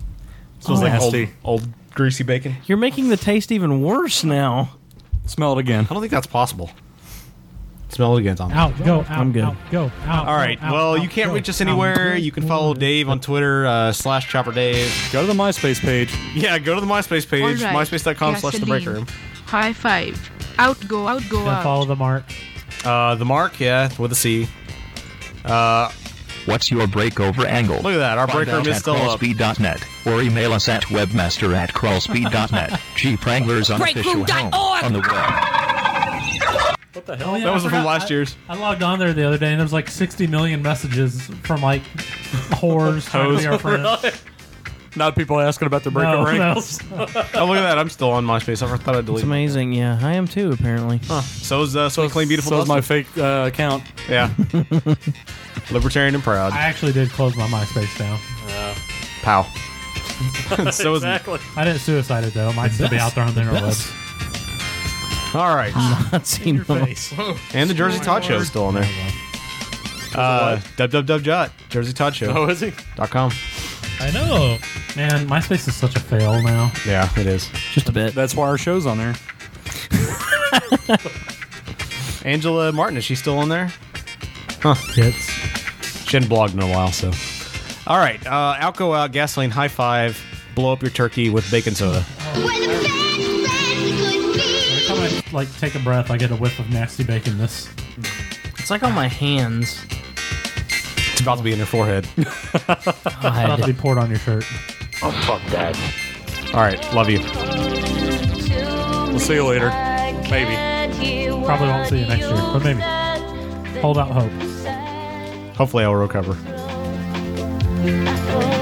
Speaker 12: Smells like old- Nasty.
Speaker 11: old greasy bacon.
Speaker 12: Oh, You're making the taste even worse now.
Speaker 8: Smell it again.
Speaker 11: I don't think that's possible. Smell it again, Tom.
Speaker 4: Out, go, out,
Speaker 12: I'm good.
Speaker 4: out, go, out.
Speaker 11: All right. well, you can't reach us anywhere. You can follow Dave on Twitter, uh, slash Chopper Dave.
Speaker 8: Go to the MySpace page.
Speaker 11: Yeah, go to the MySpace page,
Speaker 24: All right.
Speaker 11: myspace.com slash The Break Room.
Speaker 24: Gasoline. High five. Out go, out go, out.
Speaker 4: the mark.
Speaker 11: Uh, the mark, yeah, with a C. Uh,
Speaker 6: What's your breakover angle?
Speaker 11: Look at that, our
Speaker 6: Find
Speaker 11: break room
Speaker 6: out
Speaker 11: is
Speaker 6: at
Speaker 11: still up.
Speaker 6: crawlspeed.net or email us at webmaster at crawlspeed.net. Jeep Wrangler's unofficial home on the web.
Speaker 4: What the hell?
Speaker 11: That was from last year's.
Speaker 4: I logged on there the other day and there was like 60 million messages from like whores, trying to be our friends.
Speaker 8: Not people asking about the break
Speaker 4: No,
Speaker 8: of rank.
Speaker 4: no.
Speaker 11: oh, look at that. I'm still on MySpace. I thought I
Speaker 12: It's
Speaker 11: deleted it.
Speaker 12: amazing. Yeah, I am too, apparently.
Speaker 11: So is, uh, so is Clean Beautiful
Speaker 8: so is my
Speaker 11: Dustin.
Speaker 8: fake uh, account.
Speaker 11: Yeah. Libertarian and proud.
Speaker 4: I actually did close my MySpace down.
Speaker 11: Pow. so is
Speaker 8: exactly.
Speaker 4: I didn't suicide it though. It might still be out there on the interwebs.
Speaker 11: All right.
Speaker 12: Nazi face.
Speaker 11: And the
Speaker 4: Oh
Speaker 11: Jersey Todd Show is still on there. Uh, www. Jersey Todd Show.
Speaker 4: Oh, is he?
Speaker 11: Dot com.
Speaker 4: I know. Man, MySpace is such a fail now.
Speaker 11: Yeah, it is.
Speaker 12: Just a bit.
Speaker 8: That's why our show's on there.
Speaker 11: Angela Martin, is she still on there? Huh.
Speaker 4: Yes.
Speaker 11: She hadn't blogged in a while, so. All right. Uh, out, go out, gasoline, high five, blow up your turkey with bacon soda.
Speaker 4: Every time I like take a breath, I get a whiff of nasty baconness.
Speaker 12: It's like on my hands.
Speaker 11: It's about to be in your forehead.
Speaker 4: About to be poured on your shirt.
Speaker 11: Oh, fuck that. All right. Love you.
Speaker 8: We'll see you later. Maybe.
Speaker 4: Probably won't see you next year, but maybe. Hold out hope.
Speaker 11: Hopefully, I'll recover.
Speaker 24: Oh,